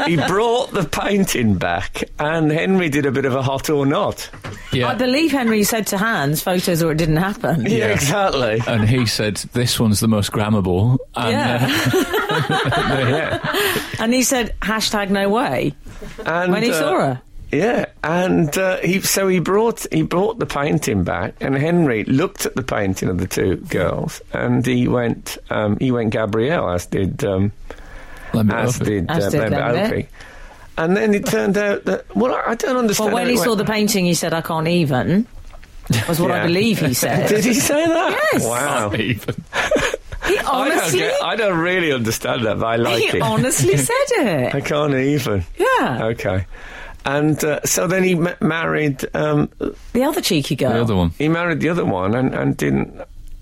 [SPEAKER 2] he brought the painting back, and Henry did a bit of a hot or not.
[SPEAKER 4] I
[SPEAKER 3] yeah.
[SPEAKER 4] believe Henry said to Hans, "Photos or it didn't happen."
[SPEAKER 2] Yeah, exactly.
[SPEAKER 3] and he said, "This one's the most grammable." And,
[SPEAKER 4] Yeah. Oh,
[SPEAKER 2] yeah.
[SPEAKER 4] and he said, hashtag no way,
[SPEAKER 2] And
[SPEAKER 4] when he
[SPEAKER 2] uh,
[SPEAKER 4] saw her.
[SPEAKER 2] Yeah, and uh, he so he brought he brought the painting back, and Henry looked at the painting of the two girls, and he went um, he went Gabrielle, as did. Um,
[SPEAKER 3] uh, let me
[SPEAKER 2] as
[SPEAKER 3] open it.
[SPEAKER 2] did
[SPEAKER 4] As
[SPEAKER 2] uh,
[SPEAKER 4] did
[SPEAKER 2] Lambert
[SPEAKER 4] Lambert.
[SPEAKER 2] Oakley. And then it turned out that well, I I don't understand.
[SPEAKER 4] Well, when
[SPEAKER 2] how
[SPEAKER 4] he
[SPEAKER 2] it
[SPEAKER 4] saw the
[SPEAKER 2] went-
[SPEAKER 4] painting, he said, I can't even, was what
[SPEAKER 2] Yeah.
[SPEAKER 4] I believe he said.
[SPEAKER 2] did he say that?
[SPEAKER 4] Yes.
[SPEAKER 2] Wow.
[SPEAKER 3] Even.
[SPEAKER 4] he
[SPEAKER 2] I don't,
[SPEAKER 4] honestly,
[SPEAKER 2] get- I don't really understand that, but I like
[SPEAKER 4] he
[SPEAKER 2] it.
[SPEAKER 4] honestly said
[SPEAKER 2] I
[SPEAKER 4] it.
[SPEAKER 2] can't even.
[SPEAKER 4] Yeah.
[SPEAKER 2] Okay. And uh, so then he ma- married. Um,
[SPEAKER 4] The other cheeky girl.
[SPEAKER 3] The other one.
[SPEAKER 2] he married the other one, and, and didn't.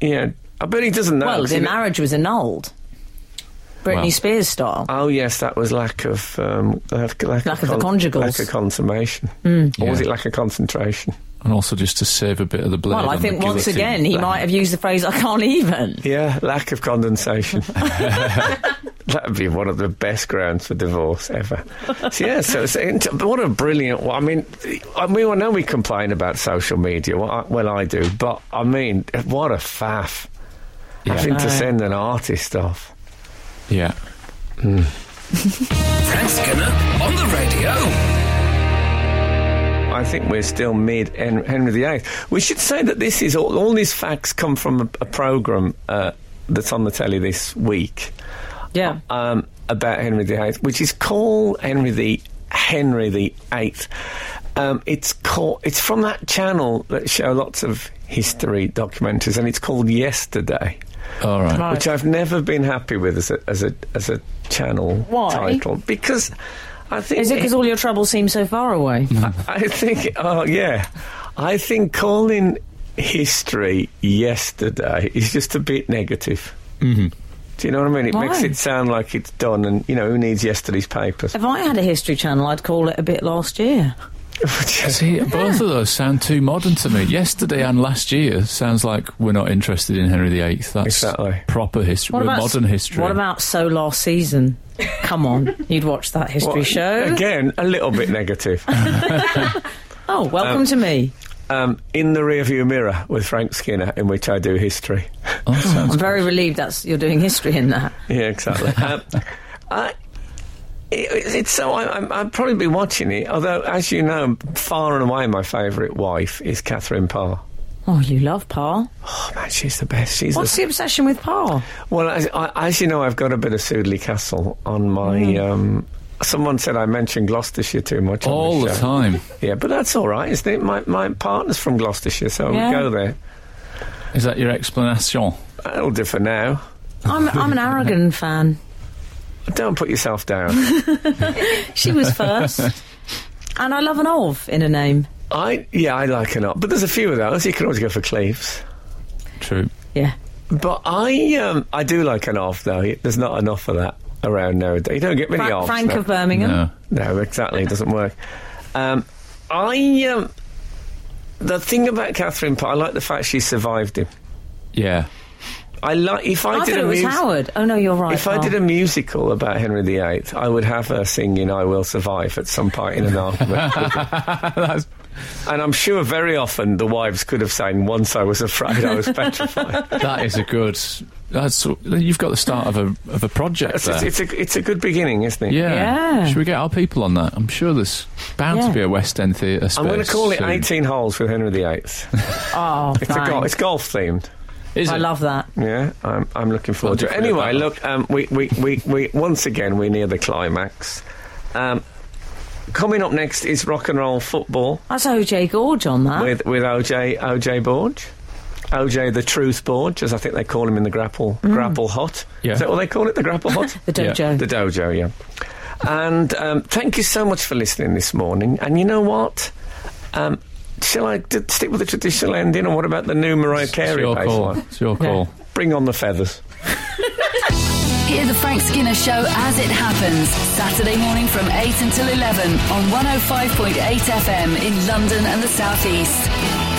[SPEAKER 2] Yeah. I bet he doesn't know.
[SPEAKER 4] Well,
[SPEAKER 2] 'cause
[SPEAKER 4] the
[SPEAKER 2] he-
[SPEAKER 4] marriage was annulled. Britney
[SPEAKER 3] Well.
[SPEAKER 4] Spears style.
[SPEAKER 2] Oh yes, that was lack of um, lack, lack,
[SPEAKER 4] Lack of the conjugals.
[SPEAKER 2] lack of Hmm. consummation, or was it
[SPEAKER 3] Yeah.
[SPEAKER 2] lack of concentration?
[SPEAKER 3] and also just to save a bit of the blade.
[SPEAKER 4] well, I
[SPEAKER 3] on the
[SPEAKER 4] think once
[SPEAKER 3] guillotine.
[SPEAKER 4] again he might have used the phrase "I can't even."
[SPEAKER 2] Yeah, lack of condensation. that would be one of the best grounds for divorce ever. So, yeah, so it's, it's- what a brilliant. one. I mean, I mean, I know we complain about social media. Well, I, well, I do, but I mean, what a faff having to
[SPEAKER 4] Aye.
[SPEAKER 2] send an artist off.
[SPEAKER 3] Yeah.
[SPEAKER 1] Frank Skinner on the radio.
[SPEAKER 2] I think we're still mid Hen- Henry VIII. We should say that this is all, all these facts come from a, a program uh, that's on the telly this week
[SPEAKER 4] Yeah,
[SPEAKER 2] um, about Henry VIII, which is called Henry the Henry the Eighth. Um, it's called. It's from that channel that show lots of history documentaries, and it's called Yesterday,
[SPEAKER 3] All right.
[SPEAKER 4] Right.
[SPEAKER 2] which I've never been happy with as a as a as a channel
[SPEAKER 4] Why?
[SPEAKER 2] title because I think
[SPEAKER 4] is it because all your troubles seem so far away?
[SPEAKER 2] I think, oh, yeah. I think calling history yesterday is just a bit negative. Do you know what I mean? It makes
[SPEAKER 4] Why?
[SPEAKER 2] it sound like it's done, and, you know, who needs yesterday's papers?
[SPEAKER 4] if I had a History Channel, I'd call it a bit last year.
[SPEAKER 3] See, both of those sound too modern to me. Yesterday and last year sounds like we're not interested in Henry VIII. That's
[SPEAKER 2] Exactly.
[SPEAKER 3] proper history,
[SPEAKER 4] What
[SPEAKER 3] we're
[SPEAKER 4] about
[SPEAKER 3] modern history.
[SPEAKER 4] What about so last season? Come on, you'd watch that history
[SPEAKER 2] Well,
[SPEAKER 4] show.
[SPEAKER 2] Again, a little bit negative.
[SPEAKER 4] Oh, welcome to me.
[SPEAKER 2] Um, in the rearview mirror with Frank Skinner, in which I do history.
[SPEAKER 3] Oh, that sounds
[SPEAKER 4] I'm very relieved that's you're doing history in that.
[SPEAKER 2] Yeah, exactly. um, I, it, it's so I, I, I'd probably be watching it. Although, as you know, far and away my favourite wife is Catherine Parr.
[SPEAKER 4] Oh, you love Pa.
[SPEAKER 2] Oh man, she's the best. She's
[SPEAKER 4] What's the obsession with Pa?
[SPEAKER 2] Well, as, I, as you know, I've got a bit of Sudley Castle on my.
[SPEAKER 4] Mm.
[SPEAKER 2] Um, someone said I mentioned Gloucestershire too much. on
[SPEAKER 3] all the
[SPEAKER 2] this show.
[SPEAKER 3] time.
[SPEAKER 2] Yeah, but that's all right, isn't it? My, my partner's from Gloucestershire, so
[SPEAKER 4] Yeah.
[SPEAKER 2] we go there.
[SPEAKER 3] Is that your explanation?
[SPEAKER 2] That'll do for now.
[SPEAKER 4] I'm, I'm an Aragon fan.
[SPEAKER 2] Don't put yourself down.
[SPEAKER 4] She was first. And I love an Ov in a name.
[SPEAKER 2] I yeah, I like her not, but there's a few of those. You can always go for Cleves.
[SPEAKER 3] True.
[SPEAKER 4] Yeah.
[SPEAKER 2] But I um, I do like an off though. There's not enough of that around nowadays. You don't get many
[SPEAKER 4] Fra-
[SPEAKER 2] offs.
[SPEAKER 4] Frank
[SPEAKER 2] now.
[SPEAKER 4] of Birmingham.
[SPEAKER 3] No.
[SPEAKER 2] No, exactly. It doesn't work. Um, I. Um, the thing about Catherine Parr, I like the fact she survived him.
[SPEAKER 3] Yeah.
[SPEAKER 2] I like if I,
[SPEAKER 4] I,
[SPEAKER 2] did a
[SPEAKER 4] thought it was
[SPEAKER 2] mus-
[SPEAKER 4] Howard. Oh, no, you're right.
[SPEAKER 2] if I
[SPEAKER 4] Pa.
[SPEAKER 2] did a musical about Henry VIII, I would have her singing "I Will Survive" at some point in an argument,
[SPEAKER 3] That's-
[SPEAKER 2] and I'm sure very often the wives could have sang "Once I Was Afraid, I Was Petrified."
[SPEAKER 3] that is a good. That's you've got the start of a of a project
[SPEAKER 2] it's, it's,
[SPEAKER 3] there.
[SPEAKER 2] it's a it's a good beginning, isn't it?
[SPEAKER 3] Yeah.
[SPEAKER 4] Yeah.
[SPEAKER 3] Should we get our people on that? I'm sure there's bound
[SPEAKER 4] Yeah.
[SPEAKER 3] to be a West End theatre space.
[SPEAKER 2] I'm going to call it
[SPEAKER 3] soon.
[SPEAKER 2] 18 holes with Henry VIII. It's
[SPEAKER 4] Oh,
[SPEAKER 2] a
[SPEAKER 4] thanks.
[SPEAKER 2] go- it's golf themed.
[SPEAKER 3] Is
[SPEAKER 4] I
[SPEAKER 3] it?
[SPEAKER 4] love that.
[SPEAKER 2] Yeah, I'm, I'm looking forward to it.
[SPEAKER 3] I'll definitely
[SPEAKER 2] Anyway,
[SPEAKER 3] have that.
[SPEAKER 2] look, um, we, we, we, we once again we're near the climax. Um, coming up next is rock and roll football
[SPEAKER 4] That's OJ Gorge on that.
[SPEAKER 2] with with OJ OJ Borge. OJ the Truth Borge, as I think they call him in the grapple grapple hut.
[SPEAKER 3] Yeah.
[SPEAKER 2] Is that what they call it? The grapple hut?
[SPEAKER 4] Mm. the
[SPEAKER 3] yeah,
[SPEAKER 4] dojo.
[SPEAKER 2] the dojo, yeah. And um, thank you so much for listening this morning. And you know what? Um, shall I d- stick with the traditional ending, or what about the new Mariah
[SPEAKER 3] It's
[SPEAKER 2] Carey
[SPEAKER 3] your call.
[SPEAKER 2] baseline?
[SPEAKER 3] It's your call.
[SPEAKER 2] Bring on the feathers.
[SPEAKER 5] Hear the Frank Skinner Show as it happens. Saturday morning from oh 8 until 11 on 105.8 FM in London and the South East.